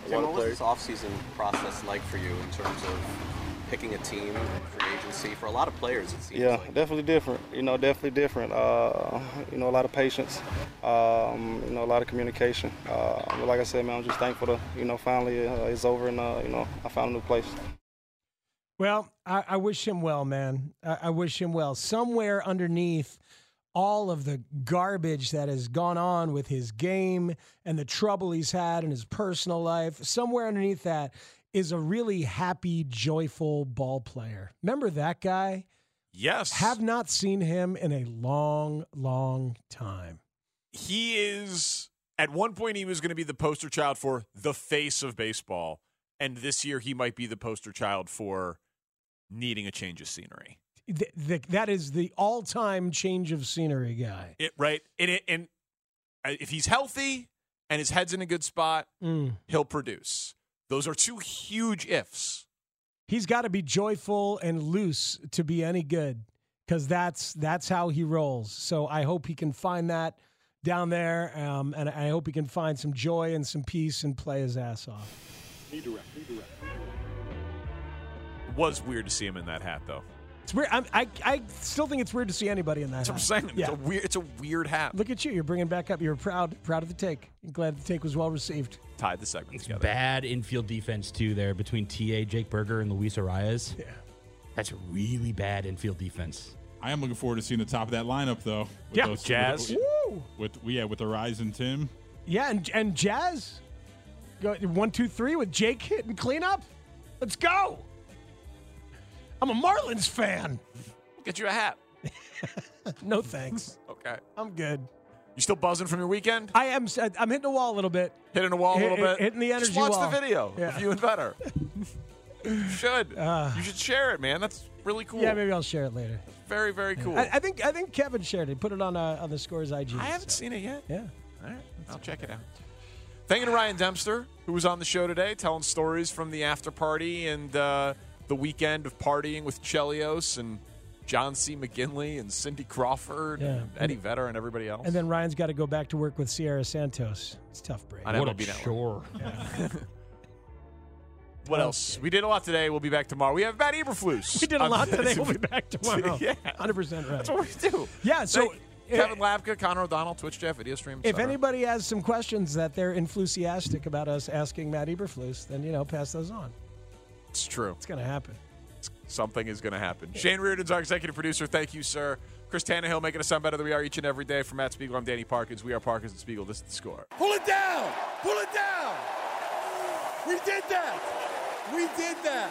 [SPEAKER 15] Tim, what was this offseason process like for you in terms of picking a team, free agency? For a lot of players, it seems
[SPEAKER 38] yeah,
[SPEAKER 15] like.
[SPEAKER 38] definitely different. You know, definitely different. Uh, you know, a lot of patience. Um, you know, a lot of communication. Uh, but like I said, man, I'm just thankful to you know finally uh, it's over and uh, you know I found a new place.
[SPEAKER 4] Well, I, I wish him well, man. I, I wish him well. Somewhere underneath all of the garbage that has gone on with his game and the trouble he's had in his personal life, somewhere underneath that is a really happy, joyful ball player. Remember that guy?
[SPEAKER 18] Yes.
[SPEAKER 4] Have not seen him in a long, long time.
[SPEAKER 18] he is at one point he was going to be the poster child for the face of baseball and this year he might be the poster child for needing a change of scenery
[SPEAKER 4] Th- th- that is the all-time change of scenery guy.
[SPEAKER 18] it, right and, it, and uh, if he's healthy and his head's in a good spot
[SPEAKER 4] Mm.
[SPEAKER 18] he'll produce those are two huge ifs
[SPEAKER 4] he's got to be joyful and loose to be any good because that's that's how he rolls so i hope he can find that down there um, and i hope he can find some joy and some peace and play his ass off
[SPEAKER 18] it was weird to see him in that hat though
[SPEAKER 4] it's weird I'm, i i still think it's weird to see anybody in that
[SPEAKER 18] that's what i'm
[SPEAKER 4] hat.
[SPEAKER 18] saying
[SPEAKER 4] yeah.
[SPEAKER 18] it's, a weird, it's a weird hat
[SPEAKER 4] look at you you're bringing back up you're proud proud of the take glad the take was well received
[SPEAKER 18] tied the segment together
[SPEAKER 31] Bad infield defense too there between TA Jake Berger and Luis Arias.
[SPEAKER 4] Yeah.
[SPEAKER 31] That's really bad infield defense.
[SPEAKER 32] I am looking forward to seeing the top of that lineup, though. With
[SPEAKER 31] Yeah,
[SPEAKER 32] those,
[SPEAKER 31] Jazz.
[SPEAKER 32] With, with, yeah, with the rise and Tim.
[SPEAKER 4] yeah and, and jazz go one two three with jake hitting cleanup let's go i'm a marlins fan
[SPEAKER 18] get you a hat
[SPEAKER 4] [LAUGHS] no thanks
[SPEAKER 18] okay
[SPEAKER 4] i'm good
[SPEAKER 18] you still buzzing from your weekend
[SPEAKER 4] I am. I'm hitting a wall a little bit.
[SPEAKER 18] hitting a wall a
[SPEAKER 4] Hit-
[SPEAKER 18] little
[SPEAKER 4] hit-
[SPEAKER 18] bit
[SPEAKER 4] hitting the energy
[SPEAKER 18] Just watch
[SPEAKER 4] wall. [LAUGHS]
[SPEAKER 18] the video
[SPEAKER 4] Yeah. Uh,
[SPEAKER 18] if you and better You should. you should share it, man. That's really cool.
[SPEAKER 4] Yeah, maybe I'll share it later.
[SPEAKER 18] Very, very cool.
[SPEAKER 4] I, I think I think Kevin shared it. Put it on uh, on the scores IG.
[SPEAKER 18] I haven't seen it yet.
[SPEAKER 4] Yeah.
[SPEAKER 18] All right, I'll check it out. Thank you to Ryan Dempster, who was on the show today, telling stories from the after party and uh, the weekend of partying with Chelios and John C. McGinley and Cindy Crawford
[SPEAKER 4] Yeah.
[SPEAKER 18] and Eddie Vedder and everybody else.
[SPEAKER 4] And then Ryan's got to go back to work with Sierra Santos. It's tough, break.
[SPEAKER 18] On MLB Network. [LAUGHS] what else? We did a lot today. We'll be back tomorrow. We have Matt Eberflus.
[SPEAKER 4] We did a
[SPEAKER 18] on- [LAUGHS]
[SPEAKER 4] lot today. We'll be back [LAUGHS] tomorrow.
[SPEAKER 18] yeah.
[SPEAKER 4] 100% right.
[SPEAKER 18] That's what we do.
[SPEAKER 4] Yeah, so- eh,
[SPEAKER 18] Thank you. Kevin Lapka, Connor O'Donnell, Twitch Jeff, video stream. et
[SPEAKER 4] If
[SPEAKER 18] cetera.
[SPEAKER 4] anybody has some questions that they're enthusiastic about us asking Matt Eberflus, then, you know, pass those on.
[SPEAKER 18] It's true. It's
[SPEAKER 4] going to happen.
[SPEAKER 18] Something is going to happen. Shane Reardon's our executive producer. Thank you, sir. Chris Tannehill making us sound better than we are each and every day. From Matt Spiegel, I'm Danny Parkins. We are Parkins and Spiegel. This is the score.
[SPEAKER 2] Pull it down! Pull it down! We did that! We did that!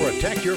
[SPEAKER 23] Protect your